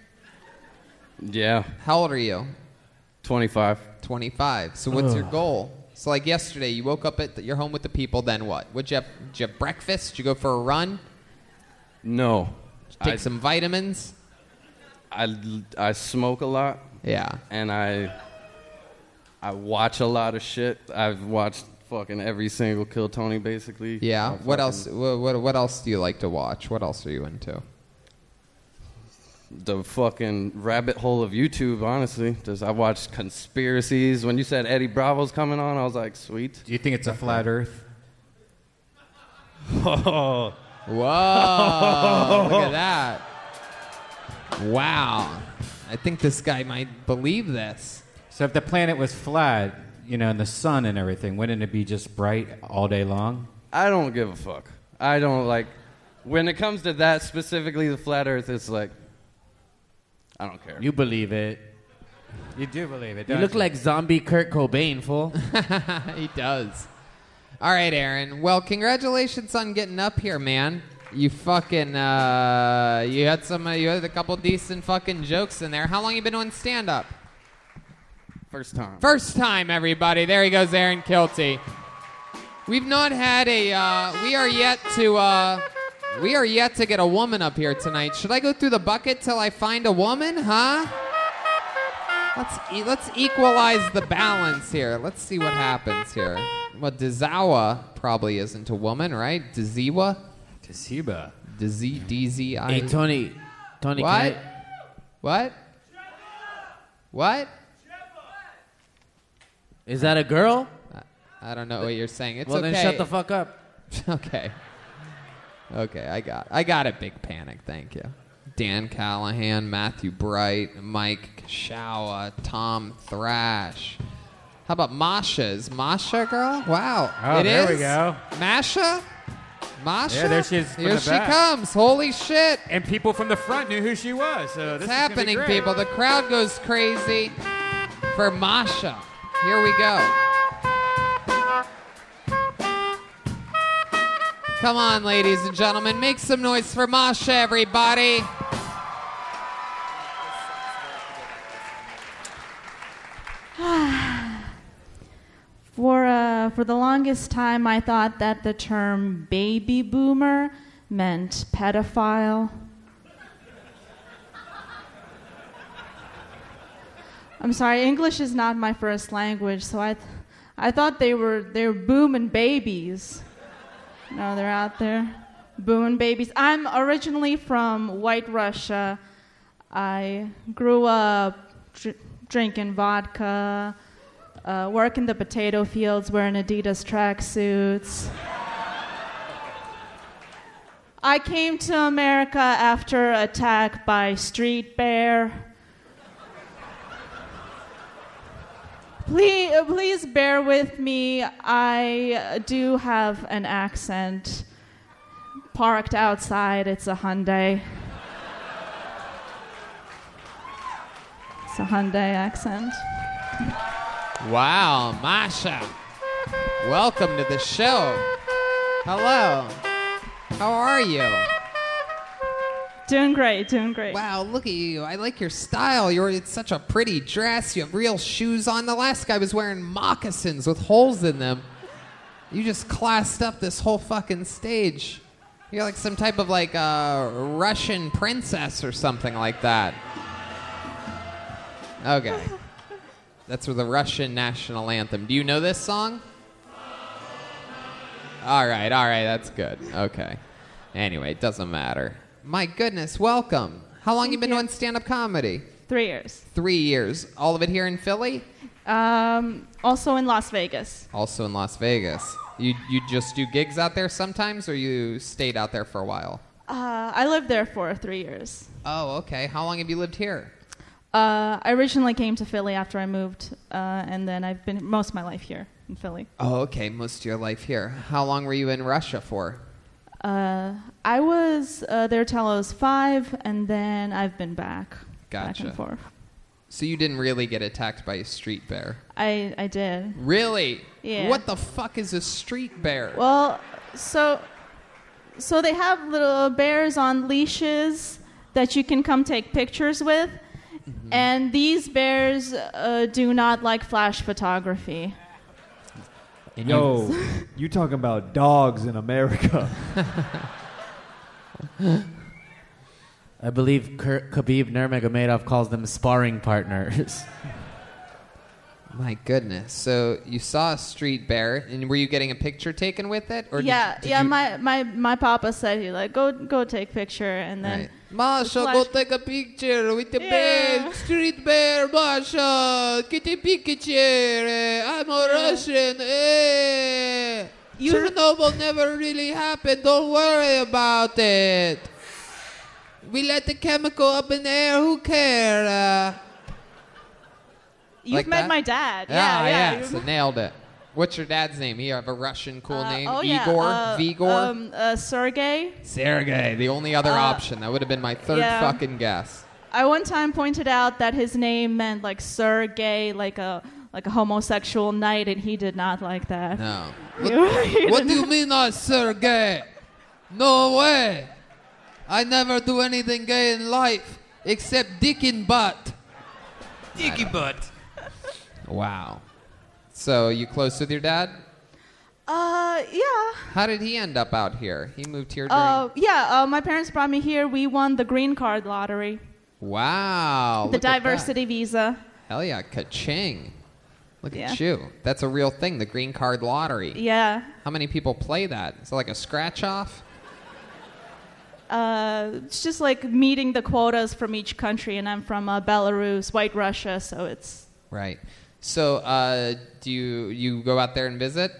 S13: Yeah.
S3: How old are you?
S13: 25.
S3: 25. So what's your
S13: Ugh.
S3: goal? So like yesterday, you woke up at the, your home with the people. Then what? Would you have, did you have breakfast? Did you go for a run?
S13: No.
S3: Take
S13: I-
S3: some vitamins.
S13: I, I smoke a lot.
S3: Yeah.
S13: And I I watch a lot of shit. I've watched fucking every single Kill Tony basically.
S3: Yeah.
S13: I'll
S3: What
S13: fucking-
S3: else? What, what What else do you like to watch? What else are you into?
S13: The fucking rabbit hole of YouTube, honestly. Just I watched conspiracies. When you said Eddie Bravo's coming on, I was like, sweet. Do
S7: you think it's a flat Earth?
S13: Oh.
S3: Whoa! look at that. Wow. I think this guy might believe this.
S7: So if the planet was flat, you know, and the sun and everything, wouldn't it be just bright all day long?
S13: I don't give a fuck. I don't like. When it comes to that specifically, the flat Earth, it's like I don't care.
S4: You believe it.
S7: You do believe it.
S4: You
S7: don't
S4: look like zombie Kurt Cobain, fool.
S3: he does. All right, Aaron. Well, congratulations on getting up here, man. You fucking uh, you had some uh, you had a couple decent fucking jokes in there. How long you been doing stand up?
S13: First time.
S3: First time, everybody. There he goes, Aaron Kilty. We've not had a. Uh, we are yet to. Uh, we are yet to get a woman up here tonight. Should I go through the bucket till I find a woman, huh? Let's e- let's equalize the balance here. Let's see what happens here. Well, Dizawa probably isn't a woman, right? Diziwa.
S7: Diziba.
S3: Dizi DZ.
S4: Hey, Tony. Tony,
S3: What?
S4: can
S3: What? What?
S4: Is that a girl?
S3: Uh, I don't know what you're saying. It's
S4: well,
S3: okay.
S4: then shut the fuck up.
S3: okay. Okay, I got I got it. Big Panic. Thank you. Dan Callahan, Matthew Bright, Mike Shawa, Tom Thrash. How about Masha? Is Masha a girl? Wow.
S4: Oh,
S3: It
S4: there we
S3: is?
S4: go.
S3: Masha? Masha?
S7: Yeah, there she is from
S3: Here
S7: the
S3: she
S7: back.
S3: comes. Holy shit.
S7: And people from the front knew who she was. So this
S3: It's
S7: is gonna be
S3: happening,
S7: great.
S3: people. The crowd goes crazy for Masha. Here we go. Come on, ladies and gentlemen, make some noise for Masha, everybody.
S17: For, uh, for the longest time, I thought that the term baby boomer meant pedophile. I'm sorry, English is not my first language, so I, th- I thought they were, they were booming babies. No, they're out there booming babies. I'm originally from White Russia. I grew up dr- drinking vodka, uh, working the potato fields, wearing Adidas tracksuits. I came to America after attack by street bear. Please, uh, please bear with me. I uh, do have an accent. Parked outside, it's a Hyundai. It's a Hyundai accent.
S3: Wow, Masha. Welcome to the show. Hello. How are you?
S17: Doing great, doing great.
S3: Wow, look at you. I like your style. You're in such a pretty dress. You have real shoes on. The last guy was wearing moccasins with holes in them. You just classed up this whole fucking stage. You're like some type of like uh, Russian princess or something like that. Okay. That's the Russian national anthem. Do you know this song? All right, all right, that's good. Okay. Anyway, it doesn't matter. My goodness, welcome. How long you been doing stand-up comedy?
S17: Three years.
S3: Three years. All of it here in Philly,
S17: Um, also in Las Vegas.
S3: also in Las Vegas. You you just do gigs out there sometimes, or you stayed out there for a while?
S17: Uh, I lived there for three years.
S3: Oh, okay. How long have you lived here?
S17: Uh, I originally came to Philly after I moved, uh, and then I've been most of my life here in Philly.
S3: Oh, okay. Most of your life here. How long were you in Russia for?
S17: Uh, I was uh, there till I was five, and then I've been back.
S3: Gotcha.
S17: Back and forth.
S3: So you didn't really get attacked by a street bear.
S17: I, I did.
S3: Really?
S17: Yeah.
S3: What the fuck is a street bear?
S17: Well, so so they have little bears on leashes that you can come take pictures with,
S3: Mm-hmm.
S17: and these bears uh, do not like flash photography.
S5: Yo, you talking about dogs in America?
S4: I believe Kurt Khabib Nurmagomedov calls them sparring partners.
S3: My goodness. So you saw a street bear, and were you getting a picture taken with it? Or did-
S17: yeah,
S3: did
S17: yeah.
S3: you-
S17: My, my my papa said he like go go take picture, and then
S3: Right. Masha, go take a picture with the bear, street bear, Masha, get a picture. eh, I'm a Russian. Eh. Chernobyl never really happened. Don't worry about it. We let the chemical up in the air. Who uh? cares?
S17: You've met my dad. Yeah,
S3: ah,
S17: yeah.
S3: yes, I nailed it. What's your dad's name? You have a Russian cool
S17: Uh,
S3: name,
S17: oh, yeah,
S3: Igor,
S17: uh,
S3: Vigor.
S17: um, uh, Sergey.
S3: Sergey, the only other
S17: Uh,
S3: option. That would have been my third
S17: yeah.
S3: fucking guess.
S17: I one time pointed out that his name meant like Sir Gay, like a like a homosexual knight, and he did not like that.
S3: No.
S17: You
S3: What, what do you mean I sir gay? No way. I never do anything gay in life except dickin' butt.
S10: Dicky butt.
S3: Wow. So you close with your dad?
S17: Uh, yeah.
S3: How did he end up out here? He moved here during.
S17: Uh, yeah. Uh, my parents brought me here. We won the green card lottery,
S3: wow.
S17: the
S3: Oh, look at that.
S17: diversity visa.
S3: Hell yeah, ka-ching. Look
S17: Yeah.
S3: at you. That's a real thing, the green card lottery.
S17: Yeah.
S3: How many people play that? Is it like a scratch off?
S17: Uh, it's just like meeting the quotas from each country, and I'm from uh, Belarus, White Russia, so it's
S3: Right. So, uh, do you you go out there and visit?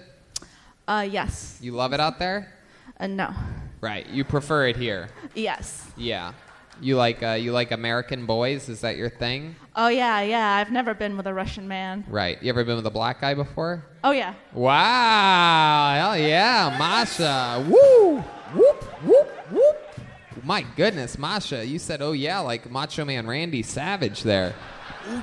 S17: uh, yes,
S3: You love it out there?
S17: uh, no,
S3: Right. You prefer it here?
S17: yes.
S3: Yeah. You like uh, you like American boys? Is that your thing?
S17: Oh yeah, yeah. I've never been with a Russian man.
S3: Right. You ever been with a black guy before?
S17: Oh yeah.
S3: Wow! Hell yeah, Masha! Woo! Whoop! Whoop! Whoop! My goodness, Masha, you said "oh yeah" like Macho Man Randy Savage there.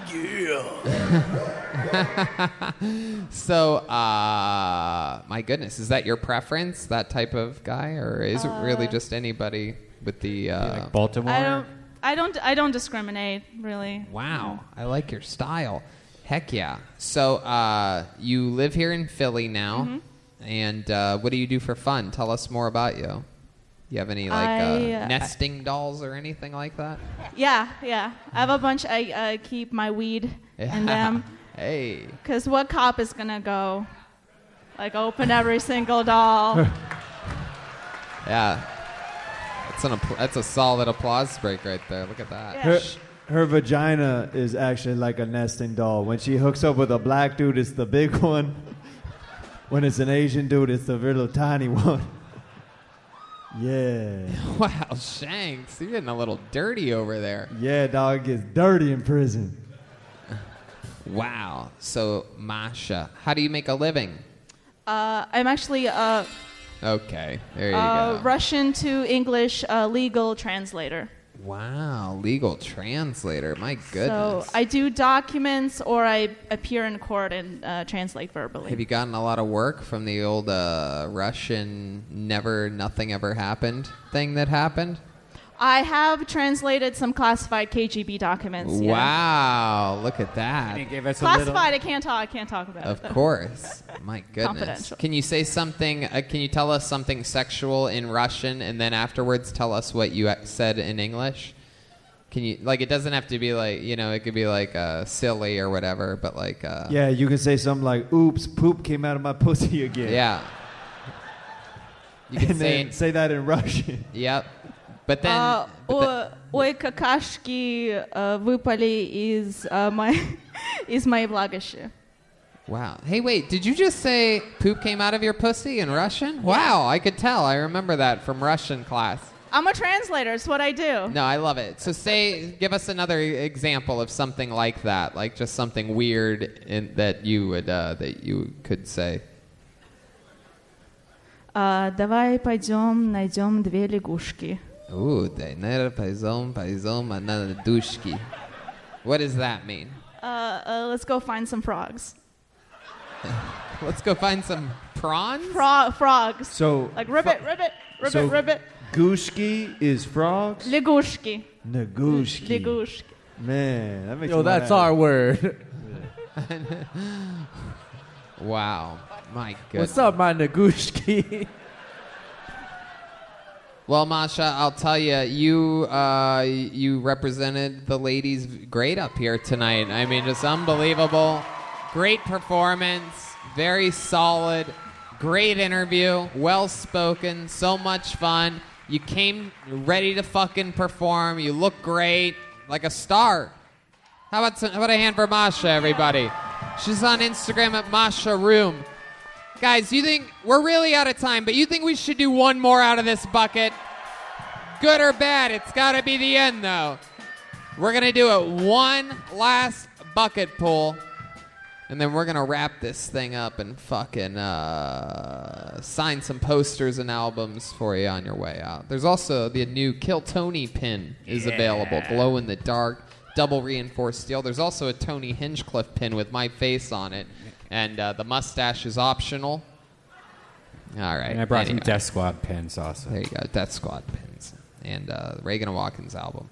S3: So, uh, my goodness, is that your preference, that type of guy, or is it really
S17: Uh,
S3: just anybody with the uh,
S17: I don't. I don't. I don't discriminate really.
S3: Wow, I like your style. Heck yeah! So, uh, you live here in Philly now,
S17: Mhm.
S3: and uh, what do you do for fun? Tell us more about you. You have any like
S17: I,
S3: uh,
S17: uh,
S3: nesting dolls or anything like that?
S17: Yeah, yeah. I have a bunch. I uh, keep my weed in them.
S3: hey.
S17: Because what cop is going to go, like, open every single doll?
S3: Yeah. That's, an app- that's a solid applause break right there. Look at that.
S5: Her, her vagina is actually like a nesting doll. When she hooks up with a black dude, it's the big one. When it's an Asian dude, it's the little tiny one. Yeah.
S3: Wow, Shanks, you're getting a little dirty over there.
S5: Yeah, dog it gets dirty in prison.
S3: Wow. So, Masha, how do you make a living?
S17: Uh, I'm actually a,
S3: Okay, there you
S17: a
S3: go.
S17: Russian to English uh, legal translator.
S3: Wow, legal translator. My
S17: So
S3: goodness.
S17: I do documents or I appear in court and uh, translate verbally.
S3: Have you gotten a lot of work from the old uh, Russian never, nothing ever happened thing that happened?
S17: I have translated some classified KGB documents. yeah.
S3: Wow, look at that.
S17: Classified, I can't talk. I can't talk about
S3: Of
S17: it.
S3: course. My goodness.
S17: Confidential.
S3: Can you say something? Uh, can you tell us something sexual in Russian and then afterwards tell us what you uh, said in English? Can you, like, it doesn't have to be like, you know, it could be like uh, silly or whatever, but like, uh,
S5: Yeah, you can say something like, oops, poop came out of my pussy again.
S3: Yeah. You can
S5: and
S3: say,
S5: then say that in Russian.
S3: yep. But then,
S17: Uh,
S3: but the-
S17: о- ой, какашки э, выпали из э, моей- из моей влагалища.
S3: wow. Hey, wait, did you just say poop came out of your pussy in Russian? Wow, I could tell. I remember that from Russian class.
S17: I'm a translator. It's what I do.
S3: No, I love it. So say, give us another example of something like that, like just something weird in, that you would uh, that you could say.
S17: А, давай пойдем найдем две лягушки.
S3: Ooh, dainera paizom paizom ananadushki. What does that mean?
S17: Uh, uh, let's go find some frogs.
S3: Let's go find some prawns.
S17: Fro- frogs.
S5: So-
S17: like ribbit, ribbit, ribbit,
S5: so-
S17: ribbit.
S5: Gooshki is frogs.
S17: Лягушки.
S5: Nagushki.
S17: Лягушки.
S5: Man, that makes
S4: Yo,
S5: me wanna
S4: that's
S5: have-
S4: our word.
S3: Wow, my goodness.
S4: What's up, my Nagushki?
S3: Well, Masha, I'll tell you, you uh, you represented the ladies great up here tonight. I mean, just unbelievable. Great performance, very solid, great interview, well spoken, so much fun. You came ready to fucking perform. You look great, like a star. How about some, how about a hand for Masha, everybody? She's on Instagram at Masha Room. Guys, you think we're really out of time, but you think we should do one more out of this bucket? Good or bad, it's got to be the end though. We're gonna do it one last bucket pull, And then we're gonna wrap this thing up and fucking uh, sign some posters and albums for you on your way out. There's also the new Kill Tony pin is available,
S18: Yeah.
S3: glow in the dark, double reinforced steel. There's also a Tony Hinchcliffe pin with my face on it, and uh, the mustache is optional. All right.
S7: And I brought
S3: anyway.
S7: some Death Squad pins also.
S3: There you go, Death Squad pins. And uh, Reagan and Watkins album.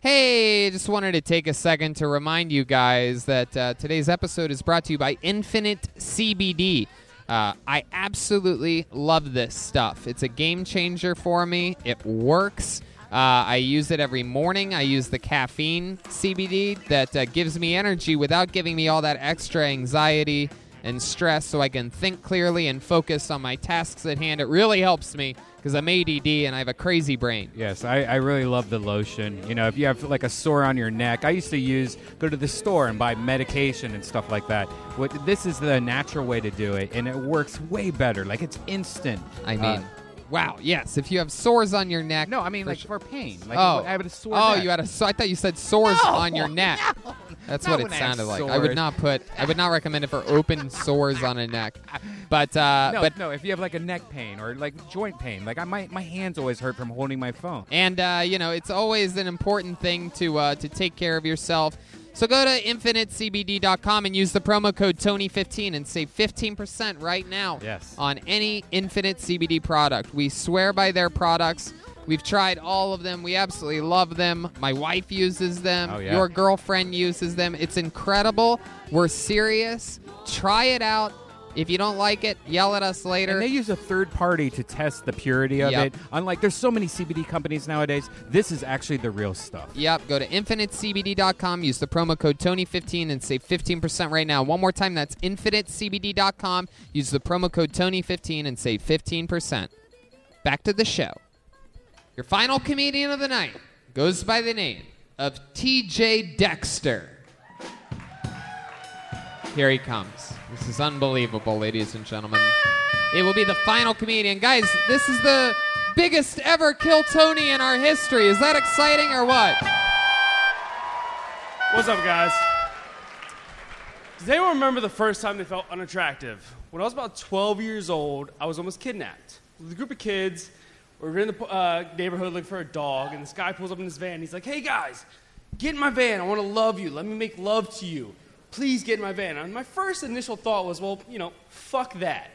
S3: Hey, just wanted to take a second to remind you guys that uh, today's episode is brought to you by Infinite CBD. Uh, I absolutely love this stuff. It's a game changer for me. It works. Uh, I use it every morning. I use the caffeine CBD that uh, gives me energy without giving me all that extra anxiety and stress so I can think clearly and focus on my tasks at hand. It really helps me because I'm ADD and I have a crazy brain.
S7: Yes, I, I really love the lotion. You know, if you have like a sore on your neck, I used to use go to the store and buy medication and stuff like that. What this is the natural way to do it, and it works way better. Like it's instant. Uh,
S3: I mean, wow, yes. If you have sores on your neck. No,
S7: I mean like for pain. Like
S3: oh,
S7: I had a sore.
S3: Oh,
S7: neck.
S3: you had a sore. I thought you said sores
S7: No,
S3: on your neck. That's
S7: Not
S3: what it
S7: when I have
S3: sounded like. I would
S7: sores.
S3: not put. I would not recommend it for open sores on a neck. But uh,
S7: no,
S3: but
S7: no, if you have like a neck pain or like joint pain, like I, my my hands always hurt from holding my phone.
S3: And uh, you know, it's always an important thing to uh, to take care of yourself. So go to infinitecbd.com and use the promo code Tony15 and save 15% right now
S7: Yes.
S3: on any Infinite CBD product. We swear by their products. We've tried all of them. We absolutely love them. My wife uses them.
S18: Oh, yeah.
S3: Your girlfriend uses them. It's incredible. We're serious. Try it out. If you don't like it, yell at us later.
S7: And they use a third party to test the purity of
S3: Yep.
S7: it. Unlike there's so many CBD companies nowadays, this is actually the real stuff.
S3: Yep. Go to infinitecbd.com. Use the promo code Tony15 and save 15% right now. One more time, that's infinitecbd.com. Use the promo code Tony15 and save 15%. Back to the show. Your final comedian of the night goes by the name of TJ Dexter. Here he comes. This is unbelievable, ladies and gentlemen. It will be the final comedian. Guys, this is the biggest ever Kill Tony in our history. Is that exciting or what?
S19: What's up, guys? Does anyone remember the first time they felt unattractive? When I was about 12 years old, I was almost kidnapped. With a group of kids, we were in the uh, neighborhood looking for a dog, and this guy pulls up in his van. he's like, hey, guys, get in my van. I want to love you. Let me make love to you. Please get in my van. And my first initial thought was, well, you know, fuck that.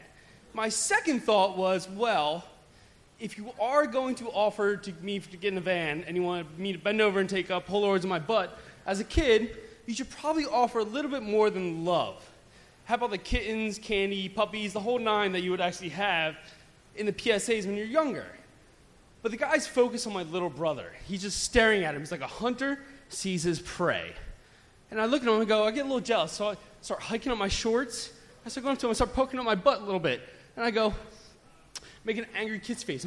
S19: My second thought was, well, if you are going to offer to me to get in the van and you want me to bend over and take up Polaroids in my butt, as a kid, you should probably offer a little bit more than love. How about the kittens, candy, puppies, the whole nine that you would actually have in the PSAs when you're younger? But the guy's focused on my little brother. He's just staring at him. He's like a hunter sees his prey. And I look at him and go, I get a little jealous. So I start hiking up my shorts. I start going up to him and start poking up my butt a little bit. And I go, make an angry kid's face.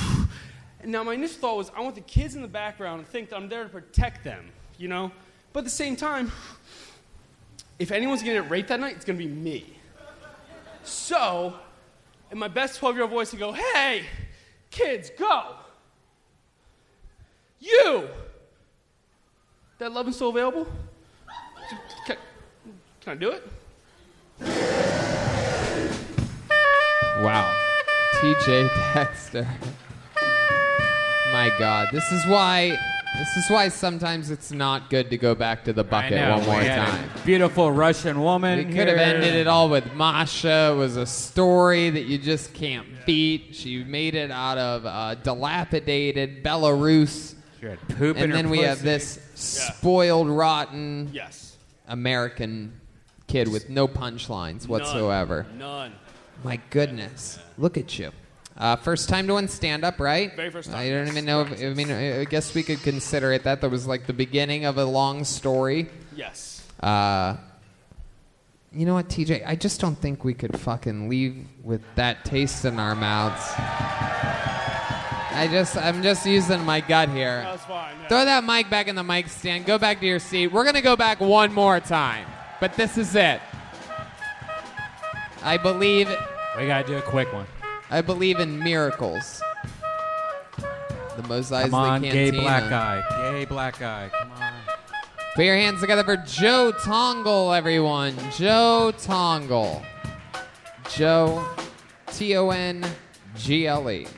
S19: And now my initial thought was, I want the kids in the background to think that I'm there to protect them, you know? But at the same time, if anyone's gonna get raped that night, it's gonna be me. So, in my best 12 year old voice, I go, hey, kids, go! You! That love is still available? Can, can I do it?
S3: Wow. TJ Dexter. My God, this is why this is why sometimes it's not good to go back to the bucket
S7: know,
S3: one more
S7: we had a
S3: time.
S7: Beautiful Russian woman.
S3: We could have
S7: here.
S3: ended it all with Masha. It was a story that you just can't beat. She made it out of uh, dilapidated Belarus.
S7: She had poop in
S3: and
S7: her
S3: then we have
S7: pussy.
S3: this spoiled, rotten
S19: yes.
S3: American kid with no punchlines whatsoever.
S19: None.
S3: My goodness. Look at you. Uh, first time doing stand up, right?
S19: Very first
S3: I don't even know. If, I mean, I I guess we could consider it that. That was like the beginning of a long story.
S19: Yes.
S3: Uh, you know what, TJ? I just don't think we could fucking leave with that taste in our mouths. I just, I'm just using my gut here.
S19: That's fine.
S3: Throw that mic back in the mic stand. Go back to your seat. We're gonna go back one more time, but this is it. I believe.
S7: We gotta do a quick one.
S3: I believe in miracles. The Mos Eisley
S7: Come on, gay
S3: Cantina.
S7: black guy. Gay black guy. Come on.
S3: Put your hands together for Joe Tongle, everyone. Joe Tongle. Joe, T O N G L E.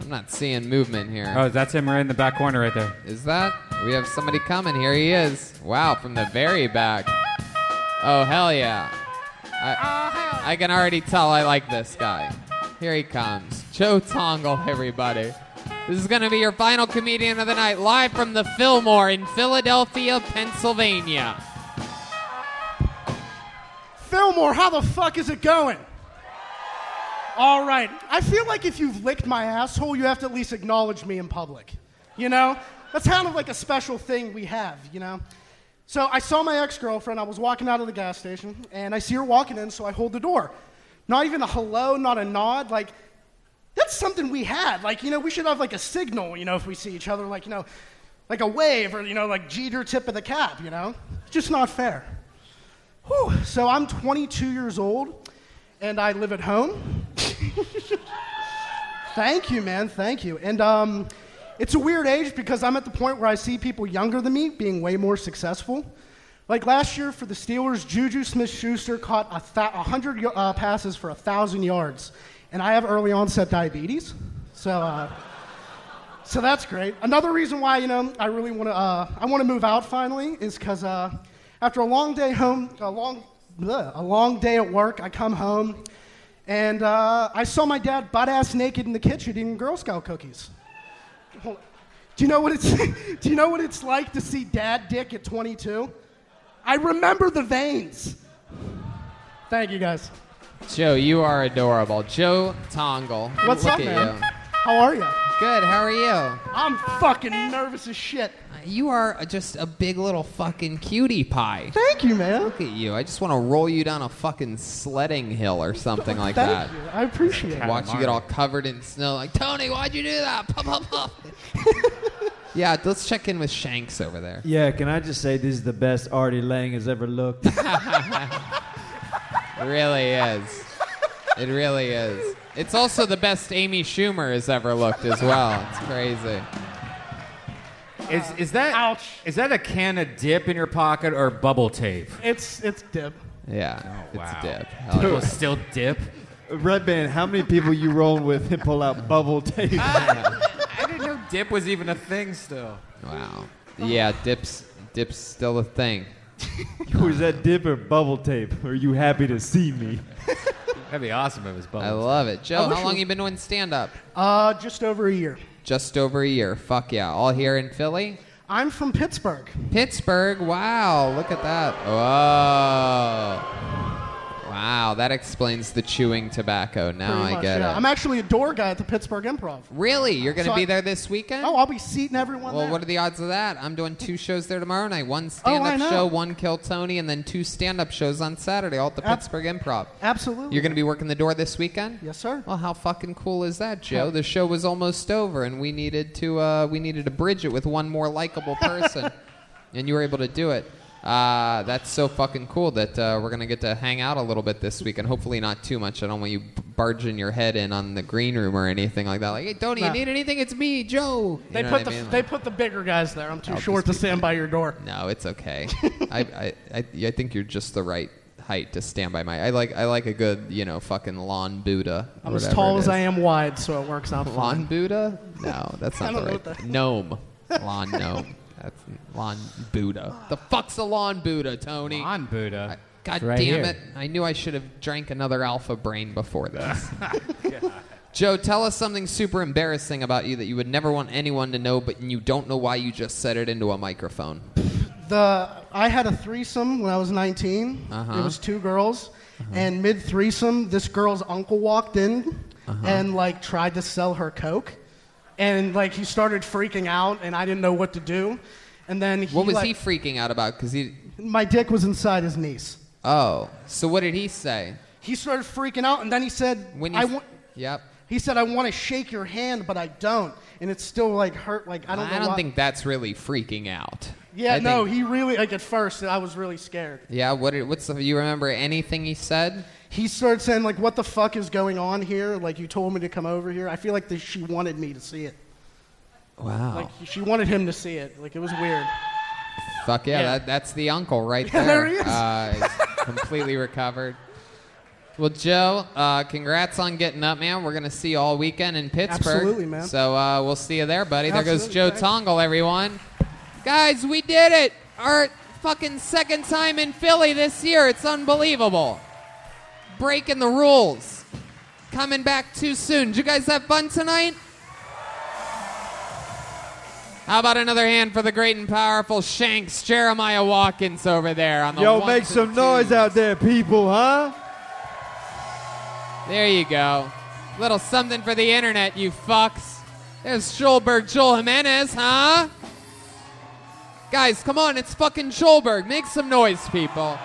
S3: I'm not seeing movement here.
S7: Oh, that's him right in the back corner right there.
S3: Is that? We have somebody coming. Here he is. Wow, from the very back. Oh, hell yeah. I, I can already tell I like this guy. Here he comes. Joe Tongle, everybody. This is going to be your final comedian of the night, live from the Fillmore in Philadelphia, Pennsylvania.
S18: Fillmore, how the fuck is it going? All right. I feel like if you've licked my asshole, you have to at least acknowledge me in public. You know? That's kind of like a special thing we have, you know? So I saw my ex girlfriend. I was walking out of the gas station, and I see her walking in, so I hold the door. Not even a hello, not a nod. Like, that's something we had. Like, you know, we should have like a signal, you know, if we see each other, like, you know, like a wave or, you know, like Jeter tip of the cap, you know? It's just not fair. Whew. So I'm 22 years old and I live at home. thank you, man. Thank you. And um, it's a weird age because I'm at the point where I see people younger than me being way more successful. Like last year for the Steelers, Juju Smith Schuster caught a th- 100 y- uh, passes for 1,000 yards. And I have early onset diabetes. So. Uh, So that's great. Another reason why you know I really want to uh, I want to move out finally is because uh, after a long day home, a long bleh, a long day at work, I come home and uh, I saw my dad butt ass naked in the kitchen eating Girl Scout cookies. Hold on. Do you know what it's Do you know what it's like to see dad dick at 22? I remember the veins. Thank you guys.
S3: Joe, you are adorable. Joe Tongle.
S18: What's
S3: Look
S18: up,
S3: at
S18: man?
S3: you.
S18: How are you?
S3: Good. How are you?
S18: I'm fucking nervous as shit.
S3: Uh, You are just a big little fucking cutie pie.
S18: Thank you, man.
S3: Look at you. I just want to roll you down a fucking sledding hill or something like
S18: Thank
S3: that.
S18: you. I appreciate it.
S3: Watch you get all covered in snow. Like, Tony, why'd you do that? Pop, pop, pop. yeah, let's check in with Shanks over there.
S5: Yeah, can I just say this is the best Artie Lang has ever looked?
S3: It really is. It really is. It's also the best Amy Schumer has ever looked as well. It's crazy.
S7: Is is that is that a can of dip in your pocket or bubble tape? Oh,
S18: It's it's dip.
S3: Yeah.
S7: wow.
S3: It's a dip.
S7: People still dip.
S5: Red Band, how many people you rolling with and pull out bubble tape?
S7: I didn't know dip was even a thing still.
S3: Wow. Yeah, dips dips still a thing.
S5: Was that dip or bubble tape? Are you happy to see me?
S7: That'd be awesome if it was bubble.
S3: I love it.
S18: I
S3: Joe,
S18: wish
S3: how
S18: it
S3: long
S18: was-
S3: you been doing stand up?
S18: Uh, just over a year.
S3: Just over a year. Fuck yeah. All here in Philly?
S18: I'm from Pittsburgh.
S3: Pittsburgh. Wow. Look at that. Whoa. Wow. That explains the chewing tobacco. Now
S18: pretty
S3: I
S18: much,
S3: get
S18: yeah.
S3: it.
S18: I'm actually a door guy at the Pittsburgh Improv.
S3: really? You're going to
S18: So
S3: be
S18: I-
S3: there this weekend?
S18: Oh, I'll be seating everyone
S3: Well,
S18: there. Oh,
S3: what are the odds of that? I'm doing two shows there tomorrow night. One
S18: I
S3: stand-up
S18: know.
S3: show, one Kill Tony, and then two stand-up shows on Saturday, all at the Pittsburgh Improv.
S18: Absolutely.
S3: You're going to be working the door this weekend?
S18: Yes, sir.
S3: Well, how fucking cool is that, Joe? The show was almost over, and we needed to uh, we needed to bridge it with one more likable person, and you were able to do it. Uh, that's so fucking cool that uh, we're gonna get to hang out a little bit this week, and hopefully not too much. I don't want you b- barging your head in on the green room or anything like that. Like, hey, Tony, you
S18: Nah.
S3: need anything? It's me, Joe. You
S18: They
S3: know
S18: put
S3: what I
S18: the
S3: mean?
S18: they put the bigger guys there. I'm too
S3: I'll
S18: short to
S3: just
S18: stand by your door.
S3: No, it's okay. I, I, I, I think you're just the right height to stand by my. I like I like a good you know fucking lawn Buddha. or
S18: I'm as
S3: whatever
S18: tall
S3: it
S18: as
S3: is.
S18: I am wide, so it works out
S3: Lawn
S18: fine.
S3: Buddha? No, that's
S18: I don't
S3: not the
S18: know
S3: right.
S18: what that-
S3: Gnome. Lawn gnome. That's lawn Buddha. The fuck's a lawn Buddha, Tony? Lawn
S7: Buddha.
S3: God
S7: It's right
S3: damn
S7: here.
S3: it! I knew I should have drank another Alpha Brain before this.
S7: Oh,
S3: Joe, tell us something super embarrassing about you that you would never want anyone to know, but you don't know why you just said it into a microphone.
S18: The I had a threesome when I was 19.
S3: Uh-huh.
S18: It was two girls, and mid threesome, this girl's uncle walked in
S3: Uh-huh.
S18: and like tried to sell her coke, and like he started freaking out, and I didn't know what to do, and then he
S3: What was
S18: like,
S3: he freaking out about? Because he.
S18: My dick was inside his niece.
S3: Oh, so what did he say?
S18: He started freaking out, and then he said,
S3: When
S18: "I
S3: you-
S18: want."
S3: Yep.
S18: He said, "I want to shake your hand, but I don't," and it still like hurt. Like I don't. know why.
S3: think that's really freaking out.
S18: Yeah,
S3: I
S18: no,
S3: think-
S18: he really like at first I was really scared.
S3: yeah. What? did- What's the? You remember anything he said?
S18: He started saying like, "What the fuck is going on here? Like you told me to come over here." I feel like the, she wanted me to see it.
S3: Wow. Oh.
S18: Like she wanted him to see it. Like it was weird.
S3: Fuck yeah,
S6: Yeah.
S3: That, that's the uncle right
S6: Yeah,
S3: there.
S6: there he is.
S3: Uh, he's completely recovered. Well, Joe, uh, congrats on getting up, man. We're going to see you all weekend in Pittsburgh.
S18: Absolutely, man.
S3: So uh, we'll see you there, buddy.
S18: Absolutely,
S3: There goes Joe
S18: thanks.
S3: Tongle, everyone. Guys, we did it. Our fucking second time in Philly this year. It's unbelievable. Breaking the rules. Coming back too soon. Did you guys have fun tonight? How about another hand for the great and powerful Shanks Jeremiah Watkins over there on the
S20: Yo,
S3: ones
S20: make
S3: and
S20: some noise out there, people, huh?
S3: There you go. Little something for the internet, you fucks. There's Schulberg Joel Jimenez, huh? Guys, come on, it's fucking Schulberg. Make some noise, people.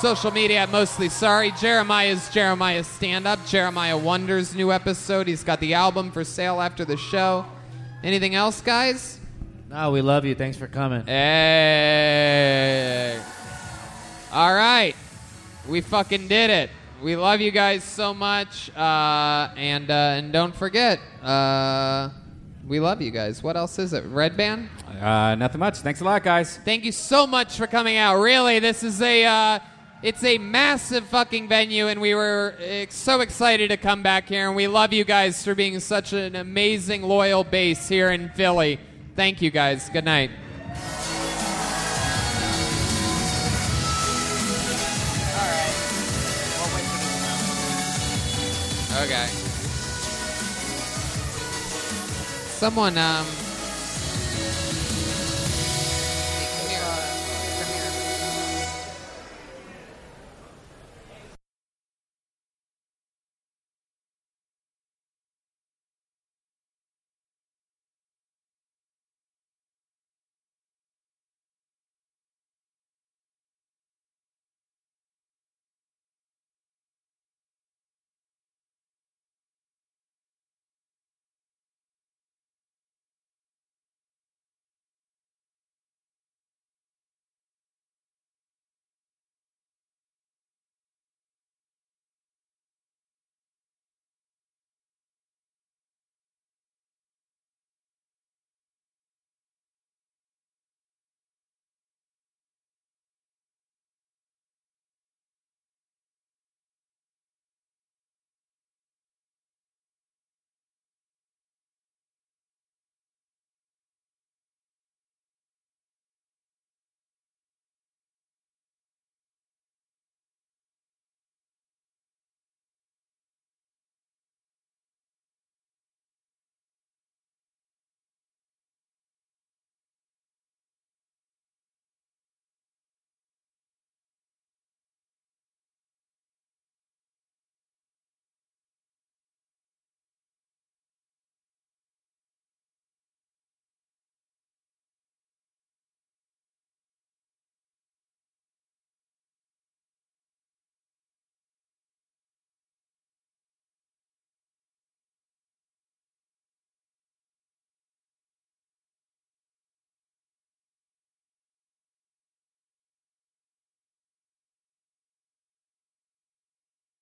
S3: Social media, I'm mostly sorry. Jeremiah's Jeremiah's stand up. Jeremiah Wonders, new episode. He's got the album for sale after the show. Anything else, guys?
S4: No, we love you. Thanks for coming.
S3: Hey. All right. We fucking did it. We love you guys so much. Uh, and uh, and don't forget, uh, we love you guys. What else is it? Red Band?
S7: Uh, nothing much. Thanks a lot, guys.
S3: Thank you so much for coming out. Really, this is a uh, it's a massive fucking venue, and we were eh, so excited to come back here. And we love you guys for being such an amazing, loyal base here in Philly. Thank you guys. Good night. Okay. Someone um,